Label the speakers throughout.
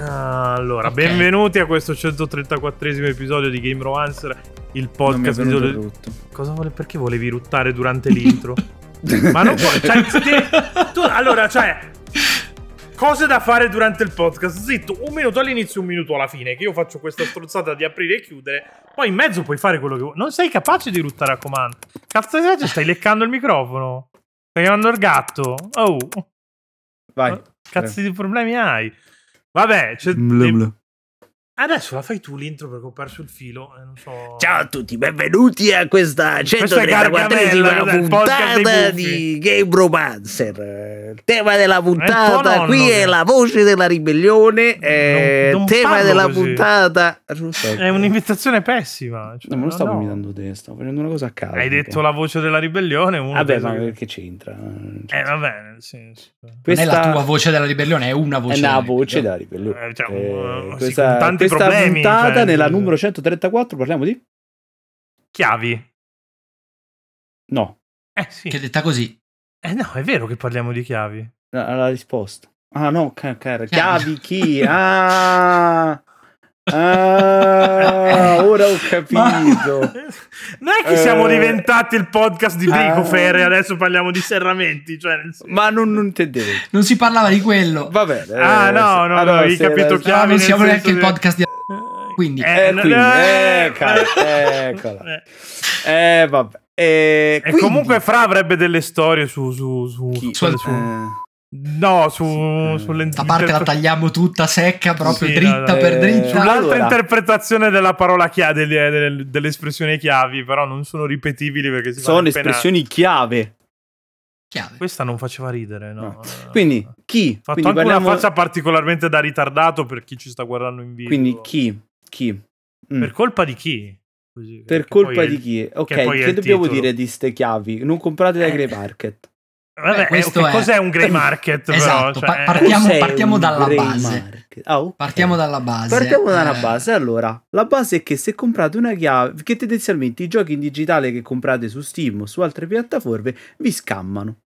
Speaker 1: Ah, allora, benvenuti a questo 134esimo episodio di Game Romancer, il podcast
Speaker 2: non mi è venuto il
Speaker 1: di...
Speaker 2: rutto.
Speaker 1: Cosa vuole... Perché volevi ruttare durante l'intro? Ma non puoi... Cioè, ti- tu- allora, cioè... Cose da fare durante il podcast. Zitto, un minuto all'inizio, un minuto alla fine. Che io faccio questa strozzata di aprire e chiudere. Poi in mezzo puoi fare quello che vuoi. Non sei capace di ruttare a comando. Cazzo di raggio, stai leccando il microfono. Stai chiamando il gatto. Oh.
Speaker 2: Vai. Eh. Mm,
Speaker 1: Cazzi di problemi hai? Vabbè, c'è-
Speaker 2: Blu, blu.
Speaker 1: adesso la fai tu l'intro perché ho perso il filo. eh, non so.
Speaker 3: Ciao a tutti, benvenuti a questa
Speaker 1: Questa è Gargamella,
Speaker 3: 134esima
Speaker 1: cos'è? Il podcast
Speaker 3: puntata
Speaker 1: dei buffi.
Speaker 3: di Game Romancer. Il tema della
Speaker 1: tuo nonno
Speaker 3: puntata qui
Speaker 1: che-
Speaker 3: è la voce della ribellione. eh,
Speaker 1: non
Speaker 3: tema
Speaker 1: parlo
Speaker 3: della
Speaker 1: così.
Speaker 3: puntata.
Speaker 1: È un'imitazione pessima. cioè,
Speaker 2: No, ma non stavo
Speaker 1: no.
Speaker 2: imitando te, stavo facendo una cosa a caso.
Speaker 1: Hai detto la voce della ribellione. Uno
Speaker 2: Vabbè,
Speaker 1: pensa
Speaker 2: Ah, ma
Speaker 1: che-
Speaker 2: perché c'entra? Cioè,
Speaker 1: Eh, vabbè, nel senso.
Speaker 2: Questa
Speaker 4: Non è la tua voce della ribellione, è una voce.
Speaker 2: è
Speaker 4: della
Speaker 2: una voce
Speaker 4: ribellione.
Speaker 2: da ribellione.
Speaker 1: Eh, cioè,
Speaker 2: Eh,
Speaker 1: uh, sì,
Speaker 2: questa
Speaker 1: con tanti
Speaker 2: questa
Speaker 1: problemi,
Speaker 2: puntata,
Speaker 1: cioè,
Speaker 2: nella
Speaker 1: eh,
Speaker 2: numero 134, parliamo di...
Speaker 1: Chiavi.
Speaker 2: No,
Speaker 1: Eh sì.
Speaker 4: Che detta così.
Speaker 1: Eh no, è vero che parliamo di chiavi.
Speaker 2: la, la risposta. Ah no, ca- cara,
Speaker 4: Chiavi.
Speaker 2: chiavi chi? Ah, ah, ora ho capito.
Speaker 1: Non è che siamo
Speaker 2: Eh,
Speaker 1: diventati il podcast di Bricofer
Speaker 2: ah.
Speaker 1: e adesso parliamo di serramenti. Cioè, nel senso-
Speaker 2: Ma non, non intendevo.
Speaker 4: Non si parlava di quello.
Speaker 2: Va bene.
Speaker 1: Ah,
Speaker 2: eh,
Speaker 1: no,
Speaker 2: se-
Speaker 1: no,
Speaker 2: allora,
Speaker 1: no, hai
Speaker 2: se-
Speaker 1: capito
Speaker 2: se-
Speaker 4: No,
Speaker 1: chiavi.
Speaker 4: non
Speaker 1: nel
Speaker 4: siamo
Speaker 1: senso
Speaker 4: neanche il
Speaker 1: che-
Speaker 4: podcast di. Quindi.
Speaker 2: Eh, quindi,
Speaker 1: eh,
Speaker 2: eccola, eccola.
Speaker 1: eh.
Speaker 2: Eh, vabbè. Eh,
Speaker 1: E
Speaker 2: quindi-
Speaker 1: comunque Fra avrebbe delle storie su... su, su,
Speaker 2: Chi-
Speaker 1: su-
Speaker 4: Sul-
Speaker 1: su-
Speaker 2: eh,
Speaker 1: no, su...
Speaker 2: eh.
Speaker 1: sulle-
Speaker 4: Questa parte la tagliamo tutta secca, proprio
Speaker 1: Sì, no,
Speaker 4: dritta
Speaker 1: no,
Speaker 4: per
Speaker 2: eh,
Speaker 4: dritta.
Speaker 1: Sull'altra
Speaker 2: Allora.
Speaker 1: interpretazione della parola chiave, delle, delle- delle espressioni chiavi, però non sono ripetibili perché si
Speaker 2: sono
Speaker 1: fanno appena-
Speaker 2: espressioni chiave.
Speaker 4: Chiave.
Speaker 1: Questa non faceva ridere, no?
Speaker 2: No. Ah. Quindi chi?
Speaker 1: Ho fatto
Speaker 2: Quindi
Speaker 1: anche
Speaker 2: parliamo-
Speaker 1: una faccia particolarmente da ritardato per chi ci sta guardando in video.
Speaker 2: quindi chi? Chi? Mm.
Speaker 1: Per colpa di chi? Così,
Speaker 2: Per
Speaker 1: che
Speaker 2: colpa
Speaker 1: poi è-
Speaker 2: di chi? Ok,
Speaker 1: poi è
Speaker 2: che
Speaker 1: il
Speaker 2: dobbiamo
Speaker 1: titolo.
Speaker 2: dire di ste chiavi? Non comprate da
Speaker 1: Eh.
Speaker 2: Grey Market.
Speaker 1: Vabbè,
Speaker 4: Beh, Eh, questo
Speaker 1: che
Speaker 4: è- Eh,
Speaker 1: cos'è un grey market?
Speaker 4: Esatto,
Speaker 1: però, cioè,
Speaker 4: pa- partiamo-
Speaker 2: Cos'è
Speaker 4: partiamo
Speaker 2: un
Speaker 4: dalla
Speaker 2: Grey
Speaker 4: base.
Speaker 2: Market? Ah, ok.
Speaker 4: Partiamo dalla base.
Speaker 2: Partiamo dalla
Speaker 4: Eh,
Speaker 2: base. Allora, la base è che se comprate una chiave, che tendenzialmente i giochi in digitale che comprate su Steam o su altre piattaforme vi scammano.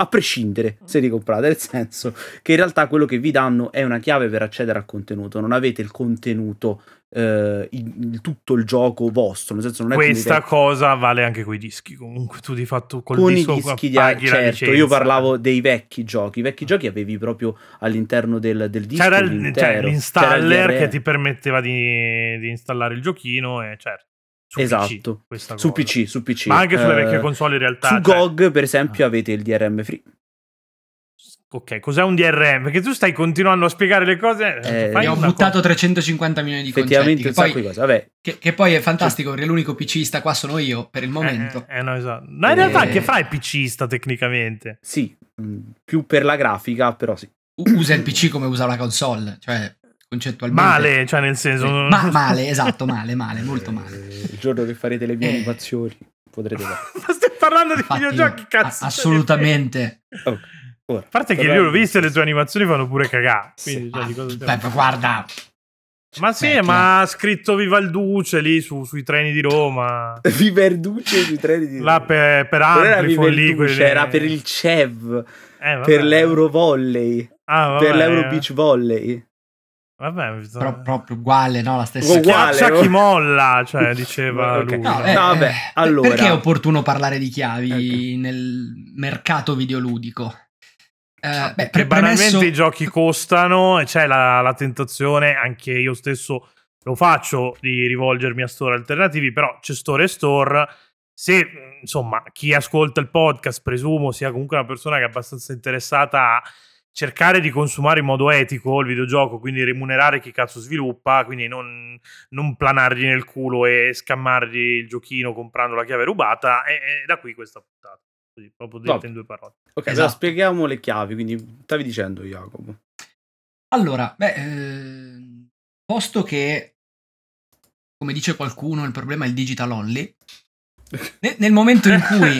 Speaker 2: A prescindere se li comprate, nel senso che in realtà quello che vi danno è una chiave per accedere al contenuto, non avete il contenuto, eh, il- il- tutto il gioco vostro, nel senso non è come
Speaker 1: Questa
Speaker 2: dire-
Speaker 1: cosa vale anche coi dischi. Comunque, tu di fatto col
Speaker 2: con i
Speaker 1: disco
Speaker 2: dischi di
Speaker 1: paghi la
Speaker 2: certo, io
Speaker 1: licenza.
Speaker 2: parlavo dei vecchi giochi, i vecchi giochi avevi proprio all'interno del, del disco
Speaker 1: C'era il-
Speaker 2: l'intero,
Speaker 1: cioè,
Speaker 2: c'era il
Speaker 1: l'installer
Speaker 2: DRM.
Speaker 1: che ti permetteva di, di installare il giochino e certo. Su
Speaker 2: Esatto.
Speaker 1: PC, questa
Speaker 2: su
Speaker 1: cosa.
Speaker 2: PC, su PC.
Speaker 1: Ma anche sulle vecchie
Speaker 2: Eh,
Speaker 1: console in realtà.
Speaker 2: Su
Speaker 1: cioè,
Speaker 2: GOG, per esempio, avete il DRM free.
Speaker 1: Ok, cos'è un DRM? Perché tu stai continuando a spiegare le cose.
Speaker 2: Eh,
Speaker 1: fai
Speaker 4: Ne ho
Speaker 1: una
Speaker 4: buttato
Speaker 1: cosa.
Speaker 4: 350 milioni di concetti.
Speaker 2: Effettivamente
Speaker 4: Che
Speaker 2: un sacco
Speaker 4: poi,
Speaker 2: di cose. Vabbè,
Speaker 4: che- che poi è fantastico perché l'unico PCista qua sono io per il momento.
Speaker 1: Eh, eh, no, esatto. No, in realtà
Speaker 4: Eh.
Speaker 1: anche Fra è PCista tecnicamente.
Speaker 2: sì, mh, più per la grafica, però sì.
Speaker 1: eh,
Speaker 4: U- Usa il PC come usa la console, cioè concettualmente.
Speaker 1: Male, cioè nel senso...
Speaker 4: Ma- male, esatto, male, male, molto male.
Speaker 2: Eh, Il giorno che farete le mie
Speaker 4: Eh.
Speaker 2: animazioni potrete fare.
Speaker 1: Ma stai parlando di
Speaker 4: Infatti,
Speaker 1: videogiochi,
Speaker 4: io-
Speaker 1: cazzo. cioè,
Speaker 4: a- assolutamente.
Speaker 2: Oh, ora.
Speaker 1: A parte che
Speaker 2: Però-
Speaker 1: io l'ho viste le tue animazioni fanno pure cagare.
Speaker 2: Sì.
Speaker 1: quindi, cioè,
Speaker 4: Ah,
Speaker 1: di cosa stiamo
Speaker 4: beh, beh, guarda,
Speaker 1: Ma sì,
Speaker 4: Beh,
Speaker 1: ma ha scritto Viva il Duce lì su- sui treni di Roma.
Speaker 2: Vi perduce sui treni di...
Speaker 1: Là per, per
Speaker 2: Non Eh, era
Speaker 1: Amplifon
Speaker 2: per il
Speaker 1: lì.
Speaker 2: Duce,
Speaker 1: quelle-
Speaker 2: era per il CEV,
Speaker 1: Eh, vabbè.
Speaker 2: per l'Euro Volley,
Speaker 1: Ah, vabbè,
Speaker 2: per l'Euro
Speaker 1: eh.
Speaker 2: Beach Volley.
Speaker 1: Vabbà, bisogna-
Speaker 4: pro- proprio uguale, no? La stessa
Speaker 2: Uguale.
Speaker 1: Schiaccia
Speaker 2: oh.
Speaker 1: chi molla, cioè, diceva
Speaker 2: Ok.
Speaker 1: lui.
Speaker 4: No, eh,
Speaker 2: No, vabbè,
Speaker 4: eh,
Speaker 2: allora.
Speaker 4: Perché è opportuno parlare di chiavi
Speaker 2: Ecco.
Speaker 4: nel mercato videoludico? Eh, beh,
Speaker 1: Ah, Perché
Speaker 4: pre-
Speaker 1: banalmente
Speaker 4: premesso-
Speaker 1: i giochi costano e c'è la, la tentazione, anche io stesso lo faccio, di rivolgermi a store alternativi, però c'è store e store. Se mh, insomma chi ascolta il podcast, presumo sia comunque una persona che è abbastanza interessata a cercare di consumare in modo etico il videogioco, quindi remunerare chi cazzo sviluppa, quindi non, non planargli nel culo e scammargli il giochino comprando la chiave rubata, e, e da qui questa puntata. Così, proprio detto
Speaker 2: Vabbè.
Speaker 1: in due parole.
Speaker 2: Ok,
Speaker 4: Esatto.
Speaker 2: allora spieghiamo le chiavi, quindi stavi dicendo Jacopo.
Speaker 4: Allora, beh, ehm, posto che, come dice qualcuno, il problema è il digital only, ne- nel momento in cui...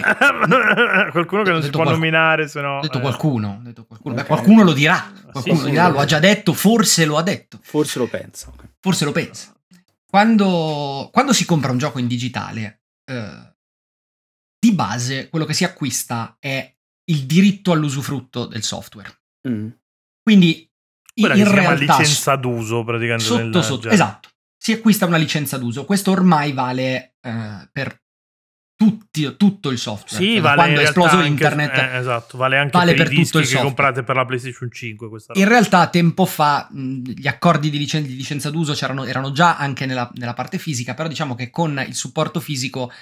Speaker 4: Ho
Speaker 1: qualcuno che
Speaker 4: Ho
Speaker 1: non si
Speaker 4: detto
Speaker 1: può
Speaker 4: qual-
Speaker 1: nominare, se no.
Speaker 4: detto
Speaker 1: eh.
Speaker 4: qualcuno, ho detto qualcuno, beh,
Speaker 2: Ok.
Speaker 4: qualcuno lo dirà, qualcuno
Speaker 1: sì,
Speaker 4: lo dirà,
Speaker 2: sì.
Speaker 4: lo ha già detto, forse lo ha detto,
Speaker 2: Forse lo pensa. ok.
Speaker 4: forse lo pensa. Quando, quando si compra un gioco in digitale, eh, di base quello che si acquista è il diritto all'usufrutto del software.
Speaker 2: Mm.
Speaker 4: Quindi
Speaker 1: Quella che
Speaker 4: in
Speaker 1: si chiama
Speaker 4: realtà
Speaker 1: licenza d'uso praticamente.
Speaker 4: sotto
Speaker 1: nel
Speaker 4: sotto,
Speaker 1: jazz.
Speaker 4: esatto, si acquista una licenza d'uso. Questo ormai vale eh, per tutti, tutto il software.
Speaker 1: Sì,
Speaker 4: Cioè,
Speaker 1: vale in
Speaker 4: quando è
Speaker 1: realtà
Speaker 4: esploso
Speaker 1: anche-
Speaker 4: internet.
Speaker 1: eh, esatto, vale anche
Speaker 4: vale
Speaker 1: per,
Speaker 4: per
Speaker 1: i
Speaker 4: tutto il
Speaker 1: dischi che
Speaker 4: software.
Speaker 1: comprate per la PlayStation 5. Questa roba.
Speaker 4: In realtà tempo fa mh, gli accordi di, licen- di licenza d'uso c'erano, erano già anche nella, nella parte fisica, però diciamo che con il supporto fisico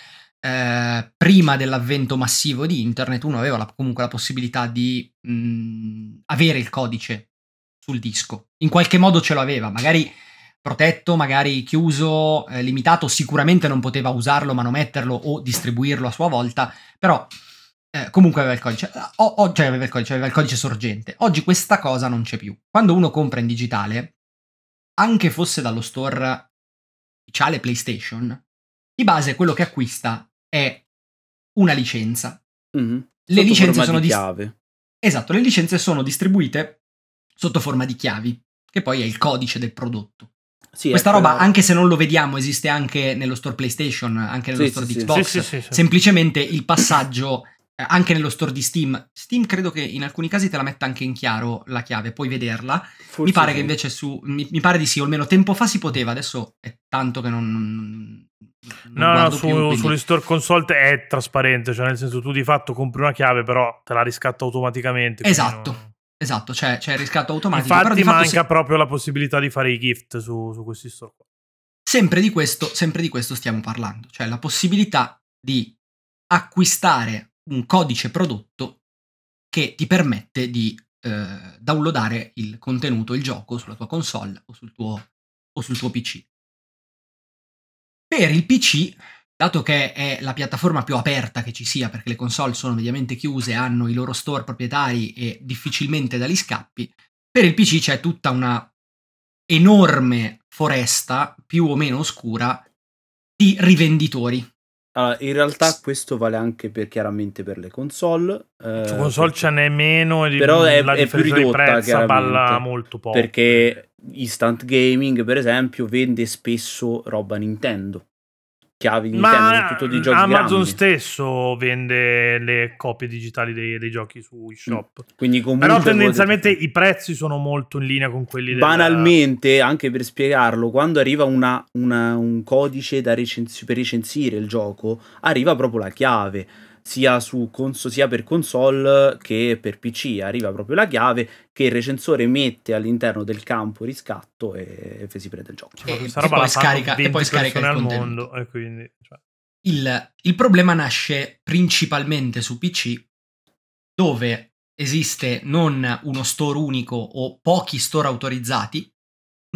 Speaker 4: eh, prima dell'avvento massivo di internet uno aveva la- comunque la possibilità di mh, avere il codice sul disco. In qualche modo ce l'aveva, magari protetto, magari chiuso, eh, limitato, sicuramente non poteva usarlo, manometterlo o distribuirlo a sua volta, però eh, comunque aveva il codice, O- o- cioè aveva il codice, aveva il codice sorgente. Oggi questa cosa non c'è più. Quando uno compra in digitale, anche fosse dallo store ufficiale PlayStation, di base quello che acquista è una licenza.
Speaker 2: Mhm.
Speaker 4: Le
Speaker 2: Sotto
Speaker 4: licenze
Speaker 2: forma
Speaker 4: sono
Speaker 2: di
Speaker 4: dis-
Speaker 2: chiave.
Speaker 4: Esatto, le licenze sono distribuite sotto forma di chiavi, che poi è il codice del prodotto.
Speaker 2: Sì, ecco,
Speaker 4: Questa
Speaker 2: è
Speaker 4: roba,
Speaker 2: quella-
Speaker 4: anche se non lo vediamo, esiste anche nello store PlayStation, anche nello
Speaker 2: Sì,
Speaker 4: store
Speaker 2: sì,
Speaker 4: di
Speaker 2: sì.
Speaker 4: Xbox.
Speaker 1: Sì, sì, sì, sì.
Speaker 4: Certo. Semplicemente il passaggio eh, anche nello store di Steam. Steam credo che in alcuni casi te la metta anche in chiaro la chiave, puoi vederla.
Speaker 2: forse
Speaker 4: mi pare
Speaker 2: sì.
Speaker 4: che invece su. Mi, mi pare di sì, o almeno tempo fa si poteva, adesso è tanto che non. non
Speaker 1: No, no,
Speaker 4: guardo
Speaker 1: su,
Speaker 4: più, quindi-
Speaker 1: sulle store console te- è trasparente, cioè nel senso tu di fatto compri una chiave però te la riscatta automaticamente. quindi
Speaker 4: Esatto.
Speaker 1: non-
Speaker 4: Esatto, c'è, c'è il riscatto automatico. però
Speaker 1: Infatti
Speaker 4: di fatto
Speaker 1: manca
Speaker 4: se-
Speaker 1: proprio la possibilità di fare i gift su, su questi store. qua.
Speaker 4: sempre di questo, sempre di questo stiamo parlando, cioè la possibilità di acquistare un codice prodotto che ti permette di eh, downloadare il contenuto, il gioco sulla tua console o sul tuo, o sul tuo PC. Per il PC, dato che è la piattaforma più aperta che ci sia, perché le console sono mediamente chiuse, hanno i loro store proprietari e difficilmente da lì scappi, per il PC c'è tutta una enorme foresta, più o meno oscura, di rivenditori.
Speaker 2: Allora, in realtà questo vale anche per, chiaramente per le console. eh,
Speaker 1: Su console ce n'è meno e di-
Speaker 2: Però è-
Speaker 1: la
Speaker 2: è più
Speaker 1: differenza di
Speaker 2: ridotta,
Speaker 1: prezzo balla
Speaker 2: chiaramente,
Speaker 1: molto poco.
Speaker 2: perché Instant Gaming, per esempio, vende spesso roba Nintendo. Chiavi Nintendo,
Speaker 1: Ma
Speaker 2: soprattutto di giochi
Speaker 1: Amazon
Speaker 2: grandi.
Speaker 1: stesso vende le copie digitali dei, dei giochi su shop.
Speaker 2: Quindi comunque
Speaker 1: Però
Speaker 2: potete-
Speaker 1: tendenzialmente i prezzi sono molto in linea con quelli della-
Speaker 2: Banalmente, anche per spiegarlo, quando arriva una- una- un codice da recensi- per recensire il gioco, arriva proprio la chiave, sia, su cons- sia per console che per PC, arriva proprio la chiave che il recensore mette all'interno del campo riscatto e, e si prende il gioco.
Speaker 1: Cioè,
Speaker 4: E-
Speaker 1: questa
Speaker 4: e
Speaker 1: roba
Speaker 4: poi
Speaker 1: la fanno
Speaker 4: scarica- e
Speaker 1: 20
Speaker 4: poi scarica il
Speaker 1: persone al
Speaker 4: contenuto.
Speaker 1: mondo e quindi cioè,
Speaker 4: Il, il problema nasce principalmente su PC, dove esiste non uno store unico o pochi store autorizzati,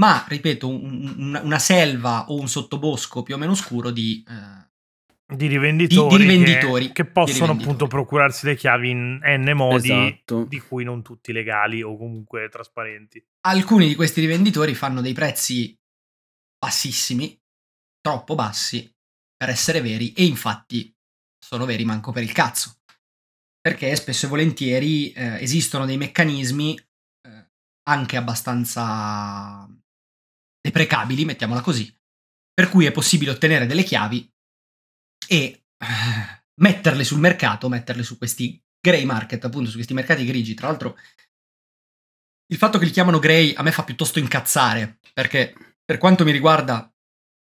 Speaker 4: ma, ripeto, un- un- una selva o un sottobosco più o meno scuro di... eh,
Speaker 1: di rivenditori,
Speaker 4: Di- di
Speaker 1: che-
Speaker 4: rivenditori.
Speaker 1: che, possono
Speaker 4: Di rivenditori.
Speaker 1: appunto procurarsi le chiavi in n modi
Speaker 2: Esatto.
Speaker 1: di cui non tutti legali o comunque trasparenti.
Speaker 4: alcuni di questi rivenditori fanno dei prezzi bassissimi, troppo bassi per essere veri e infatti sono veri manco per il cazzo. Perché spesso e volentieri eh, esistono dei meccanismi eh, anche abbastanza deprecabili, mettiamola così, per cui è possibile ottenere delle chiavi e eh, metterle sul mercato, metterle su questi grey market, appunto su questi mercati grigi. Tra l'altro il fatto che li chiamano Grey a me fa piuttosto incazzare, perché per quanto mi riguarda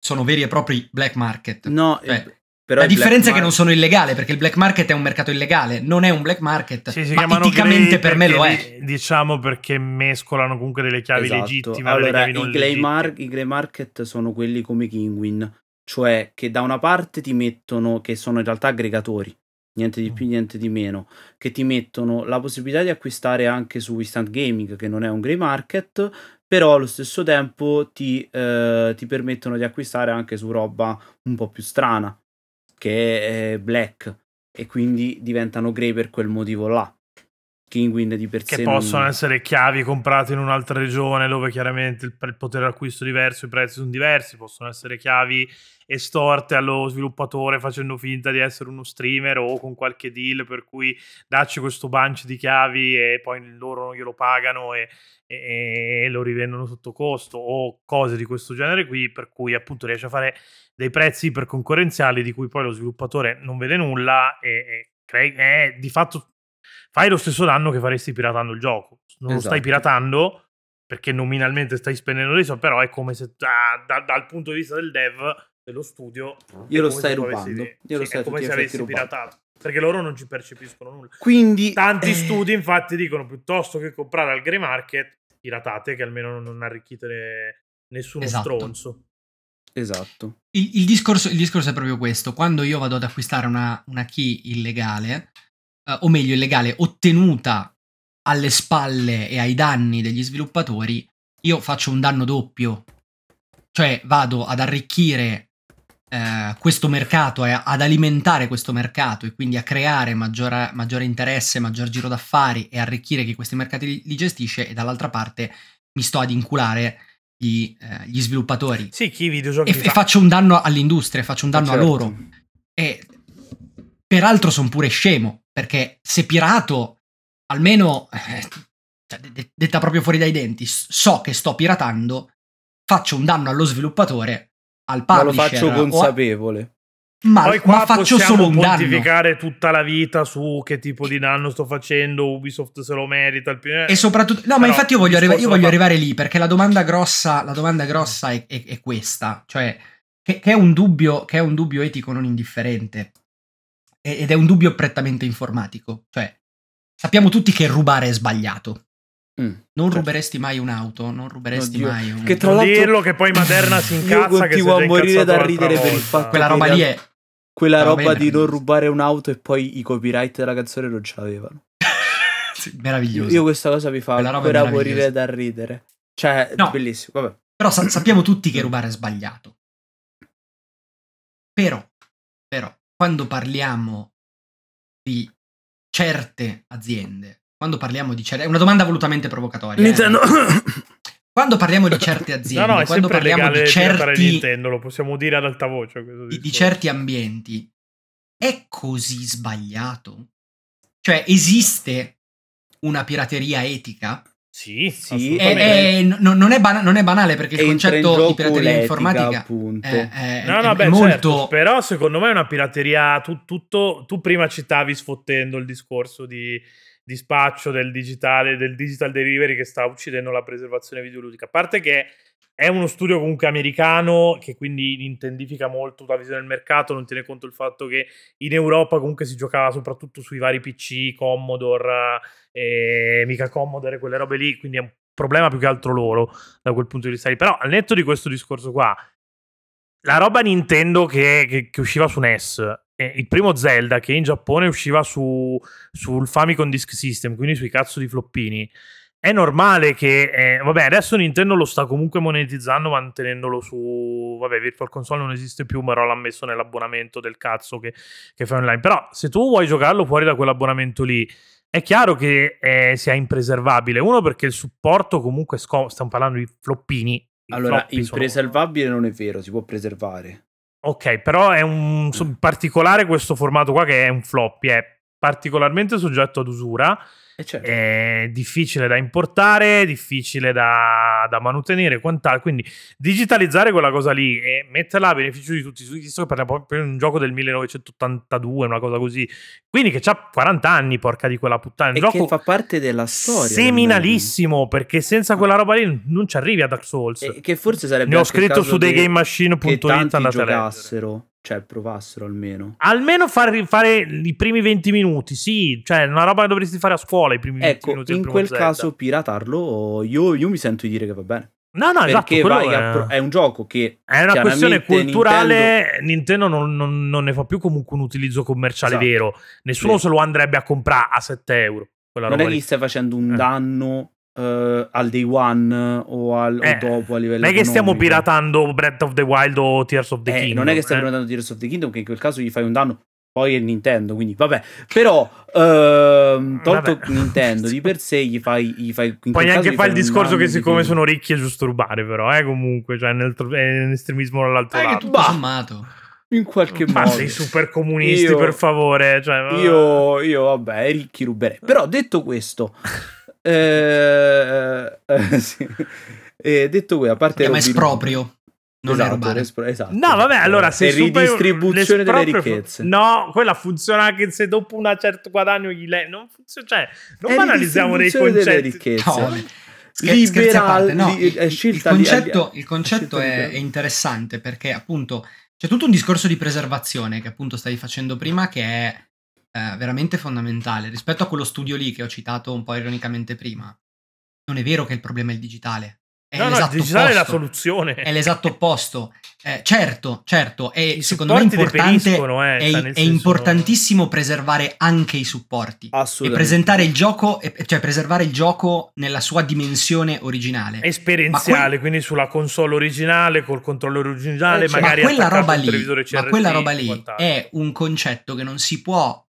Speaker 4: sono veri e propri black market.
Speaker 2: No,
Speaker 4: Cioè,
Speaker 2: eh, però
Speaker 4: la
Speaker 2: il black
Speaker 4: differenza è che
Speaker 2: market-
Speaker 4: non sono illegale, perché il black market è un mercato illegale, non è un black market,
Speaker 1: Sì, si
Speaker 4: ma
Speaker 1: chiamano
Speaker 4: eticamente
Speaker 1: grey
Speaker 4: per me lo è.
Speaker 1: perché li- Diciamo perché mescolano comunque delle chiavi
Speaker 2: Esatto.
Speaker 1: legittime alle
Speaker 2: Allora,
Speaker 1: chiavi
Speaker 2: i
Speaker 1: non
Speaker 2: grey,
Speaker 1: legittime.
Speaker 2: mar- i grey market sono quelli come Kinguin, cioè che da una parte ti mettono, che sono in realtà aggregatori, niente
Speaker 1: Mm.
Speaker 2: di più, niente di meno, che ti mettono la possibilità di acquistare anche su instant gaming, che non è un grey market, però allo stesso tempo ti, eh, ti permettono di acquistare anche su roba un po' più strana, che è black, e quindi diventano grey per quel motivo là. Kinguin di per sé
Speaker 1: che
Speaker 2: non-
Speaker 1: possono essere chiavi comprate in un'altra regione dove chiaramente il, il potere d'acquisto è diverso, i prezzi sono diversi, possono essere chiavi estorte allo sviluppatore facendo finta di essere uno streamer o con qualche deal per cui dacci questo bunch di chiavi e poi loro non glielo pagano e, e- e lo rivendono sotto costo o cose di questo genere qui per cui appunto riesce a fare dei prezzi iperconcorrenziali di cui poi lo sviluppatore non vede nulla e, e crei- è di fatto fai lo stesso danno che faresti piratando il gioco. Non lo stai
Speaker 2: Esatto.
Speaker 1: piratando, perché nominalmente stai spendendo dei soldi, però è come se da- da- dal punto di vista del dev, dello studio,
Speaker 2: Glielo
Speaker 1: è come se
Speaker 2: stai
Speaker 1: tu
Speaker 2: rubando.
Speaker 1: avessi dei-
Speaker 2: Glielo
Speaker 1: sì,
Speaker 2: stai
Speaker 1: è come
Speaker 2: tutti
Speaker 1: se
Speaker 2: gli effetti
Speaker 1: avessi
Speaker 2: rubando.
Speaker 1: piratato, perché loro non ci percepiscono nulla.
Speaker 2: Quindi
Speaker 1: Tanti
Speaker 2: eh,
Speaker 1: studi, infatti, dicono piuttosto che comprare al grey market, piratate, che almeno non arricchite ne- nessuno
Speaker 4: Esatto.
Speaker 1: stronzo.
Speaker 2: Esatto.
Speaker 4: Il, il discorso, il discorso è proprio questo: quando io vado ad acquistare una, una key illegale, eh, o meglio, illegale ottenuta alle spalle e ai danni degli sviluppatori, io faccio un danno doppio. Cioè vado ad arricchire eh, questo mercato e ad alimentare questo mercato e quindi a creare maggiora- maggiore interesse, maggior giro d'affari e arricchire chi questi mercati li, li gestisce e dall'altra parte mi sto ad inculare gli, eh, gli sviluppatori
Speaker 1: Sì, chi i videogiochi
Speaker 4: e,
Speaker 1: li
Speaker 4: e
Speaker 1: fa.
Speaker 4: faccio un danno all'industria, faccio un danno
Speaker 2: Certo.
Speaker 4: a loro. E peraltro sono pure scemo, perché se pirato, almeno eh, cioè, de- de- detta proprio fuori dai denti, s- so che sto piratando, faccio un danno allo sviluppatore, al
Speaker 2: Ma lo
Speaker 4: publisher, eh,
Speaker 2: faccio
Speaker 4: o a-
Speaker 2: consapevole.
Speaker 4: ma,
Speaker 1: Poi qua
Speaker 4: ma faccio
Speaker 1: possiamo
Speaker 4: solo un danno.
Speaker 1: pontificare tutta la vita su che tipo di danno sto facendo, Ubisoft se lo merita. il pi- eh.
Speaker 2: Eh,
Speaker 4: E soprattutto, no, ma
Speaker 1: Però
Speaker 4: infatti io voglio,
Speaker 1: il
Speaker 4: arriva- io
Speaker 1: discorso
Speaker 4: voglio
Speaker 1: va-
Speaker 4: arrivare lì perché la domanda grossa, la domanda grossa è, è- è questa, cioè che, che è un dubbio, che è un dubbio etico non indifferente E- ed è un dubbio prettamente informatico, cioè sappiamo tutti che rubare è sbagliato.
Speaker 2: Mm,
Speaker 4: non
Speaker 2: certo.
Speaker 4: ruberesti mai un'auto, non ruberesti
Speaker 2: Oddio,
Speaker 4: mai un...
Speaker 2: che tra
Speaker 1: Non
Speaker 2: l'altro
Speaker 1: dirlo che poi Maderna si
Speaker 2: io
Speaker 1: incazza che si è
Speaker 2: continuo
Speaker 1: già
Speaker 2: a morire
Speaker 1: incazzato
Speaker 2: dal
Speaker 1: l'altra
Speaker 2: ridere per il
Speaker 1: volta.
Speaker 2: fatto
Speaker 4: quella
Speaker 2: che
Speaker 4: roba
Speaker 2: in
Speaker 4: lì
Speaker 2: realtà-
Speaker 4: è...
Speaker 2: Quella
Speaker 4: No,
Speaker 2: roba di
Speaker 4: vabbè,
Speaker 2: non
Speaker 4: meraviglioso.
Speaker 2: rubare un'auto e poi i copyright della canzone non ce l'avevano.
Speaker 4: sì,
Speaker 2: Io,
Speaker 4: meraviglioso.
Speaker 2: io questa cosa mi fa
Speaker 4: Quella roba è
Speaker 2: ancora
Speaker 4: meravigliosa.
Speaker 2: morire dal ridere. Cioè,
Speaker 4: No.
Speaker 2: bellissimo. Vabbè.
Speaker 4: Però sa- sappiamo tutti che rubare è sbagliato. Però, però, quando parliamo di certe aziende, quando parliamo di certe... È una domanda volutamente provocatoria. eh.
Speaker 2: Nintendo.
Speaker 4: Quando parliamo di certe
Speaker 1: No,
Speaker 4: aziende,
Speaker 1: no, è
Speaker 4: quando
Speaker 1: sempre
Speaker 4: parliamo
Speaker 1: legale
Speaker 4: di
Speaker 1: certi...
Speaker 4: certi,
Speaker 1: Nintendo, lo possiamo dire ad alta voce. questo
Speaker 4: di, di
Speaker 1: discorso.
Speaker 4: certi ambienti, è così sbagliato? Cioè, esiste una pirateria etica?
Speaker 1: Sì,
Speaker 2: Sì,
Speaker 1: assolutamente.
Speaker 4: Eh, eh, n- non, è bana- non è banale perché il
Speaker 2: Entra in
Speaker 4: concetto di
Speaker 2: gioco
Speaker 4: pirateria
Speaker 2: l'etica,
Speaker 4: informatica
Speaker 2: appunto.
Speaker 4: Eh, eh,
Speaker 1: No,
Speaker 4: è-
Speaker 1: no,
Speaker 4: è
Speaker 1: beh,
Speaker 4: molto
Speaker 1: certo, però secondo me è una pirateria. Tu, tutto, tu prima citavi sfottendo il discorso di, di spaccio del digitale, del digital delivery che sta uccidendo la preservazione videoludica. A parte che è uno studio comunque americano che quindi intendifica molto la visione del mercato, non tiene conto il fatto che in Europa comunque si giocava soprattutto sui vari PC, Commodore, eh, mica Commodore, quelle robe lì, quindi è un problema più che altro loro da quel punto di vista lì. Però al netto di questo discorso qua, la roba Nintendo che, che- che usciva su NES, eh, il primo Zelda che in Giappone usciva su, sul Famicom Disk System, quindi sui cazzo di floppini, è normale che, eh, vabbè, adesso Nintendo lo sta comunque monetizzando mantenendolo su, vabbè, Virtual Console non esiste più, però l'ha messo nell'abbonamento del cazzo che, che fai online. Però se tu vuoi giocarlo fuori da quell'abbonamento lì, è chiaro che eh, sia impreservabile. Uno perché il supporto comunque è scomodo, stiamo parlando di floppini. i
Speaker 2: Allora,
Speaker 1: floppy sono-
Speaker 2: impreservabile non è vero, si può preservare.
Speaker 1: Ok, però è un
Speaker 2: Mm.
Speaker 1: so- particolare questo formato qua che è un floppy, è particolarmente soggetto ad usura,
Speaker 2: E
Speaker 1: Eh,
Speaker 2: certo.
Speaker 1: è difficile da importare, difficile da, da manutenere, e quant'altro. Quindi digitalizzare quella cosa lì e metterla a beneficio di tutti, visto che parliamo proprio di un gioco del 1982, una cosa così. Quindi che ha 40 anni, porca di quella puttana, è un
Speaker 2: e
Speaker 1: gioco
Speaker 2: che fa parte della storia.
Speaker 1: seminalissimo, perché senza quella roba lì non ci arrivi a Dark Souls.
Speaker 2: E che forse sarebbe
Speaker 1: ne ho
Speaker 2: anche il
Speaker 1: scritto
Speaker 2: caso
Speaker 1: su
Speaker 2: che- che
Speaker 1: thegamemachine.it andate
Speaker 2: tanti
Speaker 1: a leggere.
Speaker 2: giocassero, cioè provassero almeno.
Speaker 1: Almeno far- fare i primi 20 minuti, sì, cioè è una roba che dovresti fare a scuola i primi 20
Speaker 2: Ecco,
Speaker 1: minuti. del
Speaker 2: in
Speaker 1: primo
Speaker 2: quel
Speaker 1: Zelda.
Speaker 2: caso piratarlo io, io mi sento di dire che va bene.
Speaker 1: no, no, esatto,
Speaker 2: perché
Speaker 1: quello
Speaker 2: vai
Speaker 1: è,
Speaker 2: a pro- è un gioco che
Speaker 1: è una questione
Speaker 2: chiaramente
Speaker 1: culturale. Nintendo, non, non- non ne fa più comunque un utilizzo commerciale
Speaker 2: Esatto.
Speaker 1: vero. Nessuno
Speaker 2: Sì.
Speaker 1: se lo andrebbe a comprare a 7 euro. Quella
Speaker 2: non
Speaker 1: roba
Speaker 2: è che
Speaker 1: lì.
Speaker 2: gli stai facendo un
Speaker 1: Eh.
Speaker 2: danno eh, al day one o, al, o
Speaker 1: Eh,
Speaker 2: dopo a livello
Speaker 1: Non è che stiamo
Speaker 2: economico.
Speaker 1: piratando Breath of the Wild o Tears of the
Speaker 2: Eh,
Speaker 1: Kingdom.
Speaker 2: non è che stai
Speaker 1: eh.
Speaker 2: piratando Tears of the Kingdom che in quel caso gli fai un danno poi è Nintendo, quindi vabbè. Però ehm, tolto
Speaker 1: Mm, Vabbè.
Speaker 2: Nintendo di per sé gli fai gli fai in
Speaker 1: Poi
Speaker 2: quel caso
Speaker 1: neanche
Speaker 2: gli
Speaker 1: fa
Speaker 2: fai
Speaker 1: il
Speaker 2: un
Speaker 1: discorso
Speaker 2: danno
Speaker 1: che
Speaker 2: di
Speaker 1: siccome
Speaker 2: quello.
Speaker 1: sono ricchi è giusto rubare, però, eh, comunque, cioè nel, tro- è un estremismo dall'altro
Speaker 4: Sai che
Speaker 1: lato.
Speaker 4: tutto
Speaker 2: bah.
Speaker 4: sommato.
Speaker 2: in qualche
Speaker 1: Ma
Speaker 2: modo
Speaker 1: sei super comunisti,
Speaker 2: Io-
Speaker 1: per favore. Cioè,
Speaker 2: Io, io, vabbè, ai ricchi
Speaker 1: Eh.
Speaker 2: ruberei. Però detto questo, eh, eh, sì. Eh, detto questo, a
Speaker 4: Si
Speaker 2: parte
Speaker 4: chiama
Speaker 2: Robin-
Speaker 4: esproprio, non
Speaker 2: Esatto,
Speaker 4: è rubare.
Speaker 2: l'espro- esatto.
Speaker 1: No, vabbè, allora se
Speaker 2: È
Speaker 1: super-
Speaker 2: ridistribuzione delle
Speaker 1: l'esproprio fu-
Speaker 2: ricchezze.
Speaker 1: No, quella funziona anche se dopo un certo guadagno gli le... non funziona, cioè, non
Speaker 2: È
Speaker 1: banalizziamo dei
Speaker 2: ridistribuzione delle
Speaker 1: concetti.
Speaker 2: ricchezze.
Speaker 4: No, vabbè. Scher- scherzi a parte, no,
Speaker 2: Liberali- eh,
Speaker 4: il, il
Speaker 2: scelta li-
Speaker 4: concetto, il concetto
Speaker 2: scelta
Speaker 4: è,
Speaker 2: liberale.
Speaker 4: è interessante perché appunto c'è tutto un discorso di preservazione che appunto stavi facendo prima che è eh, veramente fondamentale rispetto a quello studio lì che ho citato un po' ironicamente prima. Non è vero che il problema è il digitale. È
Speaker 1: no, no, il
Speaker 4: l'esatto
Speaker 1: digitale è la
Speaker 4: opposto.
Speaker 1: soluzione.
Speaker 4: È l'esatto opposto. Eh, certo, certo, è
Speaker 1: I
Speaker 4: secondo me
Speaker 1: supporti
Speaker 4: importante,
Speaker 1: deperiscono, eh,
Speaker 4: è,
Speaker 1: cioè, nel
Speaker 4: è
Speaker 1: senso-
Speaker 4: importantissimo preservare anche i supporti e
Speaker 2: Assolutamente.
Speaker 4: presentare il gioco, e- cioè preservare il gioco nella sua dimensione originale.
Speaker 1: È esperienziale,
Speaker 4: Ma que-
Speaker 1: quindi sulla console originale, col controller originale,
Speaker 2: Eh, cioè,
Speaker 1: magari
Speaker 4: ma quella
Speaker 1: attaccato
Speaker 4: roba
Speaker 1: al
Speaker 4: lì,
Speaker 1: televisore
Speaker 4: ma
Speaker 1: CRT
Speaker 4: quella roba
Speaker 1: e
Speaker 4: lì
Speaker 1: quant'altro.
Speaker 4: è un concetto che non si può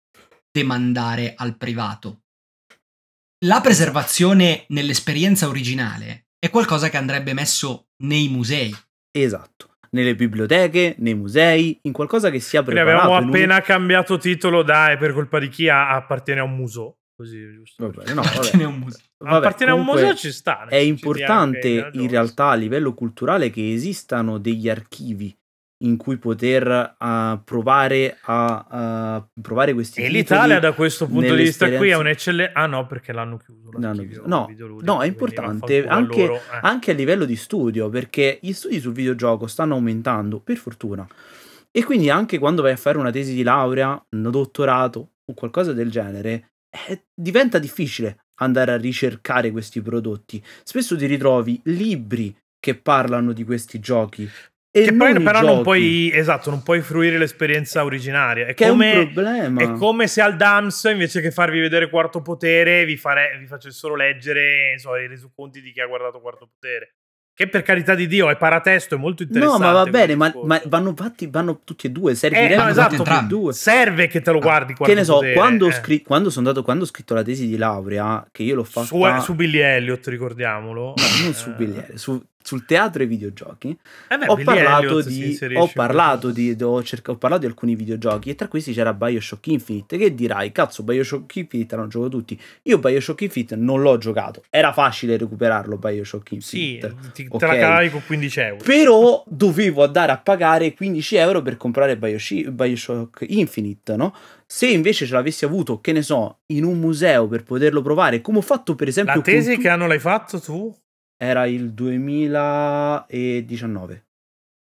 Speaker 4: demandare al privato. La preservazione nell'esperienza originale è qualcosa che andrebbe messo nei musei.
Speaker 2: Esatto. Nelle biblioteche, nei musei, in qualcosa che sia
Speaker 1: Quindi
Speaker 2: preparato.
Speaker 1: abbiamo
Speaker 2: in un-
Speaker 1: appena cambiato titolo da È per colpa di chi ha- appartiene a un museo. Così, giusto?
Speaker 2: Va bene, no,
Speaker 4: Appartiene
Speaker 2: vabbè.
Speaker 4: a un museo.
Speaker 2: Vabbè,
Speaker 1: appartiene a un
Speaker 2: comunque-
Speaker 1: museo ci sta.
Speaker 2: È importante
Speaker 1: Ci diamo che hai
Speaker 2: in realtà a livello culturale che esistano degli archivi in cui poter eh, provare a eh, provare questi
Speaker 1: E
Speaker 2: titoli.
Speaker 1: l'Italia da questo punto di vista qui è
Speaker 2: nell'esperienza-
Speaker 1: un eccellente... Ah no, perché l'hanno chiuso.
Speaker 2: L'hanno
Speaker 1: l'archivio
Speaker 2: chiuso. No,
Speaker 1: videoludico,
Speaker 2: no, è
Speaker 1: quindi
Speaker 2: importante,
Speaker 1: vaffanculo a
Speaker 2: anche-
Speaker 1: loro, eh.
Speaker 2: anche a livello di studio, perché gli studi sul videogioco stanno aumentando, per fortuna. E quindi anche quando vai a fare una tesi di laurea, un dottorato o qualcosa del genere, eh, diventa difficile andare a ricercare questi prodotti. Spesso ti ritrovi libri che parlano di questi giochi. E
Speaker 1: Che poi
Speaker 2: i
Speaker 1: però non
Speaker 2: giochi,
Speaker 1: puoi, esatto, non puoi fruire l'esperienza originaria. È
Speaker 2: Che
Speaker 1: come,
Speaker 2: è un problema.
Speaker 1: È come se al DAMS invece che farvi vedere Quarto Potere vi, fare, vi facessero leggere insomma, i resoconti di chi ha guardato Quarto Potere. Che per carità di Dio è paratesto, è molto
Speaker 2: No,
Speaker 1: interessante.
Speaker 2: ma va
Speaker 1: come
Speaker 2: bene, ma,
Speaker 1: discorso.
Speaker 2: ma vanno fatti, vanno tutti e due, serve
Speaker 1: Eh, no,
Speaker 4: vanno
Speaker 1: esatto,
Speaker 4: tutti e
Speaker 2: entrambi
Speaker 4: entrambi.
Speaker 2: e due.
Speaker 1: serve che te lo guardi Quarto
Speaker 2: Ah, che ne so,
Speaker 1: Potere,
Speaker 2: quando, ho
Speaker 1: eh.
Speaker 2: scri- quando sono andato, quando ho scritto la tesi di laurea, che io l'ho fatta
Speaker 1: su, eh, su Billy Elliot, ricordiamolo.
Speaker 2: No, non su
Speaker 1: Eh,
Speaker 2: Billy Elliot, su- sul teatro e i videogiochi,
Speaker 1: eh beh,
Speaker 2: ho,
Speaker 1: Billy
Speaker 2: parlato
Speaker 1: Elliot si
Speaker 2: di,
Speaker 1: inserisce
Speaker 2: ho
Speaker 1: in
Speaker 2: parlato
Speaker 1: questo.
Speaker 2: di, ho, cerca- ho parlato di alcuni videogiochi e tra questi c'era Bioshock Infinite. Che dirai, cazzo, Bioshock Infinite l'hanno giocato tutti. Io Bioshock Infinite non l'ho giocato, era facile recuperarlo. Bioshock
Speaker 1: Sì,
Speaker 2: Infinite,
Speaker 1: ti- te
Speaker 2: ok.
Speaker 1: la cavavi con 15 euro.
Speaker 2: però dovevo andare a pagare 15 euro per comprare Bioshi- Bioshock Infinite, no? Se invece ce l'avessi avuto, che ne so, in un museo per poterlo provare, come ho fatto per esempio
Speaker 1: La
Speaker 2: con
Speaker 1: tesi
Speaker 2: tu-
Speaker 1: che anno l'hai fatto tu?
Speaker 2: era il 2019.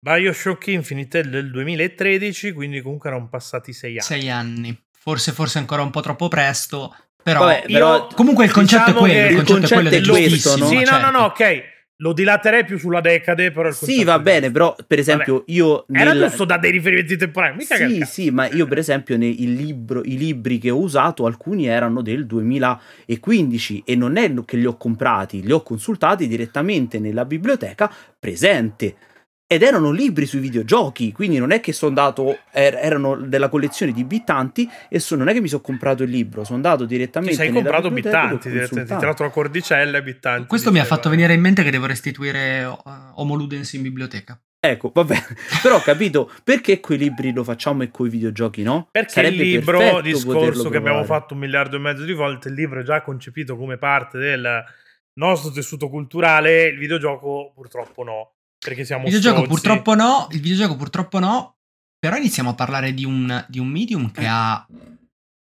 Speaker 1: Bioshock Infinite è del 2013, quindi comunque erano passati sei anni.
Speaker 4: Sei anni. Forse, forse ancora un po' troppo presto. Però,
Speaker 2: Vabbè, però-
Speaker 4: comunque il concetto
Speaker 1: Diciamo
Speaker 4: è quello.
Speaker 1: che il
Speaker 4: Il concetto, è
Speaker 2: concetto
Speaker 4: quello del
Speaker 2: è
Speaker 1: Lo-
Speaker 2: questo,
Speaker 4: giustissimo.
Speaker 2: no?
Speaker 1: Sì, no,
Speaker 4: certo.
Speaker 1: no, no, ok. Lo dilaterei più sulla decade, però il
Speaker 2: Sì,
Speaker 1: concetto
Speaker 2: va
Speaker 1: è
Speaker 2: bene,
Speaker 1: questo.
Speaker 2: però per esempio
Speaker 1: Vabbè.
Speaker 2: io...
Speaker 1: Era
Speaker 2: nel-
Speaker 1: giusto da dei riferimenti temporali, mica che
Speaker 2: Sì,
Speaker 1: cazzo. eh.
Speaker 2: sì, ma io per esempio nei- il libro- i libri che ho usato, alcuni erano del 2015 e non è che li ho comprati, li ho consultati direttamente nella biblioteca presente. Ed erano libri sui videogiochi, quindi non è che sono andato, er- erano della collezione di Bittanti e so- non è che mi sono comprato il libro, sono andato
Speaker 1: Ti
Speaker 2: direttamente...
Speaker 1: sei
Speaker 2: nella
Speaker 1: comprato
Speaker 2: biblioteca e l'ho
Speaker 1: Bittanti, direttamente,
Speaker 2: consultato.
Speaker 1: hai tirato la cordicella e Bittanti.
Speaker 4: Questo mi ha
Speaker 1: diceva-
Speaker 4: fatto venire in mente che devo restituire eh, Homo Ludens in biblioteca.
Speaker 2: Ecco, vabbè, però ho capito perché coi libri lo facciamo e coi videogiochi no?
Speaker 1: Perché
Speaker 2: Sarebbe
Speaker 1: il libro,
Speaker 2: perfetto
Speaker 1: discorso
Speaker 2: poterlo
Speaker 1: che abbiamo
Speaker 2: provare.
Speaker 1: fatto un miliardo e mezzo di volte, il libro è già concepito come parte del nostro tessuto culturale, il videogioco purtroppo no, perché siamo
Speaker 4: Il videogioco
Speaker 1: stronzi.
Speaker 4: purtroppo no, il videogioco purtroppo no, però iniziamo a parlare di un, di un medium che ha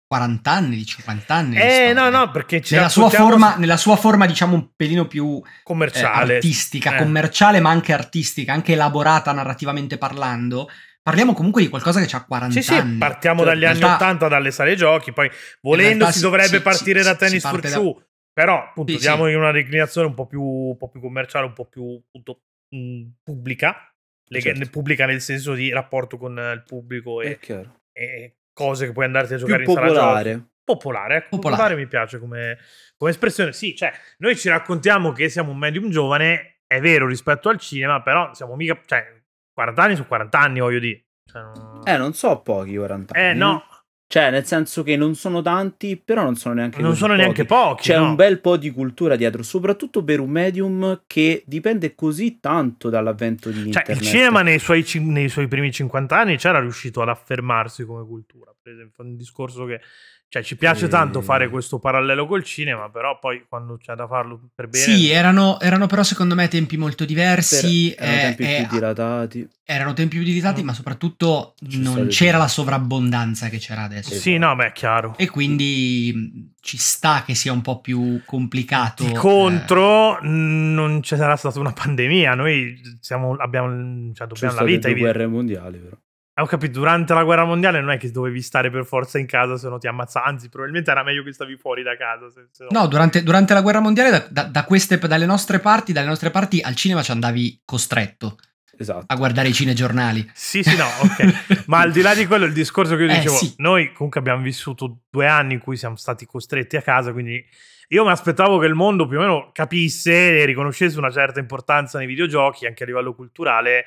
Speaker 4: 40 anni, di 50 anni. di
Speaker 1: Eh
Speaker 4: storia.
Speaker 1: no, no, perché ci
Speaker 4: Nella sua,
Speaker 1: raccontiamo
Speaker 4: forma, nella sua forma, diciamo, un pelino più eh,
Speaker 1: commerciale.
Speaker 4: artistica,
Speaker 1: Eh.
Speaker 4: commerciale, ma anche artistica, anche elaborata narrativamente parlando. Parliamo comunque di qualcosa che ha 40
Speaker 1: Sì, sì,
Speaker 4: anni.
Speaker 1: partiamo
Speaker 4: Cioè,
Speaker 1: dagli
Speaker 4: in
Speaker 1: anni
Speaker 4: realtà-
Speaker 1: 80, dalle sale giochi, poi volendo
Speaker 4: realtà
Speaker 1: si
Speaker 4: si-
Speaker 1: dovrebbe
Speaker 4: si-
Speaker 1: partire
Speaker 4: si-
Speaker 1: da
Speaker 4: si
Speaker 1: tennis for
Speaker 4: parte da-
Speaker 1: Two, però appunto
Speaker 4: Sì, sì.
Speaker 1: diamo una declinazione un po' più, un po' più commerciale, un po' più appunto, mh, pubblica, le-
Speaker 2: Certo.
Speaker 1: pubblica nel senso di rapporto con eh, il pubblico e,
Speaker 2: È chiaro.
Speaker 4: Eh.
Speaker 1: e cose che puoi andarti a giocare
Speaker 2: più
Speaker 1: in sala giochi
Speaker 2: popolare.
Speaker 1: popolare, ecco, popolare.
Speaker 4: Popolare.
Speaker 1: mi piace come, come espressione. Sì, cioè, noi ci raccontiamo che siamo un medium giovane, è vero rispetto al cinema, però siamo mica, cioè, 40 anni su 40 anni, voglio dire. Cioè, non-
Speaker 2: Eh, non so pochi 40 anni.
Speaker 1: Eh, no,
Speaker 2: Cioè, nel senso che non sono tanti, però non sono neanche
Speaker 1: non
Speaker 2: così
Speaker 1: sono
Speaker 2: pochi.
Speaker 1: neanche pochi.
Speaker 2: C'è
Speaker 1: no.
Speaker 2: un bel po' di cultura dietro, soprattutto per un medium che dipende così tanto dall'avvento di
Speaker 1: Cioè,
Speaker 2: internet.
Speaker 1: il cinema nei suoi, cin- nei suoi primi 50 anni c'era riuscito ad affermarsi come cultura, per esempio, un discorso che Cioè, ci piace
Speaker 2: Eh.
Speaker 1: tanto fare questo parallelo col cinema, però poi quando c'è da farlo per bene...
Speaker 4: Sì, eh. erano, erano però secondo me tempi molto diversi,
Speaker 2: erano
Speaker 4: eh,
Speaker 2: tempi
Speaker 4: eh,
Speaker 2: più dilatati.
Speaker 4: erano tempi più dilatati,
Speaker 1: Mm.
Speaker 4: ma soprattutto
Speaker 2: Ci sta
Speaker 4: non
Speaker 2: di
Speaker 4: c'era
Speaker 2: più.
Speaker 4: la sovrabbondanza che c'era adesso.
Speaker 1: Sì, no, beh, è chiaro.
Speaker 4: E quindi mh, ci sta che sia un po' più complicato.
Speaker 1: Di
Speaker 4: eh,
Speaker 1: contro, non ci sarà stata una pandemia. Noi siamo, abbiamo, cioè,
Speaker 2: C'è
Speaker 1: dobbiamo la
Speaker 2: stata
Speaker 1: vita.
Speaker 2: due
Speaker 1: evi-
Speaker 2: guerre mondiali, però.
Speaker 1: Ah, Ho capito, durante la guerra mondiale non è che dovevi stare per forza in casa se no ti ammazza. Anzi, probabilmente era meglio che stavi fuori da casa. se- se
Speaker 4: eh, No, durante, durante la guerra mondiale, da, da- da queste, dalle nostre parti, dalle nostre parti al cinema ci andavi costretto
Speaker 2: Esatto.
Speaker 4: a guardare i cinegiornali.
Speaker 1: Sì, sì, no, ok. Ma al di là di quello, il discorso che io
Speaker 4: Eh,
Speaker 1: dicevo,
Speaker 4: sì.
Speaker 1: noi comunque abbiamo vissuto due anni in cui siamo stati costretti a casa, quindi io mi aspettavo che il mondo più o meno capisse e riconoscesse una certa importanza nei videogiochi, anche a livello culturale.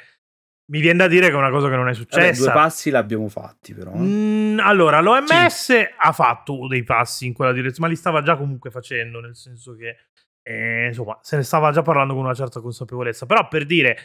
Speaker 1: Mi viene da dire che è una cosa che non è
Speaker 2: Vabbè, due
Speaker 1: successa.
Speaker 2: passi l'abbiamo fatti, però. eh.
Speaker 1: Mm, allora, l'OMS ha fatto dei passi in quella direzione, ma li stava già comunque facendo, nel senso che eh, insomma, se ne stava già parlando con una certa consapevolezza. Però per dire,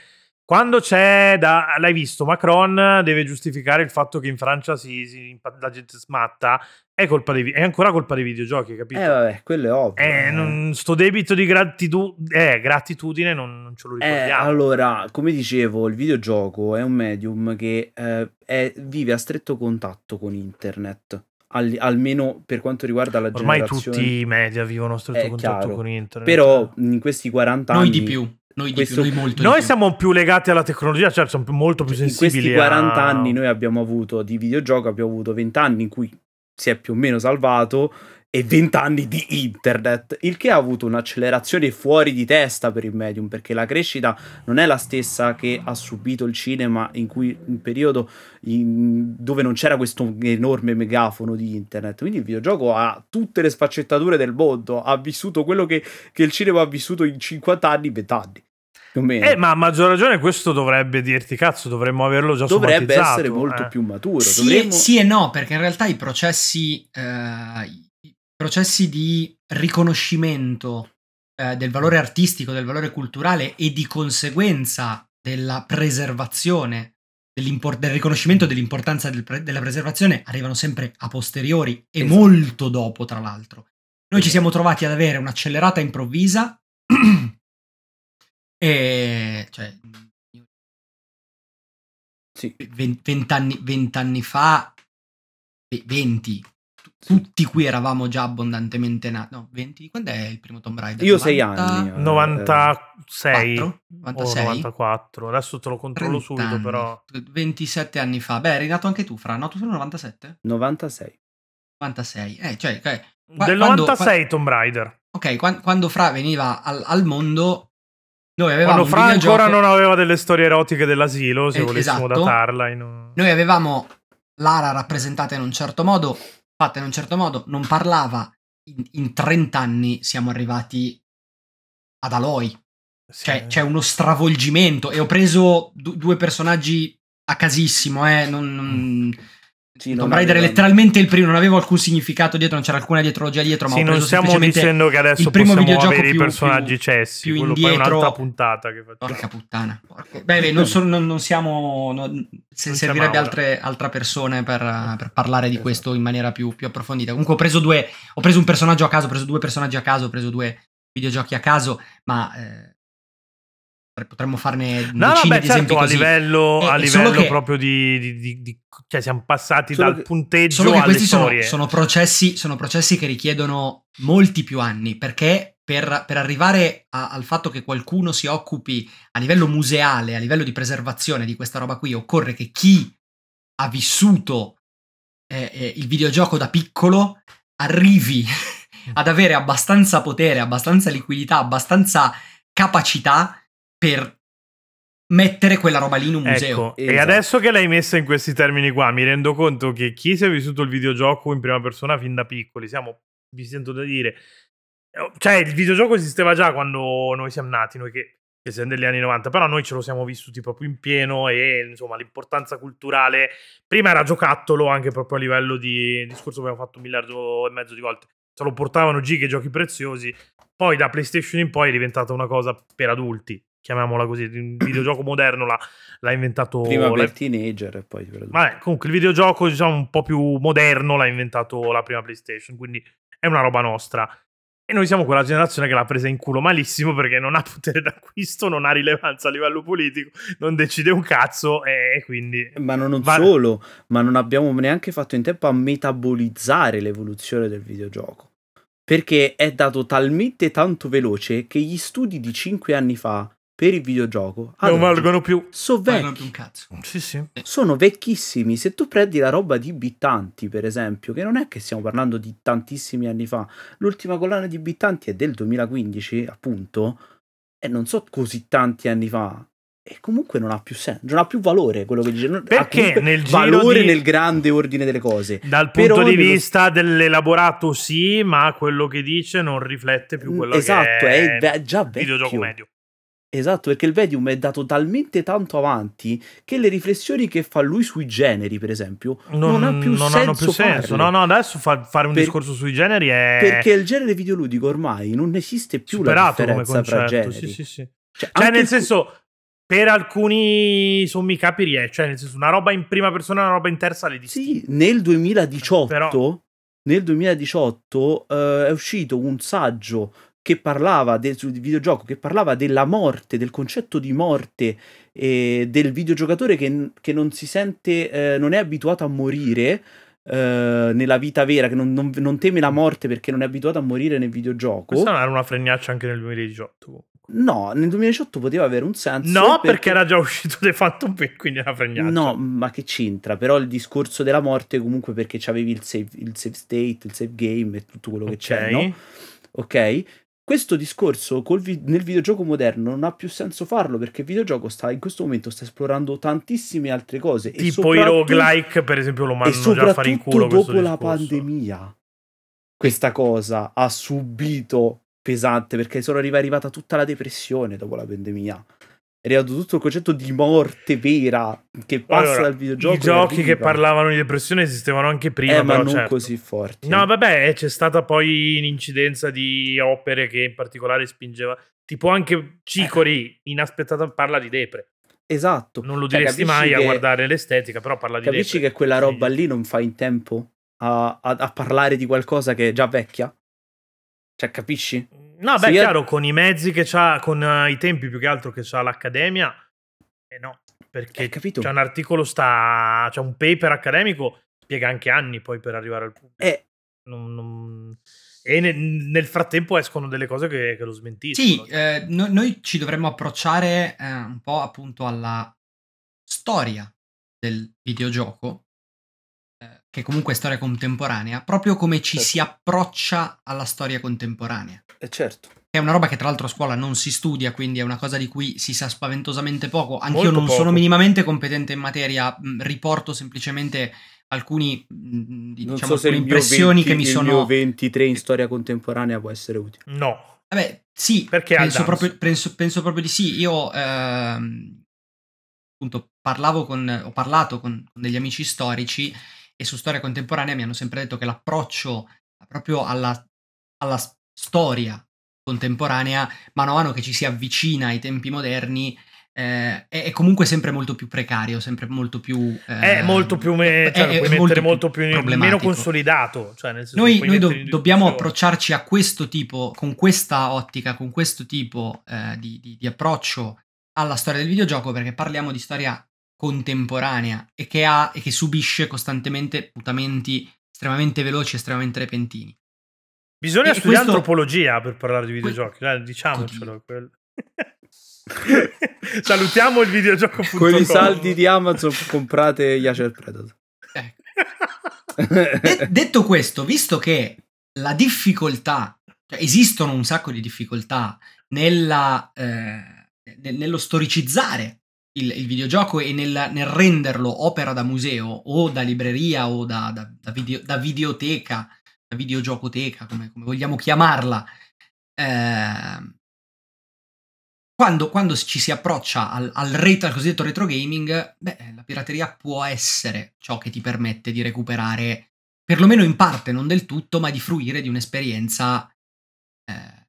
Speaker 1: quando c'è da l'hai visto, Macron deve giustificare il fatto che in Francia si, si- la gente smatta, è colpa dei vi- è ancora colpa dei videogiochi, capito?
Speaker 2: Eh, vabbè, quello è ovvio.
Speaker 1: Eh, non- sto debito di gratitu- eh, gratitudine non, non ce lo
Speaker 2: Eh,
Speaker 1: ricordiamo.
Speaker 2: allora, come dicevo, il videogioco è un medium che eh, è- vive a stretto contatto con internet, al- almeno per quanto riguarda la
Speaker 1: Ormai
Speaker 2: generazione.
Speaker 1: tutti cioè. i media vivono a stretto
Speaker 2: È
Speaker 1: contatto
Speaker 2: Eh, chiaro,
Speaker 1: con internet.
Speaker 2: Però in questi 40 anni...
Speaker 4: Noi di più, noi di
Speaker 2: questo-
Speaker 4: più, noi molto di
Speaker 1: Noi
Speaker 4: più.
Speaker 1: siamo più legati alla tecnologia, cioè siamo più- molto più
Speaker 2: in
Speaker 1: sensibili.
Speaker 2: questi
Speaker 1: a-
Speaker 2: 40 anni noi abbiamo avuto di videogioco, abbiamo avuto 20 anni in cui si è più o meno salvato e 20 anni di internet, il che ha avuto un'accelerazione fuori di testa per il medium, perché la crescita non è la stessa che ha subito il cinema in cui un periodo in- dove non c'era questo enorme megafono di internet. Quindi il videogioco ha tutte le sfaccettature del mondo, ha vissuto quello che, che il cinema ha vissuto in 50 anni, 20 anni. più o meno.
Speaker 1: Eh, ma a maggior ragione questo dovrebbe dirti cazzo, dovremmo averlo già
Speaker 2: dovrebbe
Speaker 1: somatizzato,
Speaker 2: essere molto
Speaker 1: eh.
Speaker 2: più maturo.
Speaker 4: Sì,
Speaker 2: dovremmo-
Speaker 4: e, sì e no, perché in realtà i processi, eh, i processi di riconoscimento eh, del valore artistico, del valore culturale e di conseguenza della preservazione, dell'impor- del riconoscimento dell'importanza del pre- della preservazione arrivano sempre a posteriori e
Speaker 2: Esatto.
Speaker 4: molto dopo, tra l'altro. Noi ci siamo trovati ad avere un'accelerata improvvisa e cioè,
Speaker 2: Sì.
Speaker 4: ven- vent'anni, vent'anni fa, ve- 20, tu- tutti qui eravamo già abbondantemente nati. No, 20, quando è il primo Tomb Raider?
Speaker 2: Io sei
Speaker 4: 90?
Speaker 2: anni. eh,
Speaker 1: 96
Speaker 4: 4?
Speaker 1: o
Speaker 4: 96?
Speaker 1: 94. Adesso te Oh, lo controllo
Speaker 4: 30
Speaker 1: subito, però.
Speaker 4: anni, 27 anni fa. Beh, eri nato anche tu, Fra. No, tu sono 97?
Speaker 2: 96.
Speaker 4: 96. Eh, cioè, ok, Qua-
Speaker 1: Del
Speaker 4: quando-
Speaker 1: 96 Tomb Raider.
Speaker 4: ok, quan- quando Fra veniva al, al mondo, noi avevamo
Speaker 1: Quando
Speaker 4: un
Speaker 1: Fra
Speaker 4: videogioco-
Speaker 1: ancora non aveva delle storie erotiche dell'asilo, se
Speaker 4: Eh,
Speaker 1: volessimo
Speaker 4: esatto.
Speaker 1: datarla. in un-
Speaker 4: Noi avevamo Lara rappresentata in un certo modo, fatta in un certo modo, non parlava. In, in 30 anni siamo arrivati ad Aloy.
Speaker 1: Sì.
Speaker 4: Cioè, c'è uno stravolgimento. E ho preso du- due personaggi a casissimo, eh. Non, non...
Speaker 1: Mm.
Speaker 2: Sì,
Speaker 4: Tomb
Speaker 2: non
Speaker 4: Raider è
Speaker 2: avevano-
Speaker 4: letteralmente il primo, non avevo alcun significato dietro, non c'era alcuna dietrologia dietro, ma
Speaker 1: Sì,
Speaker 4: ho
Speaker 1: non
Speaker 4: preso
Speaker 1: stiamo
Speaker 4: semplicemente...
Speaker 1: dicendo che adesso
Speaker 4: il primo
Speaker 1: possiamo
Speaker 4: videogioco
Speaker 1: avere i
Speaker 4: più-
Speaker 1: personaggi
Speaker 4: più-
Speaker 1: cessi.
Speaker 4: più
Speaker 1: quello poi è
Speaker 4: indietro.
Speaker 1: un'altra puntata che facciamo.
Speaker 4: Porca puttana. Porca- Beh, beh, non, so- non- non siamo. non- se
Speaker 1: Non
Speaker 4: servirebbe
Speaker 1: siamo Esatto.
Speaker 4: altre, altre persone per, eh, per parlare di questo in maniera più, più approfondita. Comunque, ho preso due. Ho preso un personaggio a caso, ho preso due personaggi a caso, ho preso due videogiochi a caso, ma. eh, potremmo farne
Speaker 1: No, no,
Speaker 4: decine
Speaker 1: beh,
Speaker 4: di esempi
Speaker 1: certo, a
Speaker 4: così.
Speaker 1: livello, a
Speaker 4: Eh, eh, solo
Speaker 1: livello
Speaker 4: che-
Speaker 1: proprio di, di- di- di- Cioè, siamo passati
Speaker 2: Solo
Speaker 1: dal
Speaker 2: che-
Speaker 1: punteggio
Speaker 4: Solo che
Speaker 1: alle
Speaker 4: questi sono,
Speaker 1: storie.
Speaker 4: sono processi, sono processi che richiedono molti più anni, perché per, per arrivare a- al fatto che qualcuno si occupi a livello museale, a livello di preservazione di questa roba qui, occorre che chi ha vissuto eh, eh, il videogioco da piccolo arrivi
Speaker 1: Mm.
Speaker 4: ad avere abbastanza potere, abbastanza liquidità, abbastanza capacità per mettere quella roba lì in un museo.
Speaker 1: Ecco, e
Speaker 2: Esatto.
Speaker 1: adesso che l'hai messa in questi termini qua, mi rendo conto che chi si è vissuto il videogioco in prima persona fin da piccoli, siamo, vi sento da dire, eh, cioè il videogioco esisteva già quando noi siamo nati, noi che, che siamo degli anni 90, però noi ce lo siamo vissuti proprio in pieno e insomma l'importanza culturale, prima era giocattolo anche proprio a livello di discorso che abbiamo fatto un miliardo e mezzo di volte, se lo portavano giga e giochi preziosi, poi da PlayStation in poi è diventata una cosa per adulti. chiamiamola così, il videogioco moderno l'ha, l'ha inventato...
Speaker 2: Prima
Speaker 1: l'ha-
Speaker 2: per teenager e poi per adulti.
Speaker 1: Vabbè, comunque il videogioco diciamo un po' più moderno l'ha inventato la prima PlayStation, quindi è una roba nostra. E noi siamo quella generazione che l'ha presa in culo malissimo perché non ha potere d'acquisto, non ha rilevanza a livello politico, non decide un cazzo e quindi...
Speaker 2: Ma non, non
Speaker 1: Va-
Speaker 2: solo, ma non abbiamo neanche fatto in tempo a metabolizzare l'evoluzione del videogioco. Perché è dato talmente tanto veloce che gli studi di 5 anni fa per il videogioco ad
Speaker 1: Non
Speaker 2: oggi
Speaker 1: valgono più.
Speaker 2: sono
Speaker 4: Non
Speaker 2: vecchi.
Speaker 4: proprio un cazzo.
Speaker 1: Sì, sì.
Speaker 2: sono vecchissimi. Se tu prendi la roba di Bittanti, per esempio, che non è che stiamo parlando di tantissimi anni fa, l'ultima collana di Bittanti è del 2015, appunto, e non so così tanti anni fa. E comunque non ha più senso, non ha più valore quello che dice. non- ha
Speaker 1: Perché
Speaker 2: comunque
Speaker 1: nel giro
Speaker 2: valore
Speaker 1: di-
Speaker 2: nel grande ordine delle cose.
Speaker 1: Dal
Speaker 2: Però
Speaker 1: punto di
Speaker 2: nello-
Speaker 1: vista dell'elaborato sì, ma quello che dice non riflette più quello
Speaker 2: esatto,
Speaker 1: che
Speaker 2: è,
Speaker 1: è...
Speaker 2: il ve- già vecchio.
Speaker 1: videogioco medio.
Speaker 2: Esatto, perché il Vedium è dato talmente tanto avanti che le riflessioni che fa lui sui generi, per esempio, non, ha più senso.
Speaker 1: hanno più senso.
Speaker 2: farle.
Speaker 1: No, no, adesso fa- fare un
Speaker 2: Per-
Speaker 1: discorso sui generi è...
Speaker 2: Perché il genere videoludico ormai non esiste più
Speaker 1: Eh.
Speaker 2: la
Speaker 1: superato come
Speaker 2: differenza fra
Speaker 1: concetto.
Speaker 2: generi.
Speaker 1: Sì, sì, sì.
Speaker 2: Cioè,
Speaker 1: Cioè,
Speaker 2: anche
Speaker 1: nel
Speaker 2: il-
Speaker 1: senso, per alcuni sommi capi riesce. Cioè, nel senso, una roba in prima persona e una roba in terza le distingue.
Speaker 2: Sì, boh. nel 2018,
Speaker 1: Però-
Speaker 2: nel 2018 eh, è uscito un saggio che parlava del sul videogioco, che parlava della morte, del concetto di morte eh, del videogiocatore che, che non si sente, eh, non è abituato a morire eh, nella vita vera, che non, non- non teme la morte perché non è abituato a morire nel videogioco.
Speaker 1: Questa non era una fregnaccia anche nel 2018. comunque.
Speaker 2: No, nel 2018 poteva avere un senso.
Speaker 1: No, perché... era già uscito The Phantom Pain, quindi era fregnaccia.
Speaker 2: No, ma che c'entra? Però il discorso della morte, comunque, perché c'avevi il save, il save state, il save game e tutto quello che
Speaker 1: Ok.
Speaker 2: c'è, no? Ok? Questo discorso col vi- nel videogioco moderno non ha più senso farlo perché il videogioco sta in questo momento sta esplorando tantissime altre cose. e
Speaker 1: Tipo i
Speaker 2: soprattutto-
Speaker 1: roguelike, per esempio, lo
Speaker 2: E
Speaker 1: mandano già a fare in
Speaker 2: soprattutto
Speaker 1: culo
Speaker 2: dopo
Speaker 1: questo
Speaker 2: la
Speaker 1: discorso.
Speaker 2: pandemia, questa cosa ha subito pesante perché sono arriva- arrivata tutta la depressione dopo la pandemia. È arrivato tutto il concetto di morte vera che passa
Speaker 1: Allora,
Speaker 2: dal videogioco.
Speaker 1: I giochi che
Speaker 2: parlano
Speaker 1: parlavano di depressione esistevano anche prima,
Speaker 2: Eh, ma
Speaker 1: però,
Speaker 2: non
Speaker 1: certo.
Speaker 2: così forti.
Speaker 1: No, vabbè, eh, c'è stata poi un'incidenza di opere che in particolare spingeva. Tipo anche Cicori, inaspettata, parla di depre.
Speaker 2: Esatto.
Speaker 1: Non lo
Speaker 2: Eh. Cioè,
Speaker 1: diresti
Speaker 2: capisci
Speaker 1: mai a
Speaker 2: che-
Speaker 1: guardare l'estetica, però parla di
Speaker 2: Capisci
Speaker 1: depre.
Speaker 2: che quella
Speaker 1: Quindi-
Speaker 2: roba lì non fa in tempo a, a- a parlare di qualcosa che è già vecchia? Cioè, capisci?
Speaker 1: No, beh,
Speaker 2: Sì, io-
Speaker 1: chiaro, con i mezzi che c'ha, con eh, i tempi più che altro che c'ha l'Accademia, eh no, perché
Speaker 2: Eh, capito.
Speaker 1: c'è un articolo, sta, c'è un paper accademico, spiega anche anni poi per arrivare al pubblico.
Speaker 2: Eh,
Speaker 1: Non- non- E ne- nel frattempo escono delle cose che, che lo smentiscono.
Speaker 4: Sì,
Speaker 2: cioè.
Speaker 4: eh, no- noi ci dovremmo approcciare eh, un po' appunto alla storia del videogioco, eh, che comunque è storia contemporanea, proprio come ci
Speaker 2: Certo.
Speaker 4: si approccia alla storia contemporanea.
Speaker 2: eh, certo.
Speaker 4: Che è una roba che tra l'altro a scuola non si studia, quindi è una cosa di cui si sa spaventosamente poco. Anch'io
Speaker 1: Molto
Speaker 4: non sono
Speaker 1: poco.
Speaker 4: minimamente competente in materia, mh, riporto semplicemente alcuni, mh,
Speaker 2: Non
Speaker 4: diciamo,
Speaker 2: so se
Speaker 4: alcune
Speaker 2: il mio,
Speaker 4: impressioni
Speaker 2: 20
Speaker 4: che mi
Speaker 2: il
Speaker 4: sono...
Speaker 2: mio 23 in storia contemporanea può essere utile.
Speaker 1: No,
Speaker 4: Vabbè, sì,
Speaker 1: Perché
Speaker 4: penso,
Speaker 1: Adams?
Speaker 4: proprio, penso- penso proprio di sì. Io ehm, appunto parlavo con, ho parlato con, con degli amici storici e su storia contemporanea mi hanno sempre detto che l'approccio proprio alla, alla s- storia contemporanea, mano a mano che ci si avvicina ai tempi moderni, eh, è, è comunque sempre molto più precario, sempre molto più...
Speaker 1: è
Speaker 4: ehm,
Speaker 1: molto più, me- cioè,
Speaker 4: è-
Speaker 1: lo
Speaker 4: è
Speaker 1: puoi mettere
Speaker 4: molto
Speaker 1: molto
Speaker 4: più
Speaker 1: più, meno
Speaker 4: problematico.
Speaker 1: consolidato. Cioè, nel senso,
Speaker 4: Noi,
Speaker 1: puoi
Speaker 4: noi do-
Speaker 1: mettere in
Speaker 4: dobbiamo
Speaker 1: discussione.
Speaker 4: approcciarci a questo tipo, con questa ottica, con questo tipo eh, di, di- di approccio alla storia del videogioco perché parliamo di storia contemporanea e che, ha, e che subisce costantemente mutamenti estremamente veloci, estremamente repentini.
Speaker 1: Bisogna
Speaker 4: E
Speaker 1: studiare
Speaker 4: questo-
Speaker 1: antropologia per parlare di videogiochi, dai, diciamocelo.
Speaker 4: Oddio.
Speaker 1: quello. Salutiamo il videogioco.com.
Speaker 2: Con i saldi di Amazon comprate Yacer Predator.
Speaker 4: Ecco. De- detto questo, visto che la difficoltà, cioè esistono un sacco di difficoltà nella, eh, ne- nello storicizzare il, il videogioco e nel, nel renderlo opera da museo o da libreria o da, da- da video- da videoteca, da videogiocoteca, come, come vogliamo chiamarla. ehm, quando, quando ci si approccia al, al retro- al cosiddetto retro gaming, beh, la pirateria può essere ciò che ti permette di recuperare, perlomeno in parte, non del tutto, ma di fruire di un'esperienza eh,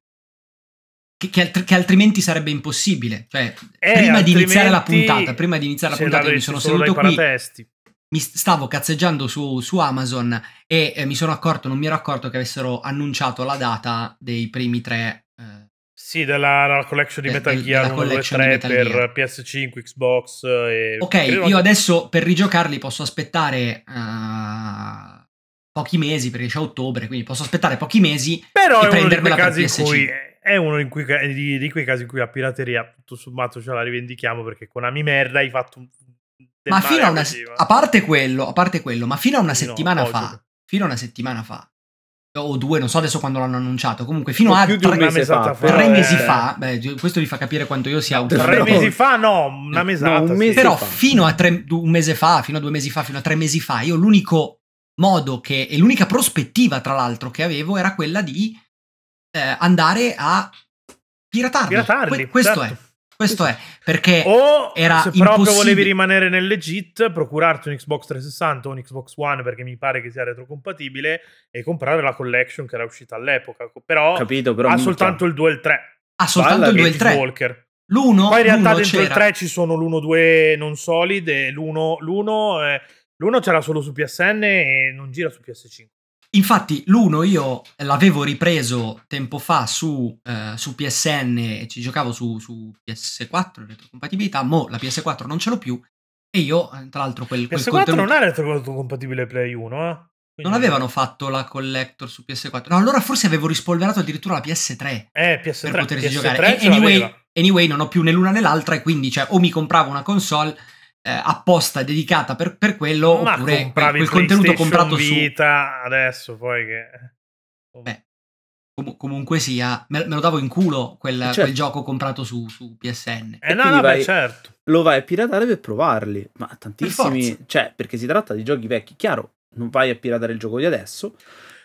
Speaker 4: che, che altri- che altrimenti sarebbe impossibile. Cioè,
Speaker 1: Eh,
Speaker 4: prima di iniziare la
Speaker 1: altrimenti
Speaker 4: puntata, prima di iniziare la
Speaker 1: ce
Speaker 4: puntata, io mi
Speaker 1: l'avresti
Speaker 4: sono
Speaker 1: solo
Speaker 4: seduto
Speaker 1: dai
Speaker 4: qui,
Speaker 1: paratesti.
Speaker 4: mi st- stavo cazzeggiando su, su Amazon e eh, mi sono accorto, non mi ero accorto che avessero annunciato la data dei primi tre. eh,
Speaker 1: Sì, della, della collection di
Speaker 4: Del-
Speaker 1: Metal
Speaker 4: del-
Speaker 1: Gear
Speaker 4: della
Speaker 1: 1, 2,
Speaker 4: collection di
Speaker 1: 3
Speaker 4: Metal
Speaker 1: per
Speaker 4: Gear.
Speaker 1: PS5, Xbox eh, e...
Speaker 4: Ok,
Speaker 1: credo
Speaker 4: io
Speaker 1: anche-
Speaker 4: adesso per rigiocarli posso aspettare eh, pochi mesi, perché c'è ottobre, quindi posso aspettare pochi mesi.
Speaker 1: Però è
Speaker 4: e
Speaker 1: uno, di quei
Speaker 4: prendermela per
Speaker 1: casi in
Speaker 4: PS5.
Speaker 1: cui, è uno in cui- di, di quei casi in cui la pirateria, tutto sommato, ce la rivendichiamo perché Konami merda hai fatto un... del
Speaker 4: ma
Speaker 1: male
Speaker 4: fino a una
Speaker 1: Kojima.
Speaker 4: a parte quello, a parte quello, ma fino a una
Speaker 1: Sì, no,
Speaker 4: settimana
Speaker 1: oggi.
Speaker 4: fa, fino a una settimana fa o due, non so adesso quando l'hanno annunciato, comunque fino
Speaker 2: O
Speaker 4: a
Speaker 2: più di un
Speaker 4: tre,
Speaker 1: Una
Speaker 2: mese
Speaker 1: mesata
Speaker 2: fa,
Speaker 1: fa,
Speaker 4: tre
Speaker 1: eh.
Speaker 4: mesi fa, beh, questo vi fa capire quanto io sia un
Speaker 2: Tre
Speaker 1: Tre
Speaker 4: fan.
Speaker 2: Però-
Speaker 1: mesi fa no, una mesata.
Speaker 2: un
Speaker 1: sì.
Speaker 2: mese
Speaker 4: Però
Speaker 2: fa.
Speaker 4: fino a tre- du- un mese fa, fino a due mesi fa, fino a tre mesi fa, io l'unico modo che, e l'unica prospettiva tra l'altro che avevo era quella di eh, andare a piratarli.
Speaker 1: Piratarli,
Speaker 4: Que- questo
Speaker 1: certo. Oh,
Speaker 4: è, questo è, perché
Speaker 1: o
Speaker 4: era
Speaker 1: se proprio
Speaker 4: impossibile.
Speaker 1: volevi rimanere nell'Egit, procurarti un Xbox 360 o un Xbox One perché mi pare che sia retrocompatibile e comprare la collection che era uscita all'epoca. Però
Speaker 2: Capito, però.
Speaker 1: ha
Speaker 2: minchia.
Speaker 1: soltanto il 2 e il 3
Speaker 4: ha soltanto
Speaker 2: Balla
Speaker 4: il 2
Speaker 1: e
Speaker 4: e il 3.
Speaker 1: Walker.
Speaker 4: L'uno,
Speaker 1: Poi in realtà
Speaker 4: l'uno
Speaker 1: dentro il
Speaker 4: c'era-
Speaker 1: 3 ci sono l'1, 2 non solid e l'1, l'1, eh, l'1 c'era solo su PSN e non gira su PS5.
Speaker 4: Infatti, l'uno io l'avevo ripreso tempo fa su, eh, su PSN e ci giocavo su, su PS4, retrocompatibilità, mo la PS4 non ce l'ho più e io, eh, tra l'altro, quel, quel
Speaker 1: PS4
Speaker 4: contenuto...
Speaker 1: non è retrocompatibile Play 1, eh. Quindi-
Speaker 4: Non avevano fatto la collector su PS4. No, allora forse avevo rispolverato addirittura la PS3
Speaker 1: eh,
Speaker 4: per
Speaker 1: PS3,
Speaker 4: poterci
Speaker 1: PS3
Speaker 4: giocare. E-
Speaker 1: ce
Speaker 4: anyway,
Speaker 1: l'aveva.
Speaker 4: anyway, non ho più né l'una né l'altra e quindi cioè, o mi compravo una console eh, apposta dedicata per, per quello
Speaker 1: Ma
Speaker 4: oppure quel,
Speaker 1: compravi
Speaker 4: quel contenuto
Speaker 1: PlayStation
Speaker 4: comprato su... Eh.
Speaker 1: Vita adesso poi che Eh,
Speaker 4: Beh, com- comunque sia, me, me lo davo in culo quel,
Speaker 2: Certo.
Speaker 4: quel gioco comprato su, su PSN.
Speaker 1: Eh,
Speaker 2: E
Speaker 1: no, no,
Speaker 2: quindi
Speaker 1: beh,
Speaker 2: vai-
Speaker 1: certo.
Speaker 2: Lo vai a piratare per provarli. Ma tantissimi.
Speaker 4: Per
Speaker 2: cioè, perché si tratta di giochi vecchi. Chiaro, non vai a piratare il gioco di adesso.
Speaker 4: Per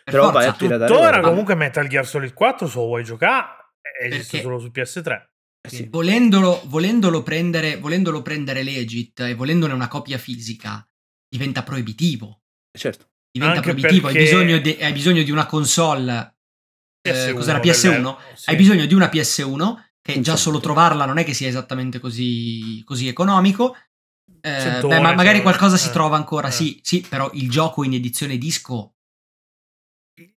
Speaker 2: Eh, però
Speaker 4: forza.
Speaker 2: vai a piratare.
Speaker 1: Tuttora
Speaker 2: quello.
Speaker 1: comunque Metal Gear Solid 4 se lo vuoi giocare esiste
Speaker 4: Perché-
Speaker 1: solo su PS3.
Speaker 2: Eh sì.
Speaker 4: Volendolo, volendolo, prendere, volendolo prendere legit e volendone una copia fisica diventa proibitivo.
Speaker 2: Certo.
Speaker 4: diventa
Speaker 1: Anche
Speaker 4: proibitivo. Hai,
Speaker 1: perché-
Speaker 4: bisogno di- hai bisogno di una console. eh,
Speaker 1: PS1
Speaker 4: cos'era PS1?
Speaker 1: delle- sì. Certo.
Speaker 4: Hai bisogno di una PS1 che
Speaker 2: Insomma.
Speaker 4: già solo trovarla non è che sia esattamente così, così economico. Eh,
Speaker 1: Centone,
Speaker 4: beh, ma magari
Speaker 1: cioè,
Speaker 4: qualcosa si
Speaker 1: eh,
Speaker 4: trova ancora.
Speaker 1: eh.
Speaker 4: Sì, sì, però il gioco in edizione disco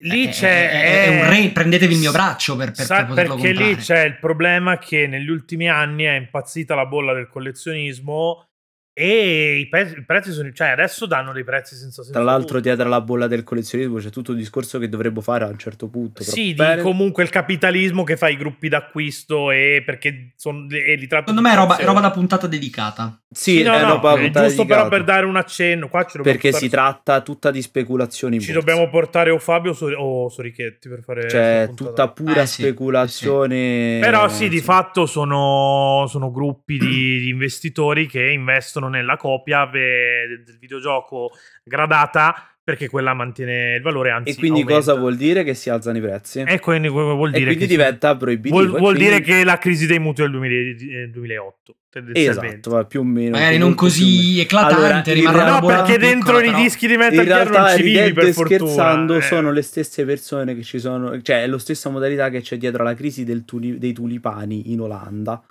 Speaker 1: Lì
Speaker 4: è,
Speaker 1: c'è
Speaker 4: Eh,
Speaker 1: eh,
Speaker 4: è- è un re. Prendetevi il mio braccio per, per,
Speaker 1: Sa-
Speaker 4: per poterlo
Speaker 1: perché
Speaker 4: comprare.
Speaker 1: lì c'è il problema che negli ultimi anni è impazzita la bolla del collezionismo e i, pe- i prezzi sono cioè adesso danno dei prezzi senza senso.
Speaker 2: Tra l'altro,
Speaker 1: di
Speaker 2: dietro alla bolla del collezionismo c'è tutto il discorso che dovremmo fare a un certo punto. però
Speaker 1: sì, di
Speaker 2: bene.
Speaker 1: comunque il capitalismo che fa i gruppi d'acquisto e perché sono e li tratta
Speaker 4: Secondo
Speaker 1: di
Speaker 4: me è roba, è
Speaker 1: pazzi.
Speaker 4: roba da puntata dedicata.
Speaker 2: Sì,
Speaker 1: Sì, no,
Speaker 2: è
Speaker 1: no,
Speaker 2: roba
Speaker 1: è
Speaker 2: puntata
Speaker 1: giusto
Speaker 2: di
Speaker 1: però
Speaker 2: gatto.
Speaker 1: per dare un accenno qua ci dobbiamo
Speaker 2: Perché si
Speaker 1: portare-
Speaker 2: tratta tutta di speculazioni. in
Speaker 1: ci
Speaker 2: borsa.
Speaker 1: dobbiamo portare o Fabio o Sor- o Sorichetti per fare
Speaker 2: Cioè,
Speaker 1: questa puntata.
Speaker 2: tutta pura
Speaker 4: Eh, sì,
Speaker 2: speculazione.
Speaker 1: Però sì, di
Speaker 2: insomma.
Speaker 1: fatto sono, sono gruppi di, di investitori che investono nella copia ve- del, del videogioco gradata perché quella mantiene il valore, anzi
Speaker 2: E quindi
Speaker 1: aumenta.
Speaker 2: cosa vuol dire? Che si alzano i prezzi.
Speaker 1: E quindi vu- vuol
Speaker 2: e
Speaker 1: dire,
Speaker 2: quindi
Speaker 1: che,
Speaker 2: diventa proibitivo.
Speaker 1: vuol,
Speaker 2: e
Speaker 1: vuol dire
Speaker 2: quindi-
Speaker 1: che la crisi dei mutui del 2000 eh, 2008
Speaker 2: Esatto,
Speaker 1: tendenzialmente.
Speaker 2: va più o meno.
Speaker 4: Magari non
Speaker 2: comunque, più o meno.
Speaker 4: così eclatante,
Speaker 2: Allora, in
Speaker 4: rimarrà
Speaker 2: realtà-
Speaker 4: una
Speaker 1: No,
Speaker 4: bolla
Speaker 1: perché
Speaker 4: piccola,
Speaker 1: dentro i
Speaker 4: però-
Speaker 1: dischi di
Speaker 2: In
Speaker 1: Metal Gear non
Speaker 2: realtà,
Speaker 1: ci vivi
Speaker 2: ridendo
Speaker 1: per
Speaker 2: e
Speaker 1: fortuna.
Speaker 2: scherzando,
Speaker 1: eh.
Speaker 2: sono le stesse persone che ci sono, cioè è la stessa modalità che c'è dietro alla crisi del tuli- dei tulipani in Olanda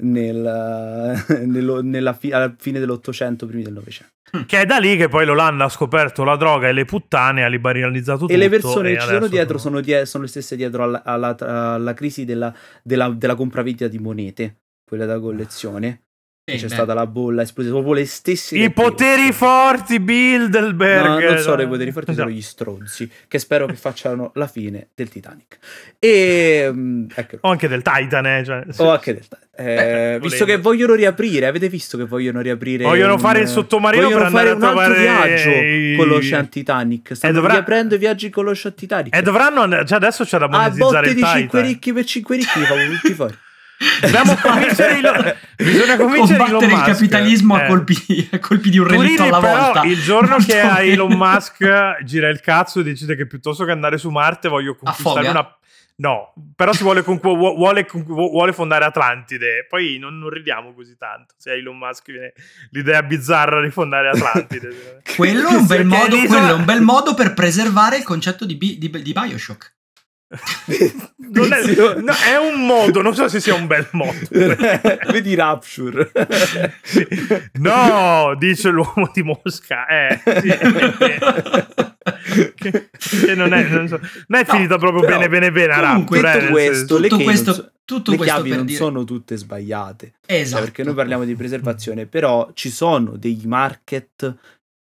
Speaker 2: nel- nello- nella fi- alla fine dell'Ottocento, primi del Novecento.
Speaker 1: Mm. Che è da lì che poi l'Olanda ha scoperto la droga e le puttane, ha liberalizzato tutto.
Speaker 2: E le persone che ci sono
Speaker 1: adesso
Speaker 2: dietro sono, die- sono le stesse dietro alla, alla- alla crisi della, della, della compravendita di monete, quella da collezione.
Speaker 4: Sì,
Speaker 2: c'è
Speaker 4: beh.
Speaker 2: stata la bolla esplosiva, proprio le stesse.
Speaker 1: I poteri
Speaker 2: forti
Speaker 1: forti, Bilderberg. Esatto.
Speaker 2: No, non so, i poteri forti sono
Speaker 1: No.
Speaker 2: gli stronzi, che spero che facciano la fine del Titanic. E... mm, eccolo.
Speaker 1: O anche del Titan, eh, cioè.
Speaker 2: O anche del Titanic. Eh,
Speaker 1: Eh,
Speaker 2: visto
Speaker 1: volendo.
Speaker 2: che vogliono riaprire, avete visto che vogliono riaprire...
Speaker 1: Vogliono
Speaker 2: un-
Speaker 1: fare il sottomarino
Speaker 2: vogliono
Speaker 1: per
Speaker 2: fare
Speaker 1: andare
Speaker 2: un
Speaker 1: a
Speaker 2: altro
Speaker 1: trovare i- Eh,
Speaker 2: viaggio con l'Ocean Titanic. Stanno
Speaker 1: dovrà-
Speaker 2: riaprendo i viaggi con l'Ocean Titanic.
Speaker 1: E dovranno andare. Cioè, adesso c'è da
Speaker 2: a
Speaker 1: monetizzare
Speaker 2: botte
Speaker 1: il
Speaker 2: di 5
Speaker 1: Titan.
Speaker 2: ricchi per 5 ricchi, fanno tutti fuori.
Speaker 1: Dobbiamo convincere il- bisogna convincere
Speaker 4: combattere
Speaker 1: Elon
Speaker 4: il
Speaker 1: Musk.
Speaker 4: capitalismo a,
Speaker 1: Eh.
Speaker 4: colpi, a colpi di un
Speaker 1: Turini,
Speaker 4: relitto alla
Speaker 1: però,
Speaker 4: volta.
Speaker 1: il giorno che
Speaker 4: Molto
Speaker 1: a Elon
Speaker 4: bene.
Speaker 1: Musk gira il cazzo e decide che piuttosto che andare su Marte voglio conquistare
Speaker 4: Affobia?
Speaker 1: una. No, però si vuole, conqu- vuo- vuole conqu- vuole fondare Atlantide. Poi non, non ridiamo così tanto. Se a Elon Musk viene l'idea bizzarra di fondare Atlantide.
Speaker 4: Quello è, un bel
Speaker 1: Perché
Speaker 4: modo,
Speaker 1: l'isola-
Speaker 4: quello è un bel modo per preservare il concetto di, bi- di- di Bioshock.
Speaker 1: Non è, no, è un modo, non so se sia un bel modo.
Speaker 2: Vedi Rapture.
Speaker 1: No, dice l'uomo di Mosca. Eh, sì, che, che non è, non so- non è
Speaker 2: No,
Speaker 1: finita proprio
Speaker 2: però,
Speaker 1: bene, bene, bene. a
Speaker 4: comunque,
Speaker 1: Rapture, eh,
Speaker 2: tutto
Speaker 1: nel senso-
Speaker 2: questo, le che
Speaker 4: Tutto questo,
Speaker 2: non so-
Speaker 4: tutto
Speaker 2: Le
Speaker 4: questo
Speaker 2: chiavi
Speaker 4: per
Speaker 2: non
Speaker 4: dire...
Speaker 2: sono tutte sbagliate. cioè,
Speaker 4: Esatto.
Speaker 2: Perché noi parliamo di preservazione, però ci sono dei market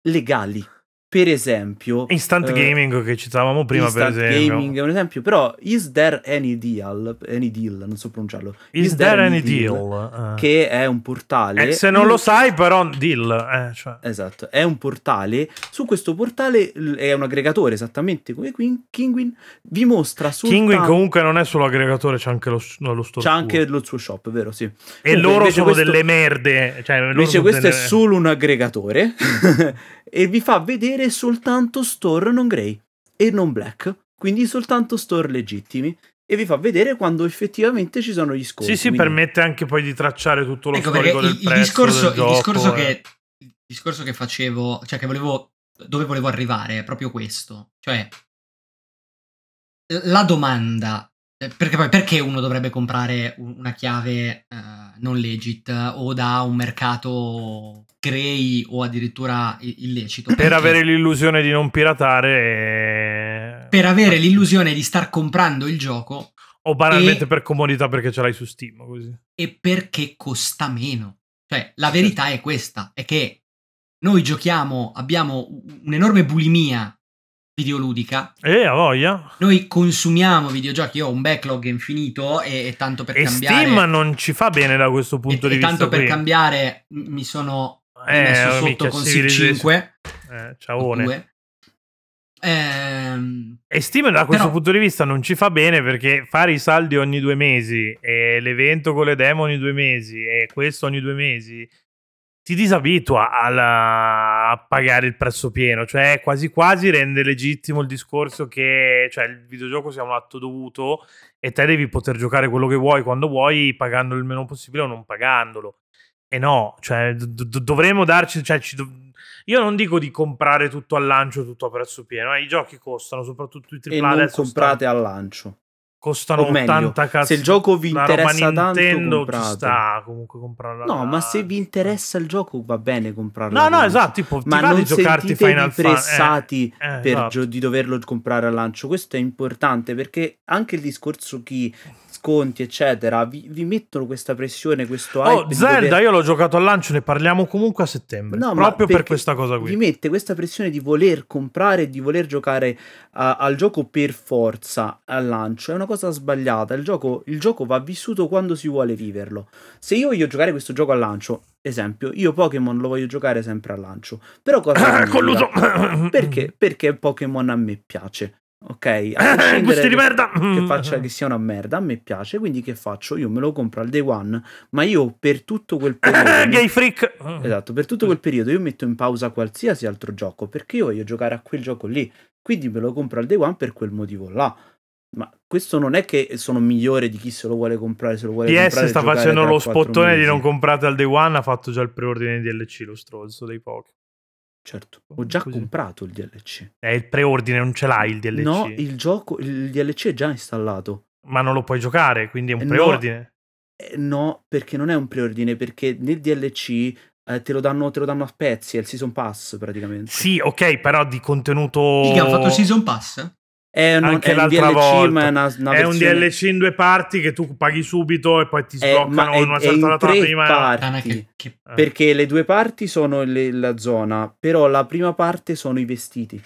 Speaker 2: legali. Per esempio,
Speaker 1: Instant
Speaker 2: eh,
Speaker 1: gaming che citavamo prima,
Speaker 2: Instant
Speaker 1: per esempio.
Speaker 2: Gaming è un esempio, però is there any deal, any deal, non so pronunciarlo,
Speaker 1: Is, there any deal? Eh.
Speaker 2: che è un portale
Speaker 1: Eh, se non
Speaker 4: mm.
Speaker 1: lo sai, però, deal. eh, cioè.
Speaker 2: Esatto, è un portale. Su questo portale l- è un aggregatore esattamente come Queen, Kinguin. Vi mostra soltanto
Speaker 1: Kinguin comunque non è solo aggregatore, c'è anche lo, no, lo store
Speaker 2: c'è
Speaker 1: suo.
Speaker 2: anche lo suo shop, vero? Sì.
Speaker 1: E
Speaker 2: Comunque,
Speaker 1: loro
Speaker 2: invece
Speaker 1: sono
Speaker 2: questo-
Speaker 1: delle merde. Cioè, loro
Speaker 2: Invece
Speaker 1: sono
Speaker 2: questo è
Speaker 1: delle-
Speaker 2: solo un aggregatore e vi fa vedere soltanto store non grey e non black, quindi soltanto store legittimi e vi fa vedere quando effettivamente ci sono gli sconti.
Speaker 1: Sì, sì,
Speaker 2: quindi-
Speaker 1: permette anche poi di tracciare tutto lo
Speaker 4: ecco perché
Speaker 1: storico
Speaker 4: il,
Speaker 1: del
Speaker 4: il
Speaker 1: prezzo
Speaker 4: discorso,
Speaker 1: del
Speaker 4: il discorso
Speaker 1: gioco, eh.
Speaker 4: che, il discorso che facevo, cioè che volevo, dove volevo arrivare è proprio questo. Cioè, la domanda, eh, perché poi perché uno dovrebbe comprare un- una chiave eh, non legit o da un mercato grey o addirittura i- illecito?
Speaker 1: per
Speaker 4: Perché?
Speaker 1: avere l'illusione di non piratare. eh,
Speaker 4: per avere l'illusione di star comprando il gioco
Speaker 1: O banalmente
Speaker 4: e-
Speaker 1: per comodità perché ce l'hai su Steam. Così.
Speaker 4: e perché costa meno. Cioè, la
Speaker 1: Certo.
Speaker 4: verità è questa, è che noi giochiamo, abbiamo u- un'enorme bulimia videoludica,
Speaker 1: E a voglia.
Speaker 4: noi consumiamo videogiochi, io ho un backlog infinito e, e tanto per
Speaker 1: E
Speaker 4: cambiare...
Speaker 1: Steam non ci fa bene da questo
Speaker 4: e,
Speaker 1: punto
Speaker 4: e
Speaker 1: di vista.
Speaker 4: tanto per
Speaker 1: qui.
Speaker 4: cambiare m- mi sono
Speaker 1: Eh,
Speaker 4: messo sotto
Speaker 1: mica,
Speaker 4: con Civ
Speaker 1: Civilization.
Speaker 4: 5
Speaker 1: Eh,
Speaker 4: o
Speaker 1: ciaone.
Speaker 4: 2. Ehm,
Speaker 1: E Steam da questo
Speaker 4: Però-
Speaker 1: punto di vista non ci fa bene perché fare i saldi ogni due mesi e l'evento con le demo ogni due mesi e questo ogni due mesi ti disabitua alla- a pagare il prezzo pieno, cioè quasi quasi rende legittimo il discorso che cioè, il videogioco sia un atto dovuto e te devi poter giocare quello che vuoi quando vuoi pagando il meno possibile o non pagandolo. E no, cioè, do- do- dovremmo darci... Cioè, ci dov- io non dico di comprare tutto al lancio, tutto a prezzo pieno, eh, i giochi costano, soprattutto i AAA
Speaker 2: E non
Speaker 1: adesso stanno-
Speaker 2: comprate al lancio.
Speaker 1: costano
Speaker 2: o meglio,
Speaker 1: 80 cazzo.
Speaker 2: se il gioco vi
Speaker 1: la roba
Speaker 2: interessa tanto,
Speaker 1: Nintendo
Speaker 2: comprate.
Speaker 1: ci sta comunque comprarla.
Speaker 2: No, ma se vi interessa il gioco va bene comprarlo.
Speaker 1: No,
Speaker 2: al
Speaker 1: no,
Speaker 2: lancio.
Speaker 1: esatto, tipo ti
Speaker 2: Ma
Speaker 1: va di
Speaker 2: non
Speaker 1: giocarti
Speaker 2: sentitevi
Speaker 1: Final eh, Fantasy
Speaker 2: pressati per
Speaker 1: esatto.
Speaker 2: gio- di doverlo comprare al lancio. Questo è importante perché anche il discorso chi sconti, eccetera, vi, vi mettono questa pressione, questo hype
Speaker 1: Oh,
Speaker 2: di
Speaker 1: Zelda,
Speaker 2: dover-
Speaker 1: io l'ho giocato al lancio, ne parliamo comunque a settembre,
Speaker 2: No, ma
Speaker 1: proprio per
Speaker 2: perché
Speaker 1: questa cosa
Speaker 2: Vi
Speaker 1: qui.
Speaker 2: mette questa pressione di voler comprare e di voler giocare a- al gioco per forza al lancio. È una cosa sbagliata. Il gioco, il gioco va vissuto quando si vuole viverlo. Se io voglio giocare questo gioco al lancio, esempio, io Pokémon lo voglio giare sempre al lancio. Però cosa significa?
Speaker 1: Colluso.
Speaker 2: Perché? Perché Pokémon a me piace. Ok, a
Speaker 1: Eh, Gusti
Speaker 2: prescindere
Speaker 1: di
Speaker 2: che-
Speaker 1: merda. Mm.
Speaker 2: che faccia che sia una merda, a me piace, quindi che faccio? Io me lo compro al day one, ma io per tutto quel periodo
Speaker 1: Gay freak.
Speaker 2: Esatto, per
Speaker 1: Eh.
Speaker 2: tutto quel periodo io metto in pausa qualsiasi altro gioco perché io voglio giocare a quel gioco lì, quindi me lo compro al day one per quel motivo là. Ma questo non è che sono migliore di chi se lo vuole comprare, se lo vuole
Speaker 1: PS
Speaker 2: comprare. e
Speaker 1: sta
Speaker 2: giocare
Speaker 1: facendo
Speaker 2: tra
Speaker 1: lo
Speaker 2: quattro
Speaker 1: spottone di
Speaker 2: mesi.
Speaker 1: non comprate al day one, ha fatto già il preordine di DLC lo stronzo dei pochi.
Speaker 2: Certo, ho già
Speaker 1: Così.
Speaker 2: comprato il DLC.
Speaker 1: È Eh, il preordine, non ce l'hai il DLC,
Speaker 2: No, il gioco, il DLC è già installato.
Speaker 1: ma non lo puoi giocare, quindi è un
Speaker 2: No.
Speaker 1: preordine.
Speaker 2: Eh, no, perché non è un preordine, perché nel DLC eh, te, lo danno, te lo danno a pezzi, è il season pass praticamente.
Speaker 1: Sì, ok, però di contenuto.
Speaker 4: Mica, ho fatto il season pass?
Speaker 2: È, un-
Speaker 1: Anche
Speaker 2: è un
Speaker 1: l'altra
Speaker 2: DLC,
Speaker 1: volta.
Speaker 2: ma è una, una
Speaker 1: È un
Speaker 2: versione-
Speaker 1: DLC in due parti che tu paghi subito e poi ti
Speaker 2: Eh, ma
Speaker 1: sbloccano
Speaker 2: è,
Speaker 1: una
Speaker 2: è in
Speaker 1: certa data
Speaker 2: tre
Speaker 1: prima.
Speaker 4: Tana,
Speaker 2: parti,
Speaker 4: Ah, che- che-
Speaker 1: Eh,
Speaker 2: perché le due parti sono le- la zona, però la prima parte sono i vestiti.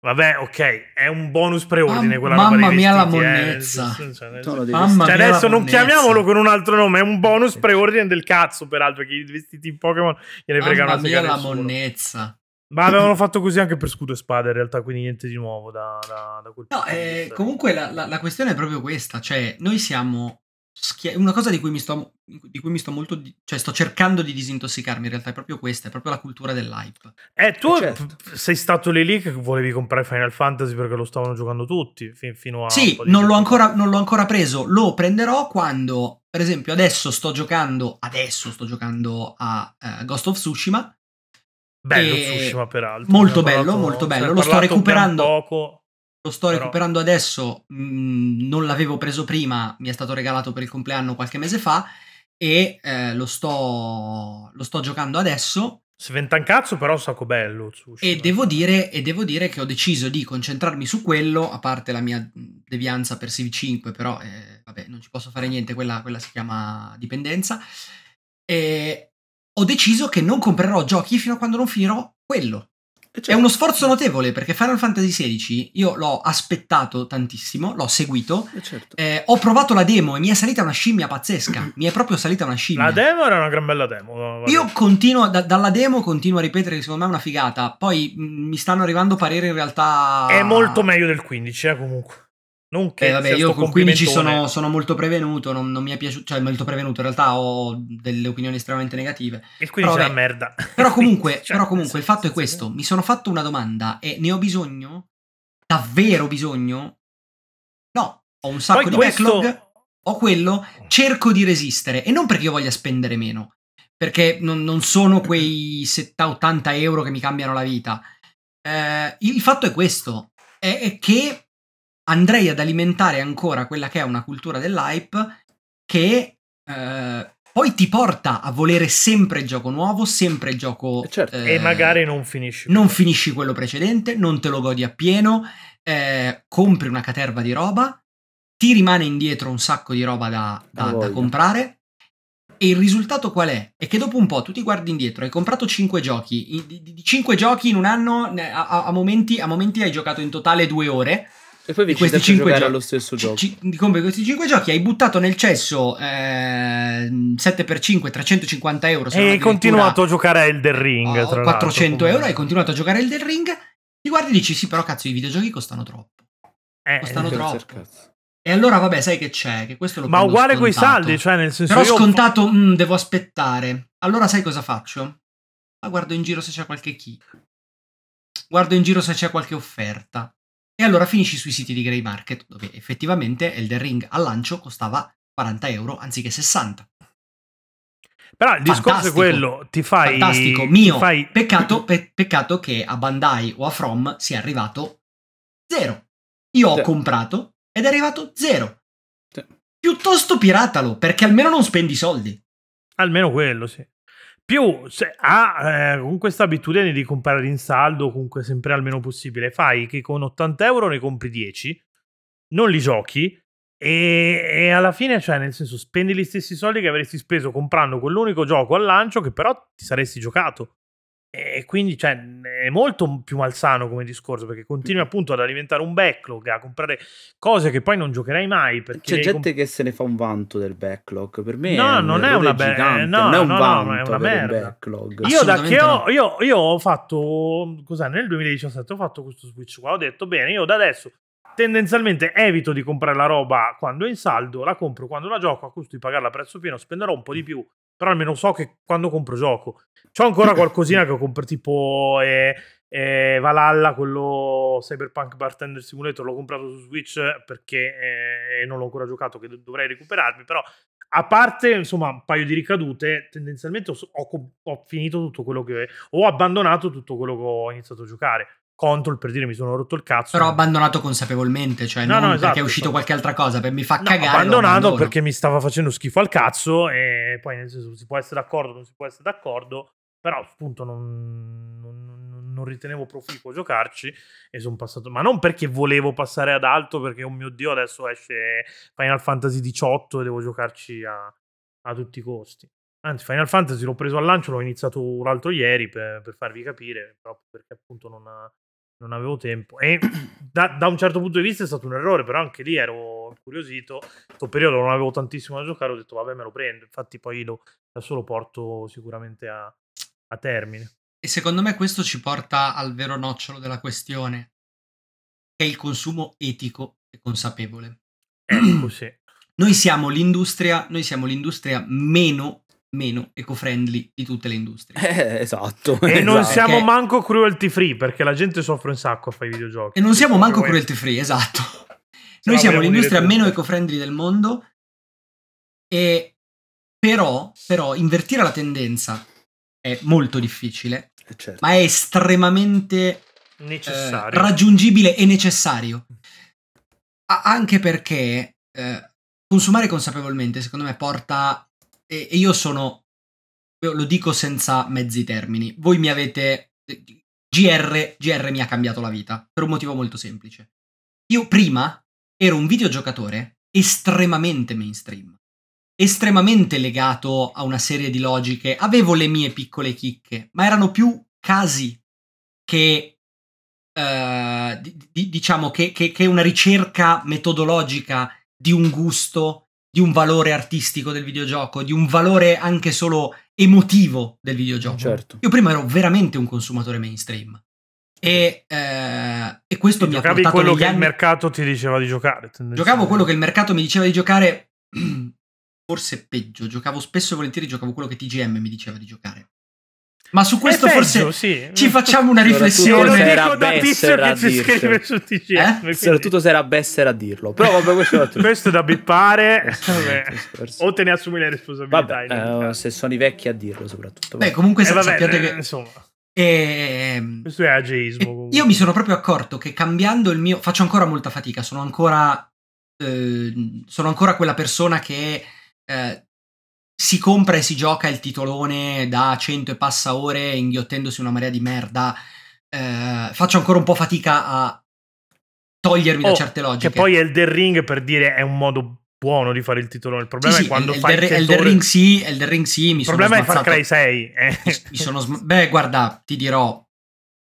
Speaker 1: Vabbè, ok, è un bonus preordine
Speaker 4: Mam-
Speaker 1: quella roba
Speaker 4: mamma
Speaker 1: dei
Speaker 4: mia, la
Speaker 1: vestiti, eh, nel
Speaker 4: monnezza.
Speaker 1: senso, cioè, nel
Speaker 2: Sono
Speaker 1: senso-
Speaker 2: dei
Speaker 4: Mamma
Speaker 1: Cioè,
Speaker 4: mia,
Speaker 1: adesso
Speaker 4: la
Speaker 1: non
Speaker 4: monnezza.
Speaker 1: chiamiamolo con un altro nome, è un bonus preordine del cazzo, peraltro, che i vestiti in Pokémon gliene frega
Speaker 4: Mamma
Speaker 1: una
Speaker 4: mia
Speaker 1: sega
Speaker 4: la
Speaker 1: nessuno.
Speaker 4: monnezza.
Speaker 1: Ma avevano fatto così anche per scudo e spada, in realtà, quindi niente di nuovo da, da, da quel
Speaker 4: No,
Speaker 1: punto di
Speaker 4: eh,
Speaker 1: vista.
Speaker 4: comunque la, la- la questione è proprio questa, cioè noi siamo... schia- una cosa di cui mi sto, di cui mi sto molto... di- cioè sto cercando di disintossicarmi in realtà è proprio questa, è proprio la cultura dell'hype.
Speaker 1: Eh, tu
Speaker 2: Eh, certo.
Speaker 1: p- sei stato lì lì che volevi comprare Final Fantasy perché lo stavano giocando tutti fi- fino a... un
Speaker 4: sì,
Speaker 1: po' di
Speaker 4: non
Speaker 1: tempo
Speaker 4: l'ho,
Speaker 1: fa.
Speaker 4: ancora, non l'ho ancora preso, lo prenderò quando, per esempio, adesso sto giocando, adesso sto giocando a eh, Ghost of Tsushima,
Speaker 1: Bello
Speaker 4: e-
Speaker 1: Tsushima, peraltro.
Speaker 4: molto
Speaker 1: Ne ha
Speaker 4: bello,
Speaker 1: parlato-
Speaker 4: molto
Speaker 1: se ne
Speaker 4: bello,
Speaker 1: è
Speaker 4: lo sto
Speaker 1: parlato ben
Speaker 4: recuperando.
Speaker 1: Poco.
Speaker 4: Lo sto
Speaker 1: Però-
Speaker 4: recuperando adesso, mh, non l'avevo preso prima, mi è stato regalato per il compleanno qualche mese fa e eh, lo, sto, lo sto giocando adesso
Speaker 1: Sventa un cazzo, però un sacco bello. Tsushima.
Speaker 4: e devo, dire, e devo dire che ho deciso di concentrarmi su quello, a parte la mia devianza per CV5, però eh, vabbè, non ci posso fare niente, quella, quella si chiama dipendenza. E ho deciso che non comprerò giochi fino a quando non finirò quello. È uno sforzo notevole perché Final Fantasy XVI io l'ho aspettato tantissimo, l'ho seguito,
Speaker 2: Eh, certo.
Speaker 4: eh, ho provato la demo e mi è salita una scimmia pazzesca, mi è proprio salita una scimmia.
Speaker 1: La demo era una gran bella demo. vabbè.
Speaker 4: Io continuo, da- dalla demo continuo a ripetere che secondo me è una figata, poi mh, mi stanno arrivando pareri in realtà...
Speaker 1: È molto meglio del 15, eh, comunque. Non che
Speaker 4: Ah. Eh, vabbè,
Speaker 1: sia
Speaker 4: io
Speaker 1: sto
Speaker 4: col 15
Speaker 1: complimentone.
Speaker 4: sono, sono molto prevenuto, non, non mi è piaciuto, cioè molto prevenuto, in realtà ho delle opinioni estremamente negative.
Speaker 1: Il 15 è
Speaker 4: Però
Speaker 1: una
Speaker 4: vabbè.
Speaker 1: merda.
Speaker 4: Però comunque,
Speaker 1: Cioè,
Speaker 4: però comunque
Speaker 1: sì,
Speaker 4: il fatto
Speaker 1: sì,
Speaker 4: è questo:
Speaker 1: sì.
Speaker 4: mi sono fatto una domanda e ne ho bisogno? Davvero bisogno? No, ho un sacco
Speaker 1: Poi
Speaker 4: di
Speaker 1: questo-
Speaker 4: backlog, ho quello, cerco di resistere e non perché io voglia spendere meno, perché non, non sono quei 70-80 euro che mi cambiano la vita. Eh, il fatto è questo: è, è che andrei ad alimentare ancora quella che è una cultura dell'hype che eh, poi ti porta a volere sempre il gioco nuovo, sempre il gioco.
Speaker 2: Eh, certo.
Speaker 1: E magari non finisci.
Speaker 4: Non finisci quello precedente, non te lo godi appieno, eh, compri una caterva di roba, ti rimane indietro un sacco di roba da, da-
Speaker 2: Ha
Speaker 4: da
Speaker 2: voglia.
Speaker 4: comprare. E il risultato qual è? È che dopo un po' tu ti guardi indietro, hai comprato 5 giochi, i- di, 5 giochi in un anno, ne- a, a- a momenti, a momenti hai giocato in totale due ore.
Speaker 2: E poi vi
Speaker 4: Di questi
Speaker 2: questi
Speaker 4: cinque
Speaker 2: giocare
Speaker 4: giochi-
Speaker 2: allo stesso
Speaker 4: Ci-
Speaker 2: gioco.
Speaker 4: ci- Ti compri questi 5 giochi, hai buttato nel cesso eh, 7x5, 350 euro. se non
Speaker 1: E hai
Speaker 4: addirittura-
Speaker 1: continuato a giocare a Elder Ring.
Speaker 4: a
Speaker 1: tra l'altro,
Speaker 4: 400
Speaker 1: comunque.
Speaker 4: euro hai continuato a giocare Elden Ring ti guardi e dici sì però cazzo i videogiochi costano troppo
Speaker 1: Eh,
Speaker 4: costano
Speaker 2: Eh,
Speaker 4: troppo.
Speaker 2: per cazzo.
Speaker 4: e allora vabbè sai che c'è che questo lo
Speaker 1: Ma
Speaker 4: prendo
Speaker 1: uguale coi
Speaker 4: scontato.
Speaker 1: saldi, cioè nel senso
Speaker 4: però
Speaker 1: io ho-
Speaker 4: scontato "Mm, devo aspettare allora sai cosa faccio? Ma guardo in giro se c'è qualche key guardo in giro se c'è qualche offerta e allora finisci sui siti di Grey Market dove effettivamente Elden Ring al lancio costava 40 euro anziché 60
Speaker 1: Però il discorso è
Speaker 4: Fantastico.
Speaker 1: quello, ti fai...
Speaker 4: fantastico,
Speaker 1: ti
Speaker 4: mio.
Speaker 1: fai-
Speaker 4: Peccato, pe- peccato che a Bandai o a From sia arrivato zero. Io ho
Speaker 2: Sì.
Speaker 4: comprato ed è arrivato zero.
Speaker 1: Cioè,
Speaker 2: Sì.
Speaker 4: Piuttosto piratalo, perché almeno non spendi soldi.
Speaker 1: Almeno quello, sì. Più se ha eh, con questa abitudine di comprare in saldo, comunque sempre al meno possibile, fai che con 80 euro ne compri 10, non li giochi e, e alla fine, cioè, nel senso, spendi gli stessi soldi che avresti speso comprando quell'unico gioco al lancio che però ti saresti giocato. E quindi cioè, è molto più malsano come discorso perché continui appunto ad alimentare un backlog, a comprare cose che poi non giocherai mai. Perché
Speaker 2: C'è
Speaker 1: le hai comp-
Speaker 2: gente che se ne fa un vanto del backlog. Per me
Speaker 1: No,
Speaker 2: è un
Speaker 1: non è
Speaker 2: errore
Speaker 1: una be-
Speaker 2: gigante,
Speaker 1: no,
Speaker 2: non è un
Speaker 1: no, no,
Speaker 2: vanto
Speaker 1: è una
Speaker 2: avere un
Speaker 1: merda.
Speaker 2: backlog.
Speaker 1: Io, da
Speaker 4: Assolutamente
Speaker 1: che ho,
Speaker 4: no.
Speaker 1: io, io ho fatto, cos'è, nel 2017 ho fatto questo switch qua, ho detto bene, io da adesso tendenzialmente evito di comprare la roba quando è in saldo, la compro quando la gioco, a costo di pagarla a prezzo pieno, spenderò un po' di più, però almeno so che quando compro gioco. C'ho ancora qualcosina che ho comprato tipo eh, eh, Valhalla, quello Cyberpunk Bartender Simulator, l'ho comprato su Switch perché eh, non l'ho ancora giocato, che do- dovrei recuperarmi, però a parte insomma un paio di ricadute, tendenzialmente ho, ho com- ho finito tutto quello che ho abbandonato tutto quello che ho iniziato a giocare. Control per dire mi sono rotto il cazzo.
Speaker 4: Però abbandonato consapevolmente, cioè
Speaker 1: No,
Speaker 4: non
Speaker 1: no,
Speaker 4: perché
Speaker 1: esatto,
Speaker 4: è uscito
Speaker 1: esatto.
Speaker 4: qualche altra cosa, per mi fa
Speaker 1: No,
Speaker 4: cagare. lo
Speaker 1: abbandonato
Speaker 4: abbandono.
Speaker 1: perché mi stava facendo schifo al cazzo e poi nel senso si può essere d'accordo o non si può essere d'accordo, però appunto non, non- non- non ritenevo proficuo giocarci e sono passato, ma non perché volevo passare ad alto perché oh mio dio adesso esce Final Fantasy XVIII e devo giocarci a, a tutti i costi. Anzi, Final Fantasy l'ho preso al lancio, l'ho iniziato l'altro ieri per, per farvi capire, proprio perché appunto non, non avevo tempo. E da, da un certo punto di vista è stato un errore, però anche lì ero curiosito. Questo periodo non avevo tantissimo da giocare, ho detto vabbè me lo prendo, infatti poi lo, adesso lo porto sicuramente a, a termine.
Speaker 4: E secondo me questo ci porta al vero nocciolo della questione, che è il consumo etico e consapevole.
Speaker 1: Ecco, sì.
Speaker 4: noi siamo l'industria, noi siamo l'industria meno, meno eco-friendly di tutte le industrie.
Speaker 2: Eh, esatto.
Speaker 1: E non
Speaker 2: esatto.
Speaker 1: siamo
Speaker 4: Perché-
Speaker 1: manco cruelty free perché la gente soffre un sacco a fare i videogiochi.
Speaker 4: E non siamo manco
Speaker 1: Cioè,
Speaker 4: cruelty free, esatto.
Speaker 1: no,
Speaker 4: Noi siamo
Speaker 1: vogliamo
Speaker 4: l'industria
Speaker 1: dire tutto.
Speaker 4: meno eco-friendly del mondo e però, però invertire la tendenza è molto difficile,
Speaker 2: Eh, certo.
Speaker 4: ma è estremamente eh,
Speaker 1: necessario.
Speaker 4: raggiungibile e necessario. A- anche perché eh, consumare consapevolmente, secondo me, porta. E, e io sono. io lo dico senza mezzi termini. Voi mi avete. GR, GR mi ha cambiato la vita per un motivo molto semplice. Io prima ero un videogiocatore estremamente mainstream, estremamente legato a una serie di logiche. Avevo le mie piccole chicche, ma erano più casi che eh, di- di- diciamo che, che- che una ricerca metodologica di un gusto, di un valore artistico del videogioco, di un valore anche solo emotivo del videogioco.
Speaker 2: Certo.
Speaker 4: Io prima ero veramente un consumatore mainstream. E, eh, e questo mi ha
Speaker 1: Giocavi
Speaker 4: portato
Speaker 1: quello
Speaker 4: negli
Speaker 1: che il
Speaker 4: anni-
Speaker 1: mercato ti diceva di giocare.
Speaker 4: Giocavo quello che
Speaker 1: tendenzialmente.
Speaker 4: il mercato mi diceva di giocare, forse peggio. Giocavo spesso e volentieri, giocavo quello che TGM mi diceva di giocare. Ma su questo
Speaker 1: È Eh, peggio,
Speaker 4: forse
Speaker 1: sì.
Speaker 4: ci facciamo una
Speaker 2: Allora, tu
Speaker 1: Sì, lo
Speaker 2: Forse
Speaker 4: riflessione.
Speaker 2: era
Speaker 1: dico da tizio
Speaker 2: Besser a
Speaker 1: che ci
Speaker 2: dirtelo.
Speaker 1: scrive su
Speaker 4: Eh?
Speaker 1: TGM. quindi-
Speaker 2: Soprattutto se era Besser a dirlo. Però vabbè, questo è un altro
Speaker 1: Questo è da bippare.
Speaker 2: discorso.
Speaker 1: Vabbè.
Speaker 2: Scherzo.
Speaker 1: O te ne assumi le responsabilità.
Speaker 2: Vabbè,
Speaker 1: in ogni
Speaker 2: eh,
Speaker 1: caso.
Speaker 2: se sono i vecchi a dirlo soprattutto.
Speaker 4: Beh, comunque
Speaker 1: Eh,
Speaker 4: sa-
Speaker 1: vabbè,
Speaker 4: sappiate
Speaker 1: eh,
Speaker 4: che...
Speaker 1: insomma,
Speaker 4: ehm,
Speaker 1: questo è ageismo. comunque.
Speaker 4: Io mi sono proprio accorto che cambiando il mio. faccio ancora molta fatica, sono ancora. eh, sono ancora quella persona che eh, si compra e si gioca il titolone da 100 e passa ore inghiottendosi una marea di merda. Eh, faccio ancora un po' fatica a togliermi
Speaker 1: Oh,
Speaker 4: da certe
Speaker 1: Che
Speaker 4: logiche.
Speaker 1: poi è il The Ring per dire è un modo buono di fare il titolone. Il
Speaker 4: sì,
Speaker 1: problema
Speaker 4: sì,
Speaker 1: è quando
Speaker 4: Elden-
Speaker 1: fai il
Speaker 4: Elden
Speaker 1: settore-
Speaker 4: Ring sì, Elden Ring sì, mi
Speaker 1: Il
Speaker 4: sono
Speaker 1: problema è Far
Speaker 4: smazzato-
Speaker 1: Cry 6. eh.
Speaker 4: mi- mi sono sm- Beh, guarda, ti dirò,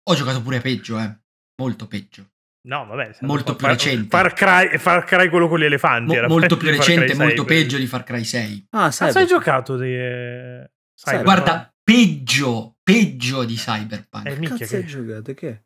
Speaker 4: ho giocato pure peggio, eh. Molto peggio.
Speaker 1: No, vabbè. se-
Speaker 4: Molto più
Speaker 1: Far-
Speaker 4: recente.
Speaker 1: Far Cry, Far Cry quello con gli elefanti.
Speaker 4: Mo-
Speaker 1: era peggio
Speaker 4: molto più
Speaker 1: di Far
Speaker 4: recente,
Speaker 1: Cry 6,
Speaker 4: molto
Speaker 1: quello.
Speaker 4: peggio di Far Cry 6.
Speaker 2: Ah,
Speaker 1: Cazzo,
Speaker 2: sai.
Speaker 1: hai giocato di... eh, Cyberpunk?
Speaker 4: Guarda, peggio, peggio di Cyberpunk.
Speaker 1: Eh, minchia,
Speaker 2: Cazzo hai
Speaker 1: che...
Speaker 2: giocato? Che è?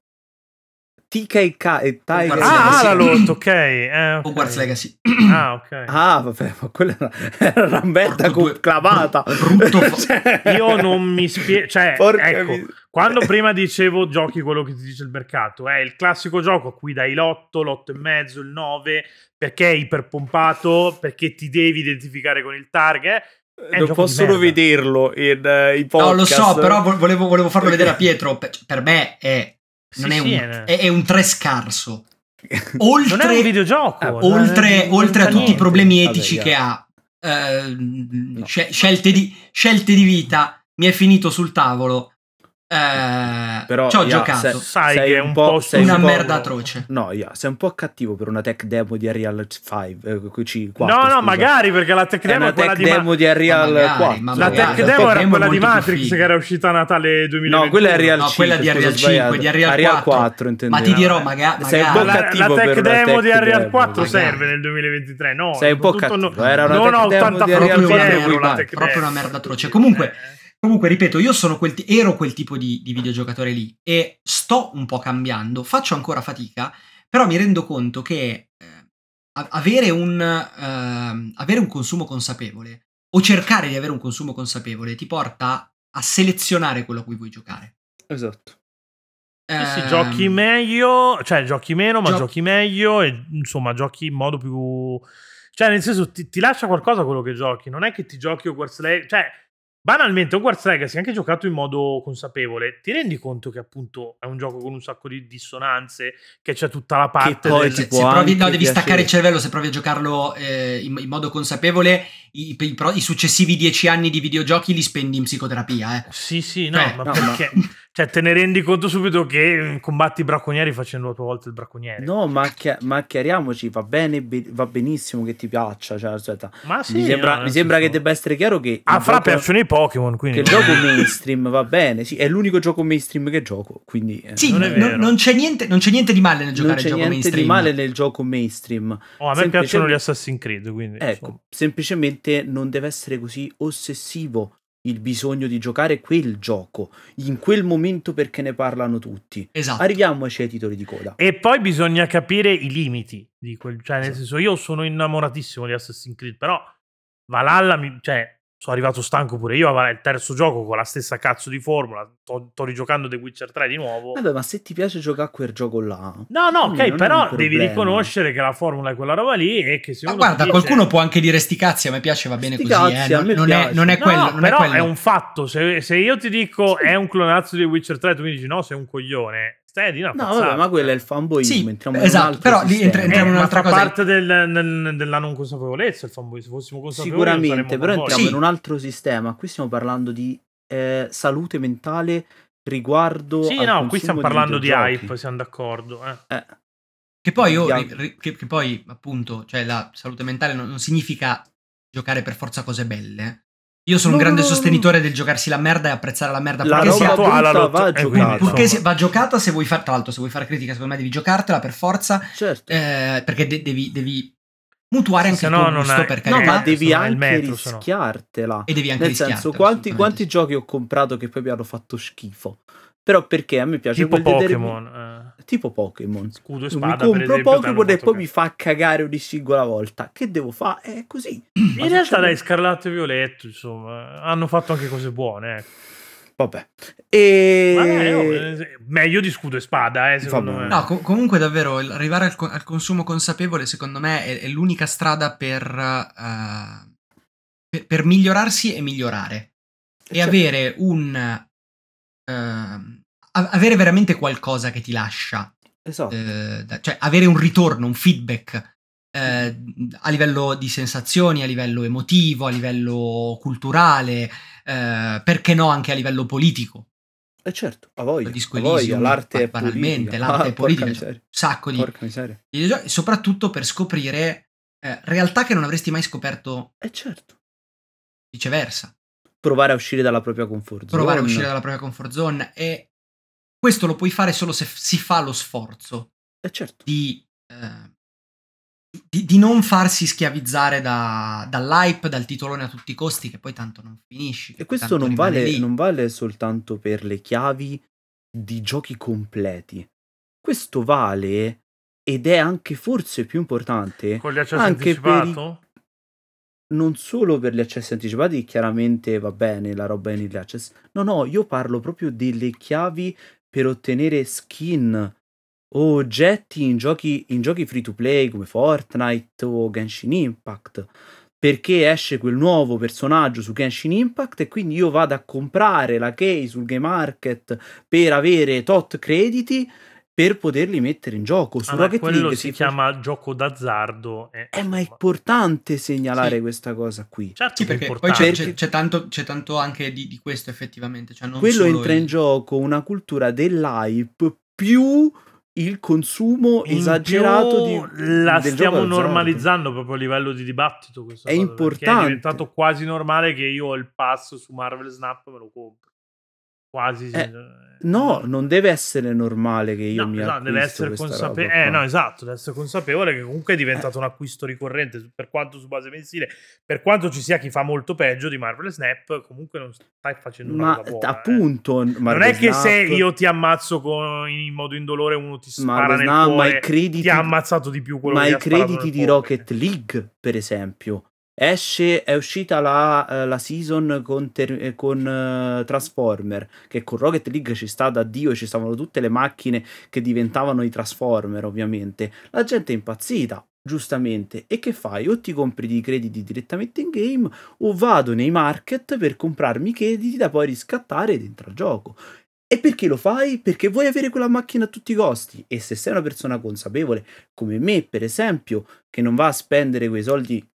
Speaker 2: TKK e Tiger.
Speaker 4: Guarda,
Speaker 1: Ah,
Speaker 4: sì.
Speaker 1: Alalot, ok. eh, ok.
Speaker 4: Hogwarts Oh, Legacy.
Speaker 1: Ah, ok.
Speaker 2: Ah, vabbè, ma quella era- era una merda
Speaker 4: Porco due-
Speaker 2: conclamata.
Speaker 4: brutto fa-
Speaker 2: Cioè-
Speaker 1: Io non mi spiego. Cioè,
Speaker 2: Porca
Speaker 1: ecco,
Speaker 2: mis-
Speaker 1: quando prima dicevo giochi quello che ti dice il mercato, è il classico gioco a cui dai l'8, l'8 e mezzo, il 9, perché è iperpompato, perché ti devi identificare con il target. eh? è un
Speaker 2: non
Speaker 1: gioco
Speaker 2: posso
Speaker 1: di
Speaker 2: solo
Speaker 1: merda.
Speaker 2: vederlo in, eh, in
Speaker 4: No, lo
Speaker 2: podcast. Eh,
Speaker 4: so, però vo- volevo, volevo farlo vedere a Pietro. Per, per me è, non
Speaker 1: Sì,
Speaker 4: è,
Speaker 1: sì, eh.
Speaker 4: un, è, è un tre scarso. Oltre,
Speaker 1: Non è un videogioco.
Speaker 2: Ah,
Speaker 1: non-
Speaker 4: oltre,
Speaker 1: non
Speaker 4: oltre a
Speaker 1: fa
Speaker 4: tutti i
Speaker 1: niente.
Speaker 4: problemi
Speaker 2: Vabbè,
Speaker 4: etici
Speaker 2: yeah.
Speaker 4: che ha, ehm,
Speaker 2: No.
Speaker 4: sce- scelte, di, scelte di vita, mi è finito sul tavolo. eh,
Speaker 2: Però,
Speaker 4: ci ho
Speaker 2: yeah,
Speaker 4: giocato.
Speaker 2: se-
Speaker 1: Sai
Speaker 2: Sei
Speaker 1: che è
Speaker 2: un
Speaker 1: un
Speaker 2: po'-
Speaker 1: po'
Speaker 2: sei
Speaker 1: sul
Speaker 4: una
Speaker 2: un po'
Speaker 4: merda
Speaker 1: bordo.
Speaker 4: atroce.
Speaker 2: No, yeah, sei un po' cattivo per una tech demo di Unreal 5. eh, qui ci- quattro,
Speaker 1: no, no,
Speaker 2: scusa.
Speaker 1: magari perché la tech
Speaker 2: È
Speaker 1: demo
Speaker 2: una
Speaker 1: è quella
Speaker 2: tech
Speaker 1: di
Speaker 2: demo
Speaker 1: Ma-
Speaker 2: di Unreal
Speaker 4: Ma magari,
Speaker 2: 4.
Speaker 4: ma
Speaker 1: la
Speaker 4: magari,
Speaker 1: tech
Speaker 4: la
Speaker 1: demo
Speaker 4: tech
Speaker 1: era
Speaker 4: demo è
Speaker 1: quella di
Speaker 4: molto più
Speaker 1: Matrix
Speaker 4: figa.
Speaker 1: che era uscita a Natale 2020.
Speaker 2: No, quella è Unreal
Speaker 4: No,
Speaker 2: 5.
Speaker 4: quella di
Speaker 2: scusa,
Speaker 4: Unreal
Speaker 2: ho sbagliato.
Speaker 4: 5, di Unreal 4.
Speaker 2: 4 intendevo.
Speaker 4: Ma ti dirò, maga-
Speaker 2: Sei un po'
Speaker 4: magari.
Speaker 1: la,
Speaker 2: cattivo
Speaker 1: la tech
Speaker 2: per una
Speaker 1: demo
Speaker 2: tech
Speaker 1: di Unreal
Speaker 2: demo,
Speaker 1: 4
Speaker 4: magari.
Speaker 1: serve nel 2023, no?
Speaker 2: Sei un po'
Speaker 1: tutto
Speaker 2: cattivo.
Speaker 1: no-
Speaker 2: Era una
Speaker 1: non
Speaker 2: tech demo
Speaker 1: ho 80
Speaker 2: di Unreal
Speaker 4: proprio una
Speaker 2: 4.
Speaker 1: euro,
Speaker 4: merda,
Speaker 1: la
Speaker 2: guarda.
Speaker 1: tech
Speaker 4: proprio
Speaker 1: demo.
Speaker 4: una merda atroce. Comunque, Comunque, ripeto, io sono quel ti- ero quel tipo di, di videogiocatore lì e sto un po' cambiando, faccio ancora fatica, però mi rendo conto che eh, a- avere, un, ehm, avere un consumo consapevole o cercare di avere un consumo consapevole ti porta a selezionare quello a cui vuoi giocare.
Speaker 2: Esatto.
Speaker 1: Eh, Sì, sì,
Speaker 4: Ehm,
Speaker 1: giochi meglio, cioè giochi meno, ma
Speaker 4: Gio-
Speaker 1: giochi meglio e insomma giochi in modo più... Cioè nel senso ti, ti lascia qualcosa quello che giochi, non è che ti giochi Hogwarts Legacy, cioè banalmente Hogwarts Legacy anche giocato in modo consapevole, ti rendi conto che appunto è un gioco con un sacco di dissonanze, che c'è tutta la parte
Speaker 2: poi
Speaker 1: del-
Speaker 2: ti
Speaker 4: se,
Speaker 2: può
Speaker 4: se provi,
Speaker 2: anche
Speaker 4: no, devi staccare
Speaker 2: piacere.
Speaker 4: il cervello se provi a giocarlo eh, in, in modo consapevole. I, i pro- i successivi dieci anni di videogiochi li spendi in psicoterapia. Eh.
Speaker 1: Sì, sì, no,
Speaker 4: Cioè,
Speaker 1: ma
Speaker 2: no,
Speaker 1: perché? Cioè, te ne rendi conto subito che eh, combatti i bracconieri facendo a tua volta il bracconiere.
Speaker 2: No, ma, chi- ma chiariamoci, va bene, be- va benissimo che ti piaccia. Cioè, aspetta,
Speaker 1: Ma sì,
Speaker 2: mi sembra,
Speaker 1: no,
Speaker 2: mi sembra
Speaker 1: nel
Speaker 2: che
Speaker 1: senso-
Speaker 2: debba essere chiaro che.
Speaker 1: Ah,
Speaker 2: il
Speaker 1: fra
Speaker 2: gioco-
Speaker 1: piacciono i Pokémon,
Speaker 2: Che
Speaker 1: quindi...
Speaker 2: il gioco mainstream va bene, sì, è l'unico gioco mainstream che gioco, quindi eh,
Speaker 4: Sì,
Speaker 1: Non
Speaker 4: non,
Speaker 1: è vero.
Speaker 4: non c'è niente, non c'è niente di male nel
Speaker 2: non
Speaker 4: giocare
Speaker 2: c'è
Speaker 4: al gioco
Speaker 2: niente
Speaker 4: mainstream.
Speaker 2: di male nel gioco mainstream.
Speaker 1: Oh, a me
Speaker 2: semplicemente-
Speaker 1: piacciono gli Assassin's Creed, quindi... insomma.
Speaker 2: Ecco, semplicemente non deve essere così ossessivo il bisogno di giocare quel gioco in quel momento perché ne parlano tutti.
Speaker 4: Esatto.
Speaker 2: Arriviamoci ai titoli di coda.
Speaker 1: E poi bisogna capire i limiti di quel... Cioè, nel senso, io sono innamoratissimo di Assassin's Creed, però Valhalla, mi... cioè, sono arrivato stanco pure io a Valhalla, il terzo gioco con la stessa cazzo di formula, sto, sto rigiocando The Witcher 3 di nuovo.
Speaker 2: Vabbè, ma se ti piace giocare a quel gioco là,
Speaker 1: No, no,
Speaker 2: Quindi
Speaker 1: ok,
Speaker 2: non è un
Speaker 1: però devi
Speaker 2: problema.
Speaker 1: riconoscere che la formula è quella roba lì e che se
Speaker 4: Ma
Speaker 1: uno
Speaker 4: guarda,
Speaker 1: ti dice-
Speaker 4: qualcuno può anche dire sti cazzi, a me piace, va bene
Speaker 2: Sti
Speaker 4: così. eh,
Speaker 2: cazzi, a
Speaker 4: non,
Speaker 2: me
Speaker 4: non è,
Speaker 2: piace.
Speaker 4: non è
Speaker 1: No,
Speaker 4: quello.
Speaker 1: no,
Speaker 4: non
Speaker 1: però
Speaker 4: è quello.
Speaker 1: un fatto. Se, se io ti dico è un clonazzo di Witcher 3, tu mi dici no, sei un coglione. Steady, no,
Speaker 2: No,
Speaker 1: pazzata.
Speaker 2: vabbè, ma quello è il fanboyismo.
Speaker 4: eh. Sì,
Speaker 2: entriamo in
Speaker 4: esatto,
Speaker 2: un altro
Speaker 4: però lì
Speaker 2: sistema.
Speaker 4: entra-
Speaker 1: Eh,
Speaker 4: entriamo in
Speaker 1: ma
Speaker 4: un'altra
Speaker 1: fa
Speaker 4: cosa.
Speaker 1: parte del- nel- della non consapevolezza il fanboy. Se fossimo consapevoli, non
Speaker 2: Sicuramente,
Speaker 1: saremmo
Speaker 2: però
Speaker 1: fanboy.
Speaker 2: entriamo
Speaker 4: Sì.
Speaker 2: in un altro sistema. Qui stiamo parlando di eh, salute mentale riguardo.
Speaker 1: Sì,
Speaker 2: al
Speaker 1: no, qui
Speaker 2: consumo
Speaker 1: stiamo parlando di
Speaker 2: videogiochi.
Speaker 1: hype, siamo d'accordo. eh.
Speaker 2: Eh,
Speaker 4: Che poi, io-
Speaker 2: Bianco.
Speaker 4: ri- che, che poi, appunto, cioè la salute mentale non, non significa giocare per forza cose belle. Io sono un
Speaker 2: No,
Speaker 4: grande
Speaker 2: no, no,
Speaker 4: sostenitore del giocarsi la merda e apprezzare la merda
Speaker 2: la
Speaker 4: purché
Speaker 2: roba
Speaker 4: sia,
Speaker 1: Esatto, alla
Speaker 2: brutta
Speaker 1: lotta-
Speaker 2: va
Speaker 1: eh, quindi,
Speaker 2: giocata.
Speaker 4: purché sia-
Speaker 1: insomma.
Speaker 4: va giocata se vuoi fare, tra l'altro, se vuoi fare critica, secondo me devi giocartela per forza,
Speaker 2: Certo.
Speaker 4: eh, perché de- devi, devi mutuare
Speaker 1: Sì,
Speaker 4: anche
Speaker 1: se
Speaker 4: il
Speaker 1: no
Speaker 4: tuo
Speaker 1: non
Speaker 4: gusto,
Speaker 1: hai-
Speaker 4: per
Speaker 1: No,
Speaker 2: No,
Speaker 4: carità,
Speaker 2: ma devi
Speaker 1: se no è il
Speaker 2: anche
Speaker 1: metro, se no.
Speaker 2: rischiartela.
Speaker 4: e devi anche
Speaker 2: Nel
Speaker 4: rischiartela,
Speaker 2: senso, quanti,
Speaker 4: assolutamente
Speaker 2: quanti
Speaker 4: sì.
Speaker 2: giochi ho comprato che poi mi hanno fatto schifo? Però perché a me piace
Speaker 1: Tipo
Speaker 2: quel determin-
Speaker 1: Pokémon. eh.
Speaker 2: Tipo Pokémon.
Speaker 1: Scudo e
Speaker 2: Cioè, Mi
Speaker 1: spada. per
Speaker 2: compro
Speaker 1: esempio, t'hanno
Speaker 2: Pokémon e
Speaker 1: fatto
Speaker 2: poi
Speaker 1: cagare.
Speaker 2: mi fa cagare ogni singola volta. Che devo fare? È così.
Speaker 1: In realtà, dai, Scarlatto e Violetto, insomma, hanno fatto anche cose buone. ecco.
Speaker 2: Vabbè. E...
Speaker 1: Ma dai, oh, eh, meglio di scudo e spada, eh, secondo
Speaker 2: Vabbè.
Speaker 1: me.
Speaker 4: No, co- comunque davvero il- arrivare al, co- al consumo consapevole secondo me è, è l'unica strada per, eh, per, per migliorarsi e migliorare e
Speaker 1: cioè,
Speaker 2: Certo.
Speaker 4: avere un ehm, a- avere veramente qualcosa che ti lascia,
Speaker 2: Esatto.
Speaker 4: eh, da- cioè avere un ritorno, un feedback eh, a livello di sensazioni, a livello emotivo, a livello culturale, eh, perché no anche a livello politico.
Speaker 2: Eh certo, a voglia.
Speaker 4: Il disco
Speaker 2: a voglia,
Speaker 4: Elysium,
Speaker 2: l'arte è
Speaker 4: banalmente,
Speaker 2: politica.
Speaker 4: l'arte è
Speaker 2: Ah, porca
Speaker 4: politica, cioè,
Speaker 2: miseria,
Speaker 4: un sacco di,
Speaker 2: Porca miseria.
Speaker 4: videogiochi, soprattutto per scoprire eh, realtà che non avresti mai scoperto
Speaker 2: Eh certo.
Speaker 4: viceversa.
Speaker 2: Provare a uscire dalla propria comfort zone.
Speaker 4: Provare a uscire dalla propria comfort zone e questo lo puoi fare solo se f- si fa lo sforzo
Speaker 2: Eh certo.
Speaker 4: di, eh, di, di non farsi schiavizzare da- dall'hype, dal titolone a tutti i costi, che poi tanto non finisci. che
Speaker 2: E questo
Speaker 4: tanto
Speaker 2: non
Speaker 4: rimane
Speaker 2: vale,
Speaker 4: lì.
Speaker 2: non vale soltanto per le chiavi di giochi completi. Questo vale, ed è anche forse più importante,
Speaker 1: Con gli accessi
Speaker 2: Anche per i-
Speaker 1: anticipato?
Speaker 2: non solo per gli accessi anticipati, chiaramente va bene la roba in early access. No, no, io parlo proprio delle chiavi per ottenere skin o oggetti in giochi, in giochi free to play come Fortnite o Genshin Impact. Perché esce quel nuovo personaggio su Genshin Impact e quindi io vado a comprare la key sul game market per avere tot crediti per poterli mettere in gioco. Su
Speaker 1: Ah, ma
Speaker 2: Rocket
Speaker 1: quello
Speaker 2: League
Speaker 1: si,
Speaker 2: si fa-
Speaker 1: chiama gioco d'azzardo. Eh,
Speaker 2: Eh, ma
Speaker 1: insomma.
Speaker 2: è importante segnalare
Speaker 4: Sì.
Speaker 2: questa cosa qui.
Speaker 1: Certo
Speaker 4: Sì,
Speaker 1: che è
Speaker 4: perché poi
Speaker 1: importante.
Speaker 4: c'è,
Speaker 2: Perché-
Speaker 4: c'è- c'è tanto, c'è tanto anche di, di questo effettivamente. Cioè non
Speaker 2: quello
Speaker 4: solo
Speaker 2: entra in
Speaker 4: il-
Speaker 2: gioco una cultura dell'hype più il consumo
Speaker 1: In
Speaker 2: esagerato
Speaker 1: più,
Speaker 2: di,
Speaker 1: la
Speaker 2: del
Speaker 1: stiamo
Speaker 2: gioco d'azzardo.
Speaker 1: normalizzando proprio a livello di dibattito. questa
Speaker 2: È
Speaker 1: cosa, perché
Speaker 2: importante.
Speaker 1: È diventato quasi normale che io ho il pass su Marvel Snap me lo compro. Quasi.
Speaker 2: Eh, No, non deve essere normale che io
Speaker 1: No,
Speaker 2: mi
Speaker 1: esatto,
Speaker 2: acquisto
Speaker 1: deve essere
Speaker 2: questa
Speaker 1: consapevole.
Speaker 2: roba qua.
Speaker 1: Eh, no, esatto, deve essere consapevole che comunque è diventato un acquisto ricorrente su- per quanto su base mensile, per quanto ci sia chi fa molto peggio di Marvel Snap, comunque non stai facendo una
Speaker 2: Ma
Speaker 1: cosa buona, eh.
Speaker 2: appunto,
Speaker 1: non è che se io ti ammazzo con- in modo indolore uno ti spara
Speaker 2: Marvel
Speaker 1: nel
Speaker 2: Snap, ma
Speaker 1: cuore,
Speaker 2: i crediti-
Speaker 1: ti ha ammazzato di più quello
Speaker 2: ma
Speaker 1: che
Speaker 2: i
Speaker 1: ti ha sparato
Speaker 2: crediti
Speaker 1: nel
Speaker 2: di
Speaker 1: cuore.
Speaker 2: Rocket League, per esempio, esce è uscita la, eh, la season con, ter- eh, con, eh, Transformer, che con Rocket League ci sta da Dio, ci stavano tutte le macchine che diventavano i Transformer, ovviamente. La gente è impazzita. Giustamente, e che fai? O ti compri i crediti direttamente in game o vado nei market per comprarmi i crediti da poi riscattare dentro al gioco. E perché lo fai? Perché vuoi avere quella macchina a tutti i costi. E se sei una persona consapevole, come me, per esempio, che non va a spendere quei soldi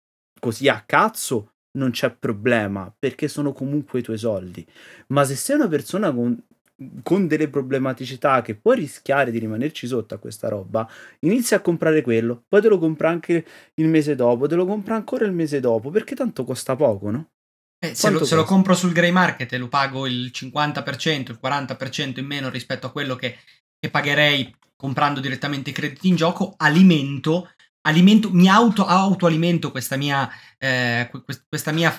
Speaker 2: così a cazzo, non c'è problema, perché sono comunque i tuoi soldi. Ma se sei una persona con, con delle problematicità che può rischiare di rimanerci sotto a questa roba, inizia a comprare quello, poi te lo compra anche il mese dopo, te lo compra ancora il mese dopo, perché tanto costa poco, no?
Speaker 4: Eh, se,
Speaker 2: Quanto
Speaker 4: lo, se lo
Speaker 2: costa?
Speaker 4: compro sul grey market e lo pago il 50%, il 40% in meno rispetto a quello che, che pagherei comprando direttamente i crediti in gioco, alimento, alimento mi auto, autoalimento questa mia, eh, que- quest- questa, mia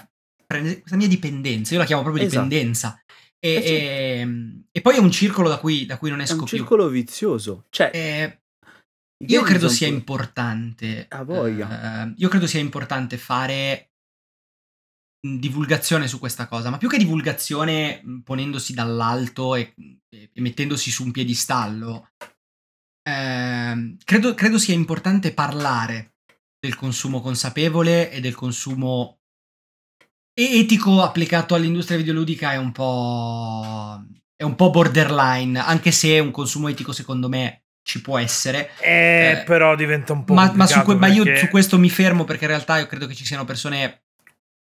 Speaker 4: pre- questa mia dipendenza. Io la chiamo proprio
Speaker 2: Esatto.
Speaker 4: dipendenza. E,
Speaker 2: Eh, certo.
Speaker 4: e- e poi è un circolo da cui, da cui non
Speaker 2: È
Speaker 4: esco
Speaker 2: un
Speaker 4: più.
Speaker 2: circolo vizioso. Cioè,
Speaker 4: Eh,
Speaker 2: i
Speaker 4: io
Speaker 2: game
Speaker 4: credo
Speaker 2: sono
Speaker 4: sia
Speaker 2: pure-
Speaker 4: importante.
Speaker 2: A voglia.
Speaker 4: eh, io credo sia importante fare mh, divulgazione su questa cosa, ma più che divulgazione mh, ponendosi dall'alto e, e mettendosi su un piedistallo, ehm, credo, credo sia importante parlare del consumo consapevole e del consumo e- etico applicato all'industria videoludica è un po'. È un po' borderline, anche se un consumo etico secondo me ci può essere.
Speaker 1: Eh,
Speaker 4: Eh,
Speaker 1: però diventa un po'.
Speaker 4: Ma, ma su
Speaker 1: complicato
Speaker 4: que- ma io
Speaker 1: perché-
Speaker 4: su questo mi fermo perché in realtà io credo che ci siano persone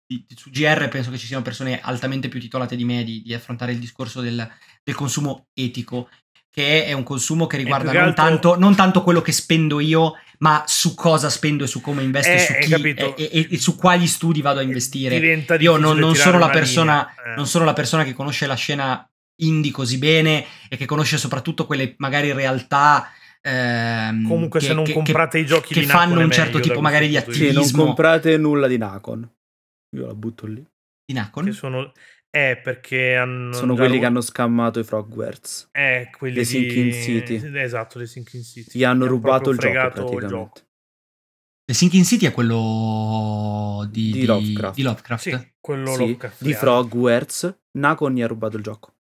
Speaker 4: di- di- su GR penso che ci siano persone altamente più titolate di me di, di affrontare il discorso del, del consumo etico che è un consumo che riguarda
Speaker 1: più che
Speaker 4: non,
Speaker 1: altro-
Speaker 4: tanto, non tanto quello che spendo io ma su cosa spendo e su come investo e
Speaker 1: Eh,
Speaker 4: su
Speaker 1: hai
Speaker 4: chi
Speaker 1: capito. Eh,
Speaker 4: e, e- e su quali studi vado a investire
Speaker 1: Diventa
Speaker 4: io non,
Speaker 1: difficile
Speaker 4: non
Speaker 1: tirare
Speaker 4: sono la
Speaker 1: una
Speaker 4: persona,
Speaker 1: linea, eh.
Speaker 4: non sono la persona che conosce la scena indie così bene e che conosce soprattutto quelle magari realtà. ehm,
Speaker 1: Comunque,
Speaker 4: che-
Speaker 1: se non
Speaker 4: che-
Speaker 1: comprate
Speaker 4: che-
Speaker 1: i giochi
Speaker 4: che
Speaker 1: di
Speaker 4: fanno
Speaker 1: Napoli è
Speaker 4: un certo
Speaker 1: meglio,
Speaker 4: tipo
Speaker 1: da
Speaker 4: magari di
Speaker 1: questo punto
Speaker 2: Sì, non
Speaker 4: attivismo
Speaker 2: comprate nulla di Nacon. Io la butto lì.
Speaker 4: di Nacon.
Speaker 1: che sono. Eh, perché hanno.
Speaker 2: Sono
Speaker 1: già
Speaker 2: quelli
Speaker 1: lo-
Speaker 2: che hanno scammato i Frogwares.
Speaker 1: Eh, quelli
Speaker 2: le
Speaker 1: di...
Speaker 2: Sinking City.
Speaker 1: Esatto, le Sinking City.
Speaker 2: Gli hanno rubato
Speaker 1: proprio
Speaker 2: il gioco
Speaker 1: fregato il
Speaker 2: praticamente.
Speaker 1: gioco.
Speaker 4: The Sinking City è quello di,
Speaker 2: Di
Speaker 4: di-
Speaker 2: Lovecraft.
Speaker 4: di Lovecraft.
Speaker 1: Sì, eh. quello
Speaker 2: Sì,
Speaker 1: l'ho caffiato.
Speaker 2: di Frogwares. Nacon gli ha rubato il gioco.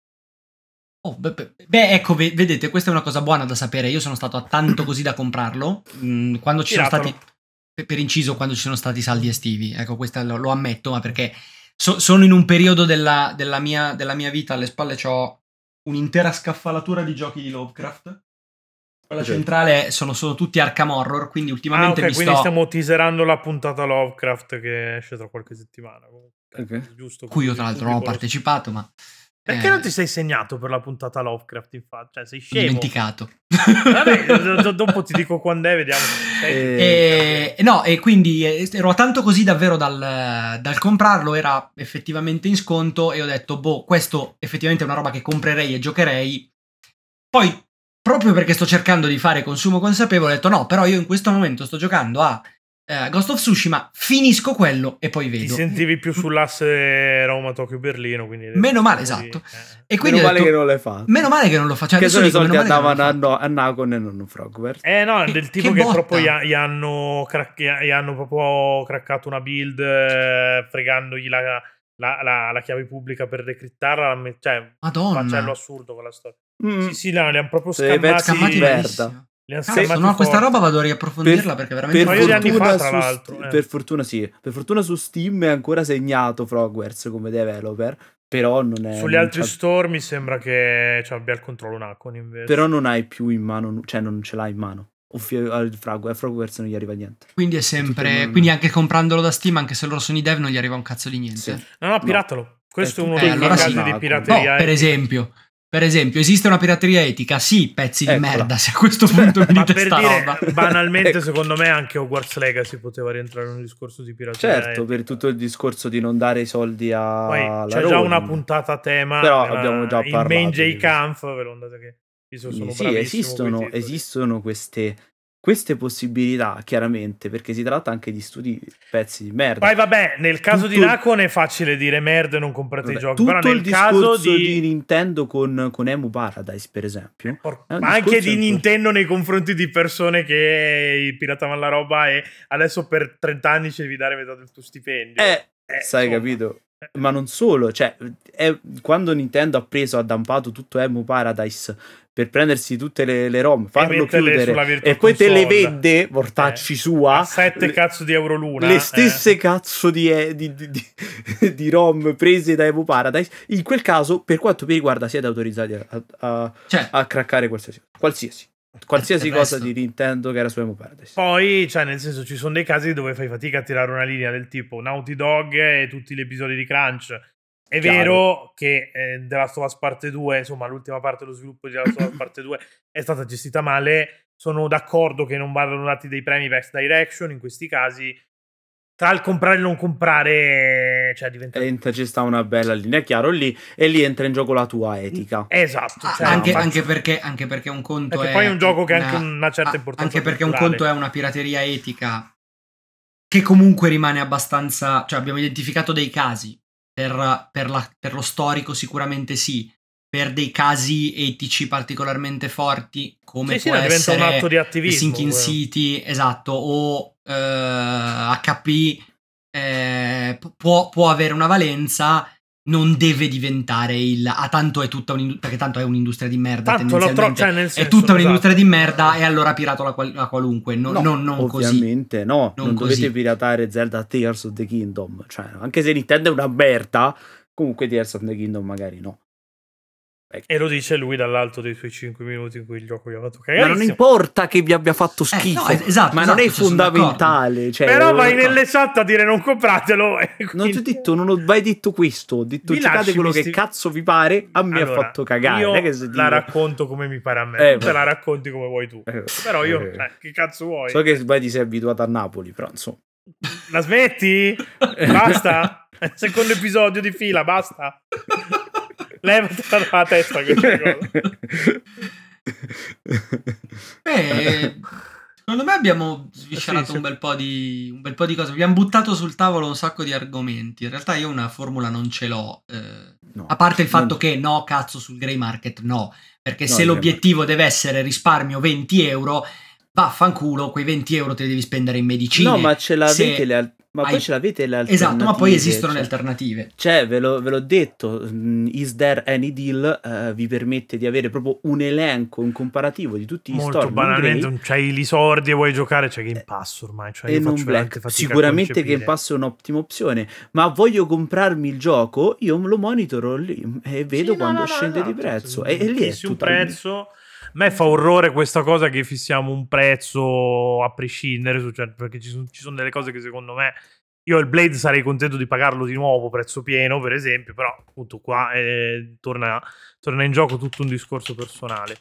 Speaker 4: Oh, beh, beh, beh, ecco, ve- vedete, questa è una cosa buona da sapere. Io sono stato a tanto così da comprarlo. Mm, quando ci sono
Speaker 1: Piratelo.
Speaker 4: stati, per- per inciso, quando ci sono stati i saldi estivi, ecco, questa lo, lo ammetto, ma perché so- sono in un periodo della, della mia, della mia vita alle spalle, ho un'intera scaffalatura di giochi di Lovecraft. Alla
Speaker 2: Ok.
Speaker 4: centrale sono, sono tutti Arkham Horror, quindi
Speaker 1: Ah, ok,
Speaker 4: ultimamente
Speaker 1: quindi
Speaker 4: mi sto...
Speaker 1: stiamo teaserando la puntata Lovecraft che esce tra qualche settimana. comunque.
Speaker 2: Ok.
Speaker 1: Giusto.
Speaker 4: cui io
Speaker 1: così,
Speaker 4: tra l'altro non ho
Speaker 1: pubblico lo-
Speaker 4: partecipato, ma...
Speaker 1: Perché
Speaker 4: eh,
Speaker 1: non ti sei segnato per la puntata Lovecraft, infatti? Cioè, sei
Speaker 4: Ho
Speaker 1: scemo.
Speaker 4: dimenticato.
Speaker 1: Vabbè, do- do- dopo ti dico quando è, vediamo. se sei-
Speaker 2: Eh,
Speaker 4: E, no, e quindi eh, ero tanto così davvero dal, dal comprarlo, era effettivamente in sconto e ho detto, boh, questo effettivamente è una roba che comprerei e giocherei. Poi, proprio perché sto cercando di fare consumo consapevole, ho detto no, però io in questo momento sto giocando a eh, Ghost of Tsushima, finisco quello e poi
Speaker 1: Ti
Speaker 4: vedo.
Speaker 1: sentivi più sull'asse Roma-Tokyo-Berlino, quindi...
Speaker 4: Meno male,
Speaker 1: Eh,
Speaker 4: esatto.
Speaker 1: eh.
Speaker 4: E quindi
Speaker 2: Meno
Speaker 4: ho
Speaker 2: male
Speaker 4: detto,
Speaker 2: che non l'hai fatto.
Speaker 4: meno male che non lo faccio.
Speaker 2: che
Speaker 4: Adesso
Speaker 2: sono i
Speaker 4: dico,
Speaker 2: soldi
Speaker 4: meno male che non
Speaker 2: andavano
Speaker 4: l'ho
Speaker 2: a,
Speaker 4: fatto.
Speaker 2: no- a Nacon e non a Frogwares.
Speaker 1: Eh no,
Speaker 4: Che-
Speaker 1: del tipo
Speaker 4: che
Speaker 1: che,
Speaker 4: botta.
Speaker 1: proprio gli, ha- gli hanno crac- gli ha- gli hanno proprio craccato una build eh, fregandogli la, la- la- la chiave pubblica per decrittarla, la me- cioè un macello
Speaker 4: Madonna.
Speaker 1: assurdo con la storia.
Speaker 4: Eh,
Speaker 2: Mm.
Speaker 1: Sì, sì, no, li hanno proprio
Speaker 2: Se i pezzi
Speaker 1: scammati.
Speaker 4: Scammati
Speaker 2: sì,
Speaker 4: malissimo.
Speaker 2: merda.
Speaker 1: li hanno
Speaker 4: Cazzo,
Speaker 1: scammati
Speaker 4: no, questa
Speaker 1: forte.
Speaker 4: roba vado a riapprofondirla perché veramente...
Speaker 2: Mm. per
Speaker 1: Un paio di anni
Speaker 2: fortuna
Speaker 1: fa, tra
Speaker 2: su
Speaker 1: l'altro,
Speaker 2: St-
Speaker 1: eh.
Speaker 2: per fortuna sì, per fortuna su Steam è ancora segnato Frogwares come developer, però non è
Speaker 1: Sugli
Speaker 2: non
Speaker 1: altri
Speaker 2: c'ha-
Speaker 1: store mi sembra che cioè, abbia il controllo Nacon invece.
Speaker 2: però non hai più in mano, cioè non ce l'hai in mano. Ovvio, al Frog- a Frogwares non gli arriva niente.
Speaker 4: Quindi è
Speaker 2: Tutto
Speaker 4: sempre.
Speaker 2: il-
Speaker 4: Quindi anche comprandolo da Steam, anche se loro sono i dev, non gli arriva un cazzo di niente.
Speaker 2: Sì.
Speaker 1: No, no, piratelo. Questo è
Speaker 2: Eh,
Speaker 1: uno
Speaker 4: eh,
Speaker 1: dei
Speaker 4: allora
Speaker 1: casi
Speaker 4: sì.
Speaker 1: di
Speaker 2: No,
Speaker 4: No,
Speaker 1: pirateria. eh.
Speaker 4: per esempio. Per esempio, esiste una pirateria etica? Sì, pezzi di
Speaker 2: Eccola.
Speaker 4: merda. Se a questo punto mi
Speaker 1: Ma
Speaker 4: dite
Speaker 1: per
Speaker 4: sta
Speaker 1: dire,
Speaker 4: roba.
Speaker 1: banalmente,
Speaker 2: Ecco.
Speaker 1: secondo me anche Hogwarts Legacy poteva rientrare in un discorso di pirateria. eh.
Speaker 2: Certo, per tutto il discorso di non dare i soldi a
Speaker 1: Cioè, Poi c'è già una puntata a tema.
Speaker 2: Però
Speaker 1: nella-
Speaker 2: abbiamo già
Speaker 1: in
Speaker 2: parlato
Speaker 1: main
Speaker 2: di questo.
Speaker 1: J-Camp, ve lo andate che io sono, sono
Speaker 2: sì,
Speaker 1: bravissimo
Speaker 2: esistono,
Speaker 1: coi titoli.
Speaker 2: esistono queste, queste possibilità, chiaramente, perché si tratta anche di studi pezzi di merda.
Speaker 1: Poi vabbè, nel caso di
Speaker 2: Tutto-
Speaker 1: Nacon è facile dire merda e non comprate
Speaker 2: Vabbè,
Speaker 1: i giochi, però
Speaker 2: tutto
Speaker 1: nel
Speaker 2: il
Speaker 1: caso
Speaker 2: discorso
Speaker 1: di...
Speaker 2: di... Nintendo con, con Emu Paradise, per esempio,
Speaker 1: Por-
Speaker 2: È un
Speaker 1: ma anche
Speaker 2: Eh, discorso
Speaker 1: di
Speaker 2: importante.
Speaker 1: Nintendo nei confronti di persone che piratavano la roba e adesso per 30 anni ci devi dare metà del tuo stipendio.
Speaker 2: eh,
Speaker 1: Eh,
Speaker 2: sai,
Speaker 1: insomma.
Speaker 2: capito? Ma non solo, cioè, è- quando Nintendo ha preso, ha dampato tutto Emu Paradise per prendersi tutte le, le ROM, farlo
Speaker 1: metterle sulla
Speaker 2: chiudere
Speaker 1: Virtual
Speaker 2: e poi te le
Speaker 1: Console. Eh.
Speaker 2: vende, portacci
Speaker 1: a
Speaker 2: sua,
Speaker 1: 7
Speaker 2: le-
Speaker 1: cazzo di euro l'una.
Speaker 2: le
Speaker 1: eh.
Speaker 2: stesse cazzo di, eh, di, di- di- di ROM prese da Evo Paradise. In quel caso, per quanto mi riguarda, siete autorizzati a, a,
Speaker 4: Cioè,
Speaker 2: a craccare qualsiasi qualsiasi,
Speaker 1: Eh,
Speaker 2: qualsiasi
Speaker 4: Del
Speaker 2: cosa
Speaker 4: resto-
Speaker 2: di Nintendo che era su Evo Paradise.
Speaker 1: Poi, cioè, nel senso, ci sono dei casi dove fai fatica a tirare una linea del tipo Naughty Dog e tutti gli episodi di Crunch. È
Speaker 2: Chiaro.
Speaker 1: vero che eh, The Last of Us Parte 2, insomma, l'ultima parte dello sviluppo di The Last of Us Parte 2 è stata gestita male. Sono d'accordo che non vadano dati dei premi Vex Direction in questi casi. Tra il comprare e il non comprare, cioè, diventa.
Speaker 2: Entra, ci sta una bella linea, chiaro lì, e lì entra in gioco la tua etica.
Speaker 1: Esatto.
Speaker 4: ah,
Speaker 1: cioè,
Speaker 4: anche,
Speaker 1: faccio-
Speaker 4: anche perché, anche perché un conto
Speaker 1: Perché
Speaker 4: è.
Speaker 1: poi è un gioco che ha anche
Speaker 4: una-
Speaker 1: una certa
Speaker 4: ah,
Speaker 1: importanza
Speaker 4: Anche perché un
Speaker 1: culturale.
Speaker 4: conto è una pirateria etica che comunque rimane abbastanza. Cioè, abbiamo identificato dei casi. Per, per la- per lo storico, sicuramente sì. Per dei casi etici particolarmente forti, come
Speaker 1: Sì, sì,
Speaker 4: può
Speaker 1: no, diventa
Speaker 4: essere
Speaker 1: un atto di
Speaker 4: The
Speaker 1: attivismo.
Speaker 4: Sinking
Speaker 1: quello.
Speaker 4: City, esatto, o eh, HP eh, pu- può, può avere una valenza, non deve diventare il... Ah, tanto è tutta un'industria, perché tanto è un'industria di merda
Speaker 1: Tanto lo trovo,
Speaker 4: tendenzialmente.
Speaker 1: cioè, nel senso,
Speaker 4: è tutta un'industria
Speaker 1: esatto.
Speaker 4: di merda e allora pirato la, qual- la qualunque, no- non, non così.
Speaker 2: ovviamente no,
Speaker 4: Non
Speaker 2: non, dovete
Speaker 4: così.
Speaker 2: piratare Zelda Tears of the Kingdom, cioè, anche se Nintendo è una merda, comunque Tears of the Kingdom magari no.
Speaker 1: E lo dice lui dall'alto dei suoi 5 minuti in cui il gioco gli ha fatto
Speaker 2: Ma non
Speaker 1: cagarissimo.
Speaker 2: importa che vi abbia fatto
Speaker 4: no,
Speaker 2: schifo,
Speaker 4: es- esatto,
Speaker 2: ma non è
Speaker 4: esatto, sono
Speaker 2: fondamentale. Cioè,
Speaker 1: Però vai
Speaker 4: d'accordo.
Speaker 1: nelle chat a dire non compratelo. e
Speaker 2: Non
Speaker 1: quindi-
Speaker 2: ti ho detto, non ho mai detto questo. Ho detto
Speaker 1: Vi
Speaker 2: cercate
Speaker 1: lasci
Speaker 2: quello che
Speaker 1: questi-
Speaker 2: cazzo vi pare. A me
Speaker 1: Allora,
Speaker 2: ha fatto cagare.
Speaker 1: Io
Speaker 2: non è che se
Speaker 1: la
Speaker 2: dico-
Speaker 1: racconto come mi pare a me.
Speaker 2: Eh,
Speaker 1: tu
Speaker 2: beh.
Speaker 1: te la racconti come vuoi tu.
Speaker 2: Eh,
Speaker 1: Però io,
Speaker 2: eh,
Speaker 1: eh, che cazzo vuoi?
Speaker 2: so che vai ti sei abituato a Napoli, però insomma.
Speaker 1: La smetti?
Speaker 2: Eh.
Speaker 1: Basta? Eh, Secondo episodio di fila, basta? Levati dalla testa questa cosa.
Speaker 4: Beh, Eh, secondo me abbiamo
Speaker 1: Sì,
Speaker 4: sviscerato
Speaker 1: sì.
Speaker 4: un, bel po di, un bel po' di cose. Abbiamo buttato sul tavolo un sacco di argomenti. In realtà io una formula non ce l'ho. eh,
Speaker 2: No,
Speaker 4: a parte il fatto
Speaker 2: non-
Speaker 4: che no, cazzo, sul grey market no. Perché
Speaker 2: No,
Speaker 4: se
Speaker 2: il grey
Speaker 4: l'obiettivo deve essere risparmio 20 euro, vaffanculo, quei 20 euro te li devi spendere in medicina.
Speaker 2: No, ma ce l'avete
Speaker 4: se
Speaker 2: le al- ma poi
Speaker 4: hai-
Speaker 2: ce l'avete le alternative.
Speaker 4: Esatto, ma poi esistono le
Speaker 2: cioè.
Speaker 4: alternative.
Speaker 2: Cioè, ve l'ho, ve l'ho detto, mm, Is There Any Deal eh, vi permette di avere proprio un elenco, un comparativo di tutti gli
Speaker 1: Molto
Speaker 2: store non
Speaker 1: banalmente,
Speaker 2: grey
Speaker 1: non c'hai i sordi e vuoi giocare, c'è Game Pass ormai. Cioè
Speaker 2: Eh, e
Speaker 1: io faccio
Speaker 2: non
Speaker 1: veramente
Speaker 2: Black.
Speaker 1: fatica a
Speaker 2: Sicuramente
Speaker 1: concepire.
Speaker 2: Game Pass è un'ottima opzione, ma voglio comprarmi il gioco, io lo monitoro lì mm, e vedo
Speaker 1: Sì, no,
Speaker 2: quando
Speaker 1: no, no,
Speaker 2: scende
Speaker 1: esatto,
Speaker 2: di prezzo.
Speaker 1: sì,
Speaker 2: E, e lì è
Speaker 1: fissi un
Speaker 2: tutto
Speaker 1: prezzo. A me fa orrore questa cosa che fissiamo un prezzo a prescindere, su- cioè, perché ci sono, ci sono delle cose che secondo me. Io il Blade sarei contento di pagarlo di nuovo, prezzo pieno, per esempio, però appunto qua eh, torna, torna in gioco tutto un discorso personale.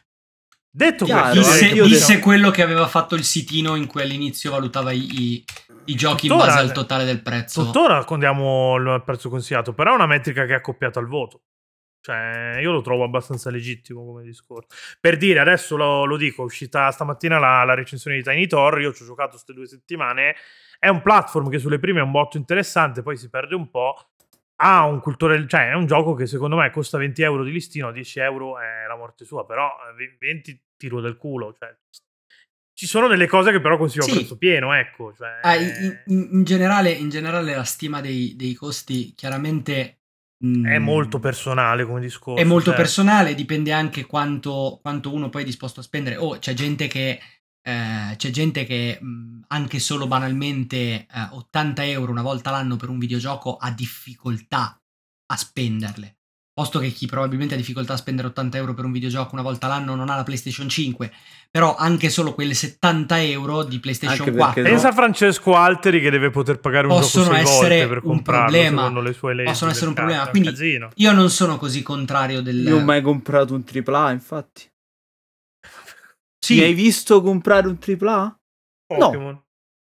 Speaker 1: Detto
Speaker 2: Chiaro,
Speaker 1: questo,
Speaker 2: eh,
Speaker 4: Disse,
Speaker 1: direi che
Speaker 2: io
Speaker 4: disse
Speaker 1: possiamo-
Speaker 4: quello che aveva fatto il sitino in cui all'inizio valutava i, i- i giochi in
Speaker 1: Tuttora-
Speaker 4: base al totale del prezzo.
Speaker 1: Tuttora raccontiamo il prezzo consigliato, però è una metrica che è accoppiata al voto. Cioè, io lo trovo abbastanza legittimo come discorso. Per dire, adesso lo, lo dico, è uscita stamattina la, la recensione di Tiny Tor, io ci ho giocato queste due settimane, è un platform che sulle prime è un botto interessante, poi si perde un po', ha un cultore, cioè è un gioco che secondo me costa 20 euro di listino, 10 euro è la morte sua, però eh, 20 tiro del culo, cioè... Ci sono delle cose che però consiglio a
Speaker 4: Sì.
Speaker 1: prezzo pieno, ecco. Cioè...
Speaker 4: Ah, in, in- in generale, in generale la stima dei, dei costi chiaramente mh,
Speaker 1: È molto personale come discorso.
Speaker 4: Mm. è molto
Speaker 1: cioè,
Speaker 4: personale, dipende anche quanto, quanto uno poi è disposto a spendere. Oh, c'è gente che, eh, c'è gente che mh, anche solo banalmente eh, 80 euro una volta l'anno per un videogioco ha difficoltà a spenderle. Posto che chi probabilmente ha difficoltà a spendere 80 euro per un videogioco una volta l'anno non ha la PlayStation 5, però anche solo quelle 70 euro di PlayStation
Speaker 2: Anche
Speaker 4: 4
Speaker 2: perché
Speaker 1: Pensa a Francesco Alteri che deve poter pagare un
Speaker 4: Possono
Speaker 1: gioco sei volte
Speaker 4: essere
Speaker 1: per
Speaker 4: un
Speaker 1: comprarlo
Speaker 4: problema.
Speaker 1: secondo le sue leggi.
Speaker 4: Possono essere un
Speaker 1: del
Speaker 4: problema,
Speaker 1: cazzo,
Speaker 4: quindi-
Speaker 1: è un casino.
Speaker 4: Io non sono così contrario del...
Speaker 2: Io non ho mai comprato un AAA, infatti.
Speaker 4: Sì,
Speaker 2: Mi hai visto comprare un AAA?
Speaker 1: Pokémon.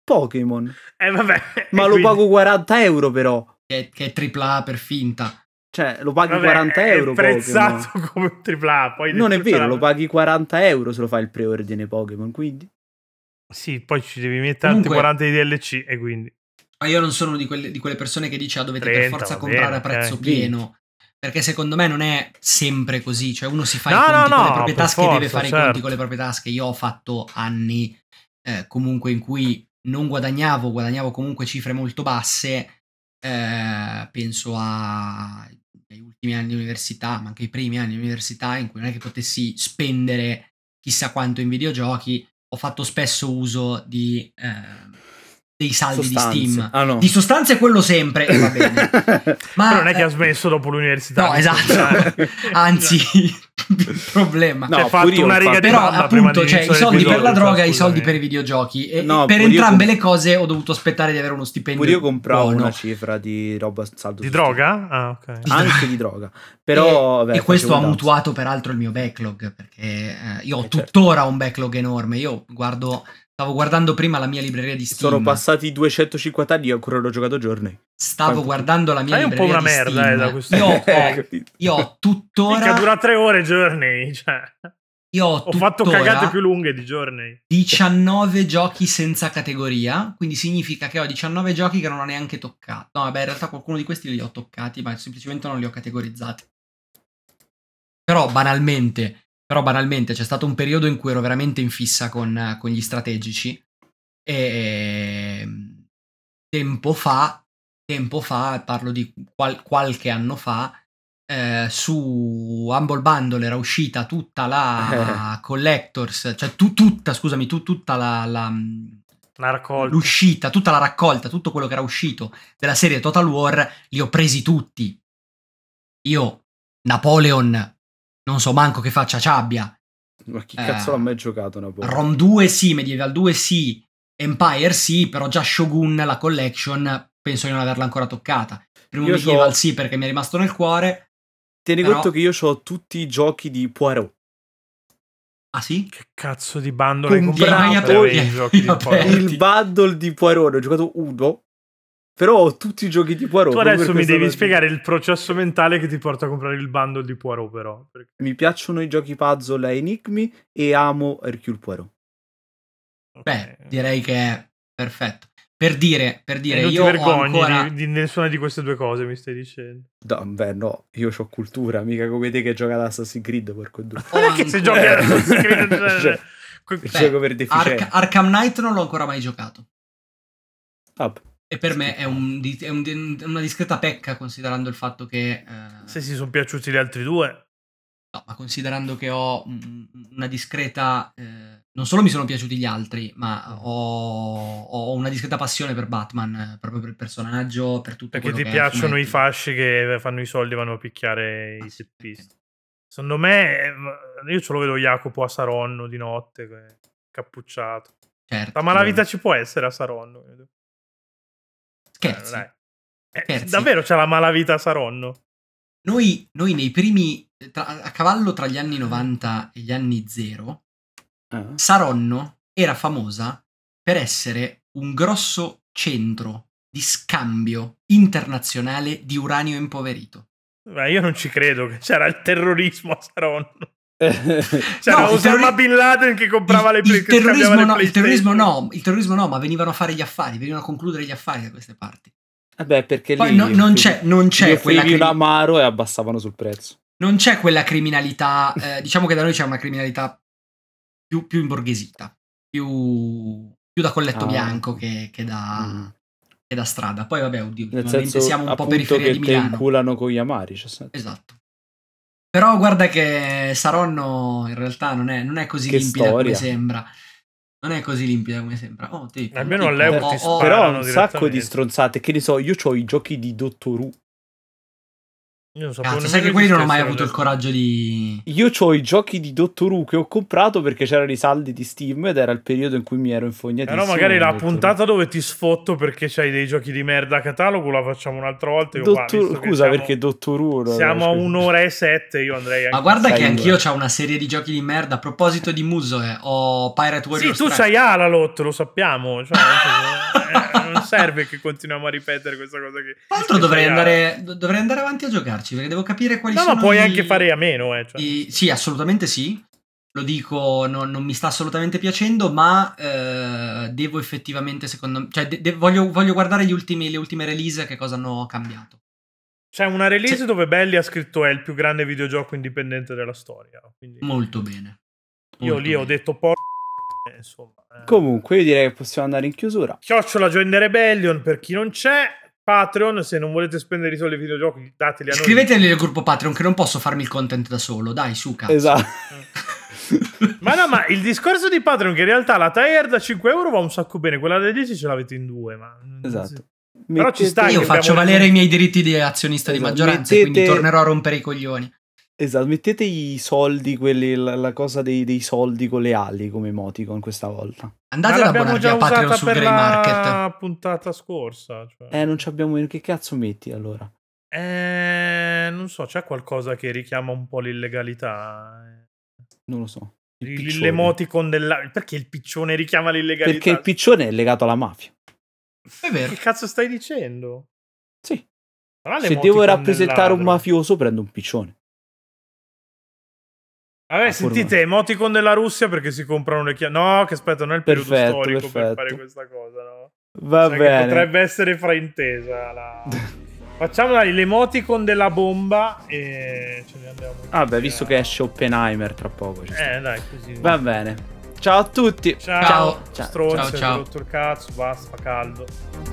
Speaker 2: Pokémon.
Speaker 1: Eh, vabbè.
Speaker 2: Ma lo
Speaker 1: quindi-
Speaker 2: pago 40 euro però.
Speaker 4: che, che è AAA per finta.
Speaker 2: Cioè, lo paghi
Speaker 1: vabbè,
Speaker 2: 40 euro
Speaker 1: È
Speaker 2: Pokémon.
Speaker 1: prezzato come un AAA. Poi
Speaker 2: Non è
Speaker 1: dentro c'è
Speaker 2: vero,
Speaker 1: la-
Speaker 2: lo paghi 40 euro se lo fai il preordine Pokémon, quindi...
Speaker 1: Sì, poi ci devi mettere altri
Speaker 4: Comunque-
Speaker 1: 40 di DLC e quindi...
Speaker 4: Ma io non sono di quelle, di quelle persone che dice ah, dovete
Speaker 1: 30,
Speaker 4: per forza
Speaker 1: va
Speaker 4: comprare
Speaker 1: bene,
Speaker 4: a prezzo
Speaker 1: ok.
Speaker 4: pieno. Perché secondo me non è sempre così. Cioè, uno si fa
Speaker 1: No,
Speaker 4: i conti
Speaker 1: no,
Speaker 4: con
Speaker 1: no,
Speaker 4: le proprie
Speaker 1: per
Speaker 4: tasche e deve
Speaker 1: forza,
Speaker 4: fare i
Speaker 1: certo.
Speaker 4: conti con le proprie tasche. Io ho fatto anni eh, comunque in cui non guadagnavo, guadagnavo comunque cifre molto basse. eh, penso a- agli ultimi anni di università, ma anche ai primi anni di università, in cui non è che potessi spendere chissà quanto in videogiochi. Ho fatto spesso uso di, eh, dei saldi
Speaker 2: Sostanze.
Speaker 4: di Steam.
Speaker 2: Ah, no.
Speaker 4: Di sostanze quello sempre, e va bene. Ma
Speaker 1: Però non è che ha smesso dopo l'università.
Speaker 4: Ah, eh. No,
Speaker 1: di
Speaker 4: esatto.
Speaker 1: comprare.
Speaker 4: Anzi, problema.
Speaker 2: No,
Speaker 1: Cioè,
Speaker 2: pure
Speaker 1: fatto
Speaker 2: io
Speaker 1: una
Speaker 2: ho
Speaker 1: riga
Speaker 2: fatto-
Speaker 1: di
Speaker 4: Però
Speaker 1: banda prima
Speaker 4: appunto,
Speaker 1: di
Speaker 4: cioè, i
Speaker 1: iniziare
Speaker 4: soldi per la
Speaker 1: l'episodio,
Speaker 4: droga
Speaker 1: cioè,
Speaker 4: i soldi
Speaker 1: scusami.
Speaker 4: per i videogiochi. E
Speaker 2: No,
Speaker 4: per
Speaker 2: pure io
Speaker 4: entrambe
Speaker 2: comp-
Speaker 4: le cose ho dovuto aspettare di avere uno stipendio.
Speaker 2: Pure io compravo
Speaker 4: buono.
Speaker 2: una cifra di roba saldo
Speaker 1: Di
Speaker 2: su
Speaker 1: droga? Ah, ok.
Speaker 2: Steam. Anche di droga. Però,
Speaker 4: e,
Speaker 2: vabbè,
Speaker 4: Eh, e questo ha
Speaker 2: facevo tanto.
Speaker 4: mutuato peraltro il mio backlog perché eh, io ho
Speaker 2: Eh, certo.
Speaker 4: tuttora un backlog enorme. Io guardo, stavo guardando prima la mia libreria di Steam.
Speaker 2: Sono passati 250 anni e ancora l'ho giocato giorni.
Speaker 4: Stavo guardando la mia
Speaker 1: Sai un po' una
Speaker 4: libreria di
Speaker 1: merda, eh, da
Speaker 4: Steam.
Speaker 1: questo
Speaker 4: io,
Speaker 1: punto di
Speaker 4: ho,
Speaker 1: vista.
Speaker 4: io ho
Speaker 1: Minchia,
Speaker 4: tuttora
Speaker 1: dura tre ore Journey. Cioè.
Speaker 4: Io ho,
Speaker 1: Ho fatto
Speaker 4: tuttora
Speaker 1: cagate più lunghe di Journey.
Speaker 4: 19 giochi senza categoria, quindi significa che ho 19 giochi che non ho neanche toccato. No, vabbè, in realtà qualcuno di questi li ho toccati, ma semplicemente non li ho categorizzati. Però banalmente, però banalmente c'è stato un periodo in cui ero veramente in fissa con, con gli strategici e ehm, tempo fa, tempo fa, parlo di qual- qualche anno fa, eh, su Humble Bundle era uscita tutta
Speaker 2: Eh.
Speaker 4: la Collectors, cioè tu- tutta, scusami, tu- tutta la- la, mm,
Speaker 1: Una raccolta.
Speaker 4: l'uscita, tutta la raccolta, tutto quello che era uscito della serie Total War, li ho presi tutti. Io, Napoleon, non so manco che faccia ci abbia.
Speaker 2: Ma chi
Speaker 4: Eh.
Speaker 2: cazzo l'ha mai giocato una volta?
Speaker 4: Rom 2 sì, Medieval 2 sì, Empire sì, però già Shogun, la collection, penso di non averla ancora toccata. Primo
Speaker 2: Io
Speaker 4: Medieval
Speaker 2: so-
Speaker 4: sì perché mi è rimasto nel cuore.
Speaker 2: Tieni
Speaker 4: però-
Speaker 2: conto che io ho tutti i giochi di Poirot.
Speaker 4: Ah sì?
Speaker 1: Che cazzo di bandolo hai
Speaker 2: Comprate
Speaker 1: comprato per
Speaker 2: voi.
Speaker 1: avere i giochi di
Speaker 4: Vabbè.
Speaker 1: Poirot?
Speaker 4: Tutti.
Speaker 2: Il bundle di Poirot, ne ho giocato uno, però ho tutti i giochi di Poirot.
Speaker 1: Tu
Speaker 2: proprio
Speaker 1: adesso
Speaker 2: per
Speaker 1: mi
Speaker 2: questa
Speaker 1: devi
Speaker 2: ragione.
Speaker 1: spiegare il processo mentale che ti porta a comprare il bundle di Poirot, però. Perché-
Speaker 2: Mi piacciono i giochi puzzle a enigmi e amo Hercule Poirot.
Speaker 4: Beh,
Speaker 1: ok.
Speaker 4: direi che è perfetto. Per dire, per
Speaker 1: E
Speaker 4: dire,
Speaker 1: Eh, non ti
Speaker 4: io ho
Speaker 1: vergogni
Speaker 4: ancora...
Speaker 1: di, di nessuna di queste due cose, mi stai dicendo.
Speaker 2: No, beh, no, io ho cultura, mica come te che gioca ad Assassin's Creed, porco due.
Speaker 4: ho
Speaker 1: Non è che se giochi
Speaker 4: ancora-
Speaker 1: a Assassin's Creed, cioè,
Speaker 2: Cioè,
Speaker 1: que-
Speaker 2: Il
Speaker 4: Beh,
Speaker 2: gioco per deficienti.
Speaker 4: Arc- Arkham Knight non l'ho ancora mai giocato.
Speaker 2: Ah, beh.
Speaker 4: E per me è, un di- è un di- una discreta pecca considerando il fatto che... eh,
Speaker 1: se si sono piaciuti gli altri due,
Speaker 4: no, ma considerando che ho un- una discreta... eh, non solo mi sono piaciuti gli altri,
Speaker 1: Mm.
Speaker 4: ma ho, ho una discreta passione per Batman, eh, proprio per il personaggio, per tutto
Speaker 1: perché
Speaker 4: quello
Speaker 1: ti
Speaker 4: che è
Speaker 1: piacciono i
Speaker 4: fumetti.
Speaker 1: fasci che fanno i soldi e vanno a picchiare i
Speaker 4: Ah, sì,
Speaker 1: seppisti. Secondo me, eh, io ce lo vedo Jacopo a Saronno di notte, eh, cappucciato.
Speaker 4: Certo.
Speaker 1: Ma malavita ci può essere a Saronno?
Speaker 4: Scherzi.
Speaker 1: Eh, dai. Eh,
Speaker 4: Scherzi.
Speaker 1: davvero c'è la malavita a Saronno?
Speaker 4: Noi, noi nei primi, eh, tra- a cavallo tra gli anni 90 e gli anni 0,
Speaker 2: Ah.
Speaker 4: Saronno era famosa per essere un grosso centro di scambio internazionale di uranio impoverito.
Speaker 1: Ma io non ci credo che c'era il terrorismo a Saronno.
Speaker 4: No,
Speaker 1: C'era
Speaker 4: il
Speaker 1: Osama
Speaker 4: terrori-
Speaker 1: Bin Laden che comprava le
Speaker 4: il, il
Speaker 1: play- che scambiava
Speaker 4: terrorismo
Speaker 1: le
Speaker 4: no, il terrorismo
Speaker 1: PlayStation.
Speaker 4: no, il terrorismo no, ma venivano a fare gli affari, venivano a concludere gli affari da queste parti.
Speaker 2: Vabbè, perché
Speaker 4: Poi
Speaker 2: lì
Speaker 4: no- non c'è, non
Speaker 2: gli
Speaker 4: c'è quella
Speaker 2: offrivi
Speaker 4: crimi-
Speaker 2: l'amaro e abbassavano sul prezzo.
Speaker 4: non c'è quella criminalità, eh, diciamo che da noi c'è una criminalità più, più imborghesita, più, più da colletto
Speaker 2: Ah.
Speaker 4: bianco che, che da,
Speaker 2: Mm.
Speaker 4: che da strada. Poi vabbè, oddio,
Speaker 2: Nel
Speaker 4: Eh, ultimamente
Speaker 2: senso
Speaker 4: siamo un po'
Speaker 2: appunto
Speaker 4: periferia di
Speaker 2: che te
Speaker 4: Milano.
Speaker 2: inculano con gli amari.
Speaker 1: Eh,
Speaker 2: Cioè, se-
Speaker 4: Esatto. Però guarda che Saronno in realtà non è, non è così
Speaker 2: Che
Speaker 4: limpida come
Speaker 2: storia.
Speaker 4: sembra. Non è così limpida come sembra. Oh, tipo,
Speaker 1: Almeno
Speaker 4: tipo,
Speaker 1: all'euro
Speaker 4: ho-
Speaker 1: ti
Speaker 4: ho-
Speaker 1: sparano
Speaker 2: Però un sacco
Speaker 1: direttamente.
Speaker 2: di stronzate. Che ne so, io ho i giochi di Dottoru.
Speaker 1: Io non sapevo
Speaker 4: Cazzo,
Speaker 1: nemmeno
Speaker 4: sai che quelli non ho mai
Speaker 1: esistessero
Speaker 4: avuto il
Speaker 1: adesso.
Speaker 4: coraggio di...
Speaker 2: Io ho i giochi di Dottoru che ho comprato perché c'erano i saldi di Steam ed era il periodo in cui mi ero infognatissimo.
Speaker 1: Però magari la
Speaker 2: Dottoru.
Speaker 1: puntata dove ti sfotto perché c'hai dei giochi di merda a catalogo la facciamo un'altra volta. Io, qua,
Speaker 2: Dottoru-
Speaker 1: visto che
Speaker 2: Scusa,
Speaker 1: siamo-
Speaker 2: perché Dottoru. no,
Speaker 1: Siamo a
Speaker 2: scusa.
Speaker 1: un'ora e sette, io andrei anche...
Speaker 4: Ma guarda che
Speaker 2: sai-
Speaker 4: anch'io ho una serie di giochi di merda. A proposito di Muso, eh, ho Pirate
Speaker 1: Sì,
Speaker 4: Warriors
Speaker 1: tu
Speaker 4: 3.
Speaker 1: c'hai Alalot, lo sappiamo. cioè, nel senso, eh, non serve che continuiamo a ripetere questa cosa che...
Speaker 4: Tra l'altro
Speaker 1: che
Speaker 4: dovrei
Speaker 1: c'hai
Speaker 4: andare, do- dovrei andare avanti a giocarci perché devo capire quali
Speaker 1: Alalot.
Speaker 4: sono
Speaker 1: No, ma puoi
Speaker 4: i-
Speaker 1: anche fare a meno, eh. cioè.
Speaker 4: i- Sì, assolutamente sì. Lo dico, no- non mi sta assolutamente piacendo, ma eh, devo effettivamente, secondo me... Cioè, de- de- voglio, voglio guardare gli ultimi, le ultime release che cosa hanno cambiato.
Speaker 1: C'è una release
Speaker 4: Sì.
Speaker 1: dove Belli ha scritto è il più grande videogioco indipendente della storia. Quindi
Speaker 4: Molto bene.
Speaker 1: io
Speaker 4: Molto
Speaker 1: lì ho
Speaker 4: bene.
Speaker 1: detto por... eh, Insomma, eh.
Speaker 2: Comunque, io direi che possiamo andare in chiusura.
Speaker 1: Chiocciola Join the Rebellion per chi non c'è. Patreon, se non volete spendere i soldi ai videogiochi, dateli a noi.
Speaker 4: Iscrivetevi nel gruppo Patreon che non posso farmi il content da solo. Dai, su, cazzo.
Speaker 2: Esatto.
Speaker 1: Ah, Ma no, ma il discorso di Patreon che in realtà la tier da 5 euro va un sacco bene, quella da 10 ce l'avete in due, ma... mm,
Speaker 2: Esatto.
Speaker 1: Però ci sta
Speaker 4: Io
Speaker 1: che
Speaker 4: faccio
Speaker 1: abbiamo-
Speaker 4: valere i miei diritti di azionista di
Speaker 2: Esatto,
Speaker 4: maggioranza, e
Speaker 2: mettete-
Speaker 4: quindi tornerò a rompere i coglioni.
Speaker 2: Esatto, mettete i soldi, quelli, la, la cosa dei, dei soldi con le ali come emoticon questa volta.
Speaker 1: Ma
Speaker 4: Andate ad
Speaker 1: l'abbiamo
Speaker 4: abbonarvi
Speaker 1: già
Speaker 4: a Patreon
Speaker 1: usata
Speaker 4: su
Speaker 1: per
Speaker 4: Grey
Speaker 1: la
Speaker 4: Market.
Speaker 1: puntata scorsa. cioè.
Speaker 2: Eh, non abbiamo. Che cazzo metti allora?
Speaker 1: Eh, non so, c'è qualcosa che richiama un po' l'illegalità.
Speaker 2: Non lo so. Il
Speaker 1: Il-
Speaker 2: piccione.
Speaker 1: L'emoticon della... Perché il piccione richiama l'illegalità?
Speaker 2: Perché il piccione è legato alla mafia.
Speaker 4: È vero.
Speaker 1: Che cazzo stai dicendo?
Speaker 2: Sì.
Speaker 1: Non ha
Speaker 2: Se
Speaker 1: l'emoticon
Speaker 2: devo
Speaker 1: del
Speaker 2: rappresentare un
Speaker 1: ladro.
Speaker 2: mafioso, prendo un piccione.
Speaker 1: Vabbè,
Speaker 2: Ah,
Speaker 1: sentite,
Speaker 2: forma.
Speaker 1: emoticon della Russia perché si comprano le chiavi. No, che aspetta, non è il periodo
Speaker 2: Perfetto,
Speaker 1: storico per
Speaker 2: perfetto.
Speaker 1: fare questa cosa, no? Sai
Speaker 2: Va
Speaker 1: Cioè, che
Speaker 2: bene.
Speaker 1: potrebbe essere fraintesa. La... Facciamola l'emoticon della bomba e ce ne andiamo.
Speaker 2: Ah, beh, visto che esce Oppenheimer tra poco. ci sta.
Speaker 1: Eh, dai, così.
Speaker 2: Va bene. Ciao a tutti.
Speaker 1: Ciao,
Speaker 4: Ciao.
Speaker 1: stronzo,
Speaker 4: Ciao, ciao.
Speaker 1: rotto il cazzo, basta, fa caldo.